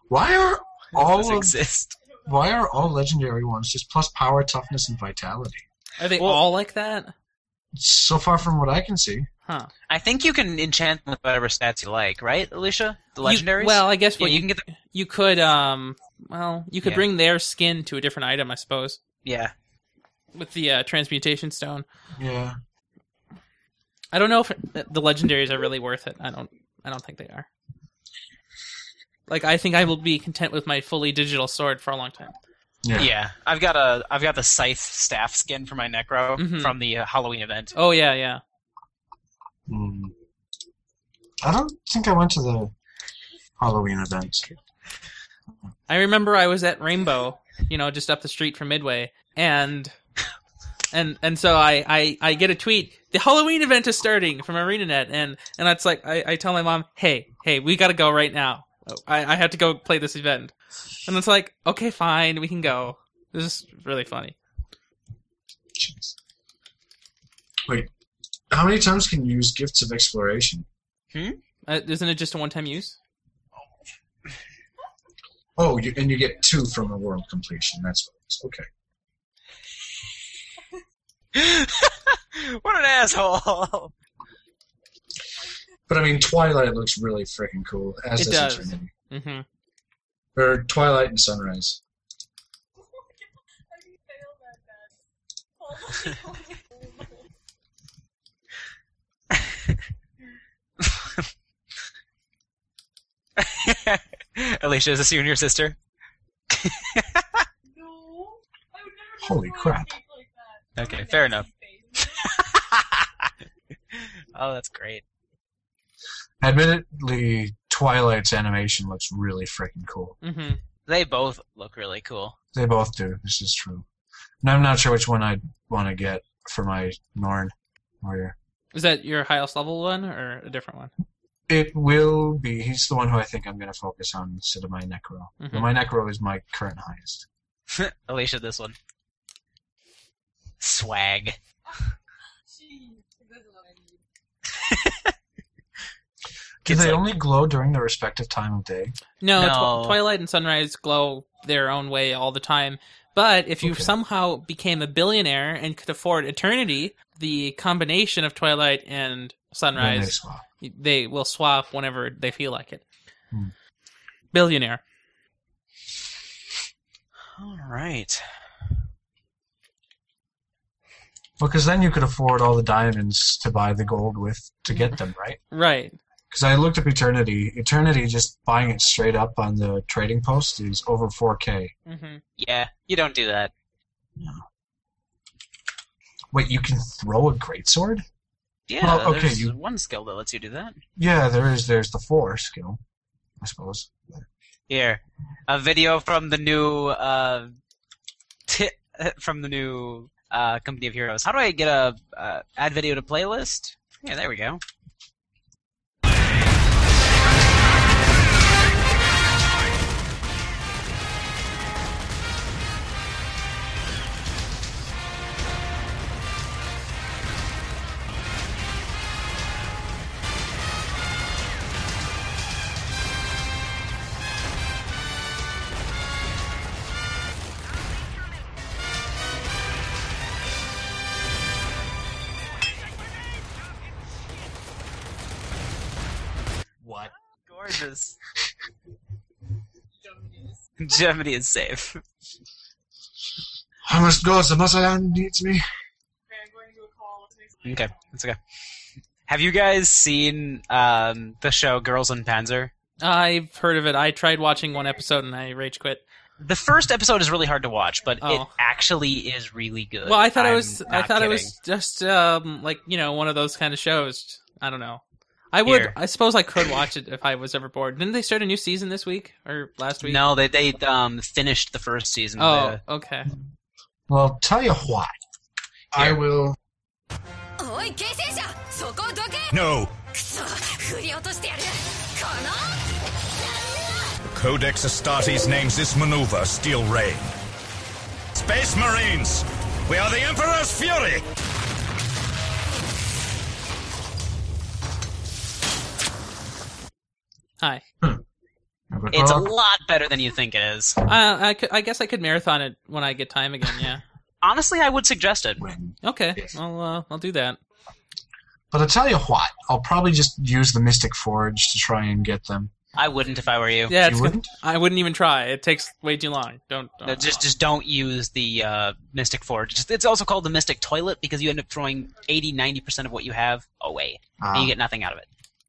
Speaker 2: Why are
Speaker 6: Does
Speaker 2: all of,
Speaker 6: exist.
Speaker 2: why are all legendary ones just plus power, toughness, and vitality?
Speaker 3: Are they
Speaker 6: Well-
Speaker 3: all like that?
Speaker 2: So far from what I can see,
Speaker 3: Huh.
Speaker 6: I think you can enchant them with whatever stats you like, right, Alicia? The
Speaker 3: You-
Speaker 6: legendaries.
Speaker 3: well, I guess
Speaker 6: yeah,
Speaker 3: what
Speaker 6: you
Speaker 3: you
Speaker 6: can get. The,
Speaker 3: you could um. Well, you could
Speaker 6: Yeah.
Speaker 3: bring their skin to a different item, I suppose,
Speaker 6: yeah,
Speaker 3: with the uh, transmutation stone.
Speaker 2: yeah.
Speaker 3: I don't know if the legendaries are really worth it. I don't. I don't think they are. Like I think I will be content with my fully digital sword for a long time.
Speaker 2: Yeah.
Speaker 6: yeah. I've got a, I've got the scythe staff skin for my necro
Speaker 3: Mhm.
Speaker 6: from the uh, Halloween event.
Speaker 3: Oh yeah, yeah.
Speaker 2: Hmm. I don't think I went to the Halloween event.
Speaker 3: I remember I was at Rainbow, you know, just up the street from Midway, and and and so I I, I get a tweet. The Halloween event is starting from ArenaNet, and and it's like I, I tell my mom, hey hey, we gotta go right now. I I have to go play this event, and it's like okay, fine, we can go. This is really funny.
Speaker 2: Jeez. Wait, how many times can you use gifts of exploration?
Speaker 3: Uh, isn't it just a one time use?
Speaker 2: Oh, you, and you get two from a world completion. That's what it is. okay.
Speaker 6: what an asshole!
Speaker 2: But I mean, Twilight looks really freaking cool. As
Speaker 3: It
Speaker 2: does,
Speaker 3: does.
Speaker 2: Eternity.
Speaker 3: Mm-hmm.
Speaker 2: Or Twilight and Sunrise.
Speaker 8: How do you fail that bad? All the people-
Speaker 6: Alicia, is this you and your sister?
Speaker 8: No. I would never
Speaker 2: Holy
Speaker 8: destroy a
Speaker 2: crap.
Speaker 8: cake like that.
Speaker 6: Okay,
Speaker 8: With a
Speaker 6: fair
Speaker 8: nasty face.
Speaker 6: oh, that's great.
Speaker 2: Admittedly, Twilight's animation looks really freaking cool.
Speaker 3: Mm-hmm.
Speaker 6: They both look really cool.
Speaker 2: They both do. This is true. And I'm not sure which one I'd want to get for my Norn warrior.
Speaker 3: Is that your highest level one or a different one?
Speaker 2: It will be. He's the one who I think I'm going to focus on instead of my Necro.
Speaker 3: Mhm.
Speaker 2: My Necro is my current highest.
Speaker 6: Alicia, this one. Swag.
Speaker 8: Jeez, this is what I need.
Speaker 2: Do
Speaker 6: It's
Speaker 2: they
Speaker 6: like-
Speaker 2: only glow during their respective time of day?
Speaker 3: No,
Speaker 6: No.
Speaker 3: Tw- Twilight and Sunrise glow their own way all the time. But if you
Speaker 2: Okay.
Speaker 3: somehow became a billionaire and could afford eternity, the combination of Twilight and
Speaker 2: Then they
Speaker 3: Sunrise,
Speaker 2: swap.
Speaker 3: they will swap whenever they feel like it.
Speaker 2: Hmm.
Speaker 3: Billionaire.
Speaker 6: All right.
Speaker 2: Well, because then you could afford all the diamonds to buy the gold with to get them, right?
Speaker 3: Right.
Speaker 2: Because I looked up Eternity. Eternity, just buying it straight up on the trading post, is over 4K.
Speaker 3: Mm-hmm.
Speaker 6: Yeah, you don't do that.
Speaker 2: Wait, you can throw a greatsword?
Speaker 6: Yeah,
Speaker 2: Well, okay,
Speaker 6: there's
Speaker 2: you-
Speaker 6: one skill that lets you do that.
Speaker 2: Yeah, there is. There's the four skill, I suppose.
Speaker 6: Here, a video from the new uh, t- from the new uh, Company of Heroes. How do I get a uh, add video to playlist? Yeah, there we go.
Speaker 2: What?
Speaker 6: Gorgeous.
Speaker 8: Dumb news.
Speaker 6: Germany is safe.
Speaker 2: I must go. The Mazayan needs me.
Speaker 8: Okay, I'm going to a call. Let's make some-
Speaker 6: Okay, that's okay. Have you guys seen um, the show Girls in Panzer?
Speaker 3: I've heard of it. I tried watching one episode and I rage quit.
Speaker 6: The first episode is really hard to watch, but it
Speaker 3: Oh.
Speaker 6: actually is really good.
Speaker 3: Well, I thought
Speaker 6: I'm
Speaker 3: it was. I
Speaker 6: not
Speaker 3: thought it
Speaker 6: kidding.
Speaker 3: was just um like you know one of those kind of shows. I don't know. I would.
Speaker 6: Here.
Speaker 3: I suppose I could watch it if I was ever bored. Didn't they start a new season this week or last week?
Speaker 6: No, they they um, finished the first season. of
Speaker 3: Oh,
Speaker 6: the-
Speaker 3: okay.
Speaker 2: Well, tell you what. I will.
Speaker 10: おい犠牲者そこをどけ
Speaker 5: No.
Speaker 10: くそ振り落としてやるこの
Speaker 5: Codex Astartes names this maneuver Steel Rain. Space Marines! We are the Emperor's Fury!
Speaker 3: Hi.
Speaker 6: it's
Speaker 2: "Oh,
Speaker 6: a lot better than you think it is.
Speaker 3: Uh, I, could, I guess I could marathon it when I get time again. Yeah.
Speaker 6: Honestly, I would suggest it.
Speaker 2: win.
Speaker 3: Okay.
Speaker 2: Yes.
Speaker 3: I'll uh, I'll do that.
Speaker 2: But I'll tell you what. I'll probably just use the Mystic Forge to try and get them.
Speaker 6: I wouldn't if I were you.
Speaker 3: Yeah. It's
Speaker 2: you
Speaker 3: good.
Speaker 2: wouldn't?
Speaker 3: I wouldn't even try. It takes way too long. Don't. uh, don't
Speaker 6: No, just just don't use the uh, Mystic Forge. Just- It's also called the Mystic Toilet because you end up throwing 80 90% of what you have away.
Speaker 2: Ah.
Speaker 6: and you get nothing out of it.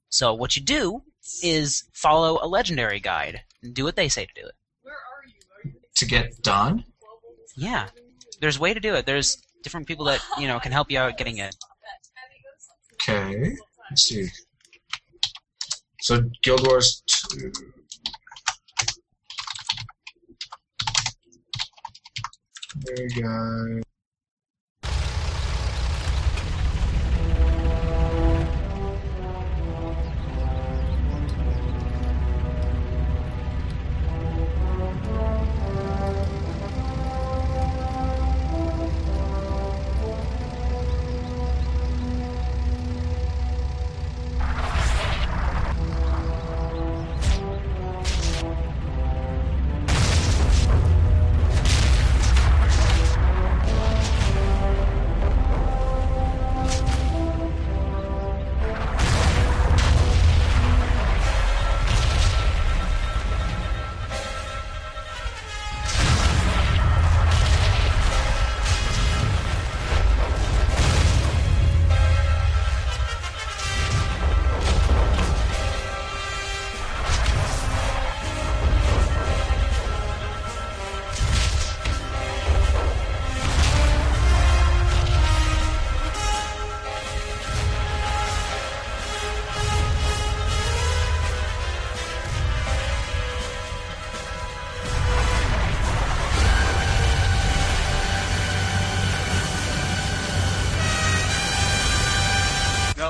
Speaker 6: So what you do is follow a legendary guide and do what they say to do it.
Speaker 8: Where are you? Are you
Speaker 2: to get done.
Speaker 8: global?
Speaker 6: Yeah. There's a way to do it. There's different people that, you know, can help you out getting it.
Speaker 2: Okay. Let's see. So Guild Wars two. There you go.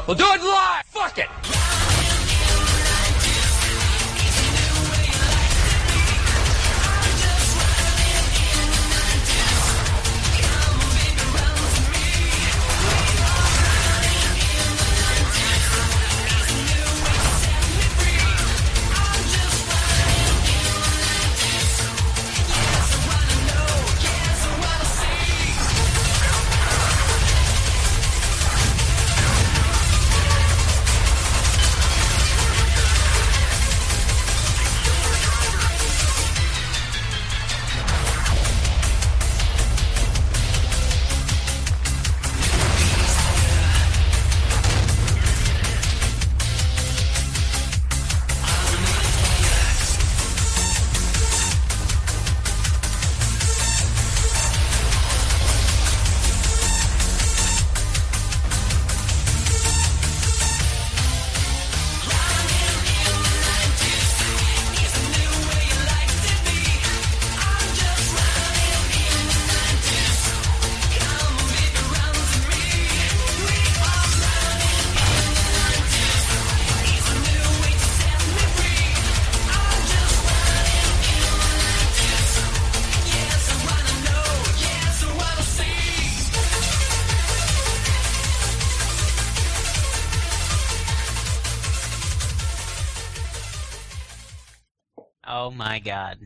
Speaker 3: Well, do it live. Fuck it.
Speaker 6: Oh my god.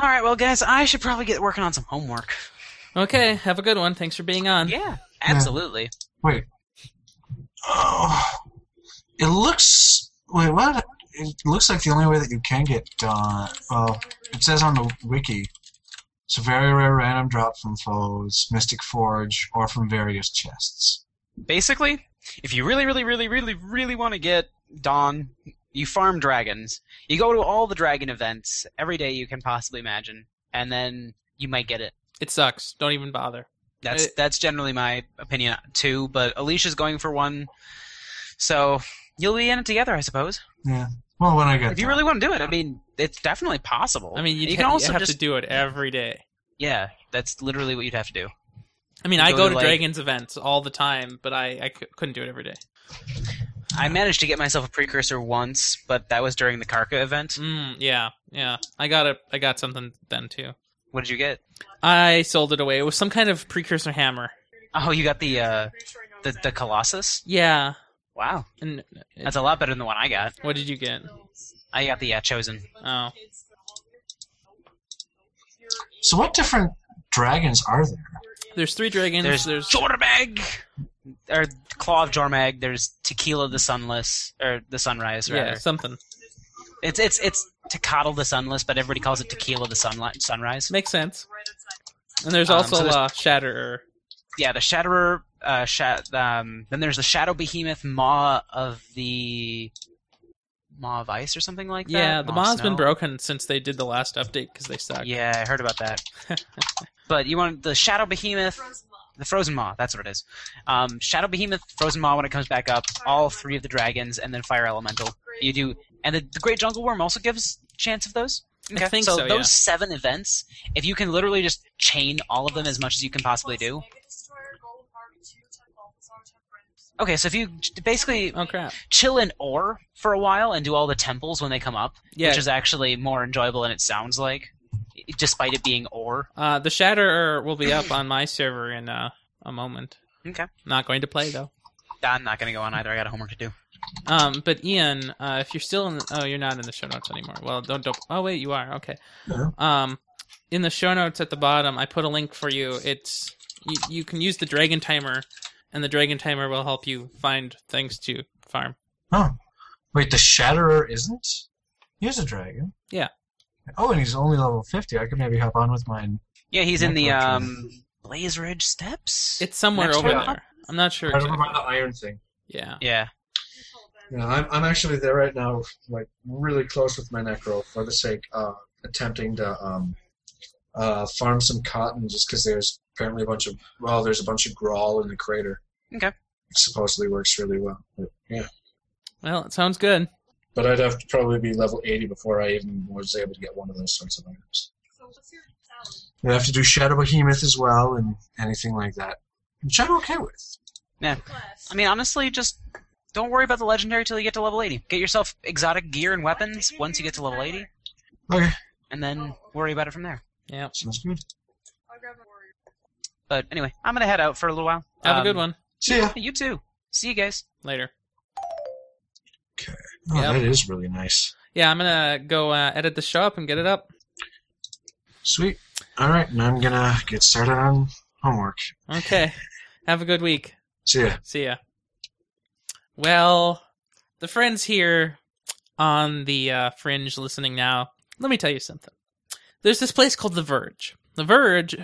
Speaker 6: All right, well, guys, I should probably get working on some homework.
Speaker 3: Okay, have a good one. Thanks for being on.
Speaker 6: Yeah, absolutely.
Speaker 2: Wait. Oh, it looks. Wait, what? It looks like the only way that you can get. Uh, well, it says on the wiki. It's a very rare random drop from foes, Mystic Forge, or from various chests.
Speaker 6: Basically, if you really, really, really, really, really want to get Dawn, you farm dragons. You go to all the dragon events every day you can possibly imagine, and then you might get it.
Speaker 3: It sucks. Don't even bother.
Speaker 6: That's
Speaker 3: It-
Speaker 6: that's generally my opinion too. But Alicia's going for one, so you'll be in it together, I suppose.
Speaker 2: Yeah. Well, when I get
Speaker 6: If you
Speaker 2: time.
Speaker 6: really want to do it, I mean, it's definitely possible.
Speaker 3: I mean, you'd
Speaker 6: you
Speaker 3: ha-
Speaker 6: can also
Speaker 3: you have
Speaker 6: just
Speaker 3: to do it every day.
Speaker 6: yeah. That's literally what you'd have to do.
Speaker 3: I mean,
Speaker 6: You
Speaker 3: I
Speaker 6: go
Speaker 3: go
Speaker 6: to,
Speaker 3: to
Speaker 6: like-
Speaker 3: Dragon's events all the time, but I, I c- couldn't do it every day.
Speaker 6: I managed to get myself a precursor once, but that was during the Karka event.
Speaker 3: Mm, yeah, yeah. I got a, I got something then too.
Speaker 6: What did you get?
Speaker 3: I sold it away. It was some kind of precursor hammer.
Speaker 6: Oh, you got the uh, the the Colossus.
Speaker 3: Yeah.
Speaker 6: Wow,
Speaker 3: And
Speaker 6: that's a lot better than the one I got.
Speaker 3: what did you get?
Speaker 6: I got the uh, Chosen.
Speaker 3: Oh,
Speaker 2: So, what different dragons are there?
Speaker 3: there's three dragons.
Speaker 6: There's
Speaker 3: There's,
Speaker 6: Jormag, or Claw of Jormag. There's Tequila the Sunless, or the Sunrise rather.
Speaker 3: yeah, something
Speaker 6: It's it's it's Tecatl the Sunless, but everybody calls it Tequila the Sunlight Sunrise.
Speaker 3: makes sense. And there's
Speaker 6: Um,
Speaker 3: also
Speaker 6: so there's-
Speaker 3: uh, Shatterer.
Speaker 6: Yeah, the Shatterer. Uh, shat, um, then there's the Shadow Behemoth Maw of the Maw of Ice or something like that.
Speaker 3: Yeah, the
Speaker 6: Maw of
Speaker 3: mod's been
Speaker 6: Snow?
Speaker 3: broken since they did the last update because they suck.
Speaker 6: Yeah, I heard about that. but you want the Shadow Behemoth, the Frozen Maw, that's what it is. Um, Shadow Behemoth, Frozen Maw when it comes back up, all three of the dragons, and then Fire Elemental. You do, and the, the Great Jungle Worm also gives chance of those.
Speaker 3: I think so,
Speaker 6: those
Speaker 3: yeah.
Speaker 6: seven events, if you can literally just chain all of them as much as you can possibly do. Okay, so if you j- basically
Speaker 3: Oh crap.
Speaker 6: chill in ore for a while and do all the temples when they come up,
Speaker 3: Yeah.
Speaker 6: which is actually more enjoyable than it sounds like, despite it being ore.
Speaker 3: Uh, the Shatterer will be up on my server in uh, a moment.
Speaker 6: Okay.
Speaker 3: Not going to play though.
Speaker 6: I'm not going to go on either. I got homework to do.
Speaker 3: Um, but Ian, uh, if you're still in, oh, you're not in the show notes anymore. Well, don't, don't. Oh wait, you are. Okay.
Speaker 2: Yeah.
Speaker 3: Um, in the show notes at the bottom, I put a link for you. It's you, you can use the Dragon Timer, and the Dragon Timer will help you find things to farm.
Speaker 2: Oh. Wait, the Shatterer isn't? He's a dragon.
Speaker 3: Yeah.
Speaker 2: Oh, and he's only level 50. I could maybe hop on with mine.
Speaker 6: Yeah, he's in the
Speaker 2: Okay.
Speaker 6: um, Blaze Ridge Steps.
Speaker 3: It's somewhere
Speaker 6: Next
Speaker 3: over
Speaker 2: one.
Speaker 3: there. I'm not sure. Exactly.
Speaker 2: the iron thing.
Speaker 3: Yeah.
Speaker 6: yeah,
Speaker 2: Yeah, I'm, I'm actually there right now, like, really close with my Necro for the sake of attempting to um, uh, farm some cotton just because there's apparently a bunch of, well, there's a bunch of grawl in the crater.
Speaker 6: Okay.
Speaker 2: Supposedly works really well. But, yeah.
Speaker 3: Well, it sounds good.
Speaker 2: But I'd have to probably be level 80 before I even was able to get one of those sorts of items. You have to do Shadow Behemoth as well, and anything like that, which I'm okay with.
Speaker 6: I mean, honestly, just don't worry about the legendary till you get to level 80. Get yourself exotic gear and weapons once you get to level 80,
Speaker 2: Okay,
Speaker 6: and then worry about it from there.
Speaker 3: Yeah.
Speaker 2: sounds good.
Speaker 6: But anyway, I'm gonna head out for a little while.
Speaker 3: Have a
Speaker 6: Um,
Speaker 3: good one.
Speaker 2: See ya.
Speaker 6: You too. See you guys.
Speaker 3: Later.
Speaker 2: Oh,
Speaker 3: Yep.
Speaker 2: that is really nice.
Speaker 3: Yeah, I'm gonna go uh, edit the show up and get it up.
Speaker 2: Sweet. All right, and I'm gonna get started on homework.
Speaker 3: Okay. Have a good week.
Speaker 2: See ya.
Speaker 3: See ya. Well, the friends here on the uh, fringe listening now, let me tell you something. There's this place called The Verge. The Verge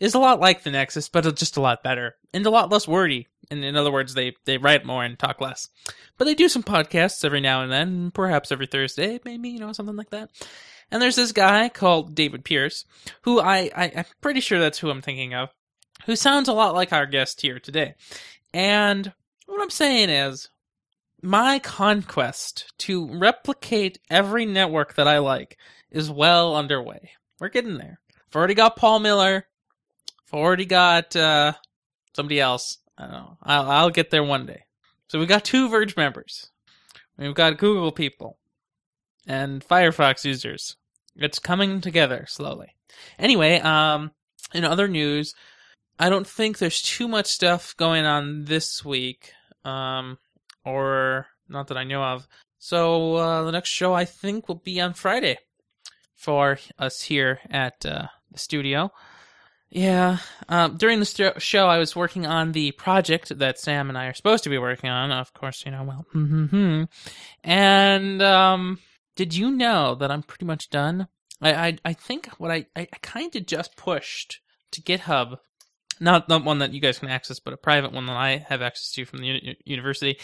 Speaker 3: is a lot like the Nexus, but it's just a lot better and a lot less wordy. And in other words, they, they write more and talk less. But they do some podcasts every now and then, perhaps every Thursday, maybe, you know, something like that. And there's this guy called David Pierce, who I, I I'm pretty sure that's who I'm thinking of, who sounds a lot like our guest here today. And what I'm saying is, my conquest to replicate every network that I like is well underway. We're getting there. I've already got Paul Miller. I've already got uh, somebody else. I don't know. I'll, I'll get there one day. So we got two Verge members. We've got Google people and Firefox users. It's coming together slowly. Anyway, um, in other news, I don't think there's too much stuff going on this week, um, or not that I know of. So uh, the next show I think will be on Friday for us here at uh, the studio. Yeah, um, during the st- show I was working on the project that Sam and I are supposed to be working on. Of course, you know well. hmm And um, did you know that I'm pretty much done? I I, I think what I I, I kind of just pushed to GitHub not the one that you guys can access, but a private one that I have access to from the uni- university.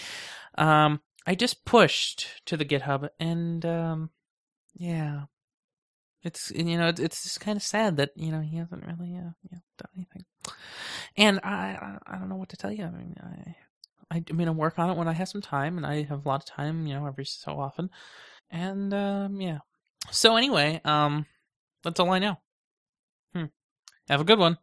Speaker 3: Um, I just pushed to the GitHub, and um, yeah, it's you know it's, it's just kind of sad that you know he hasn't really uh, you know, done anything, and I, I I don't know what to tell you. I mean I. I I mean, I work on it when I have some time, and I have a lot of time, you know, every so often. And um, yeah. So anyway, um, that's all I know. Hmm. Have a good one.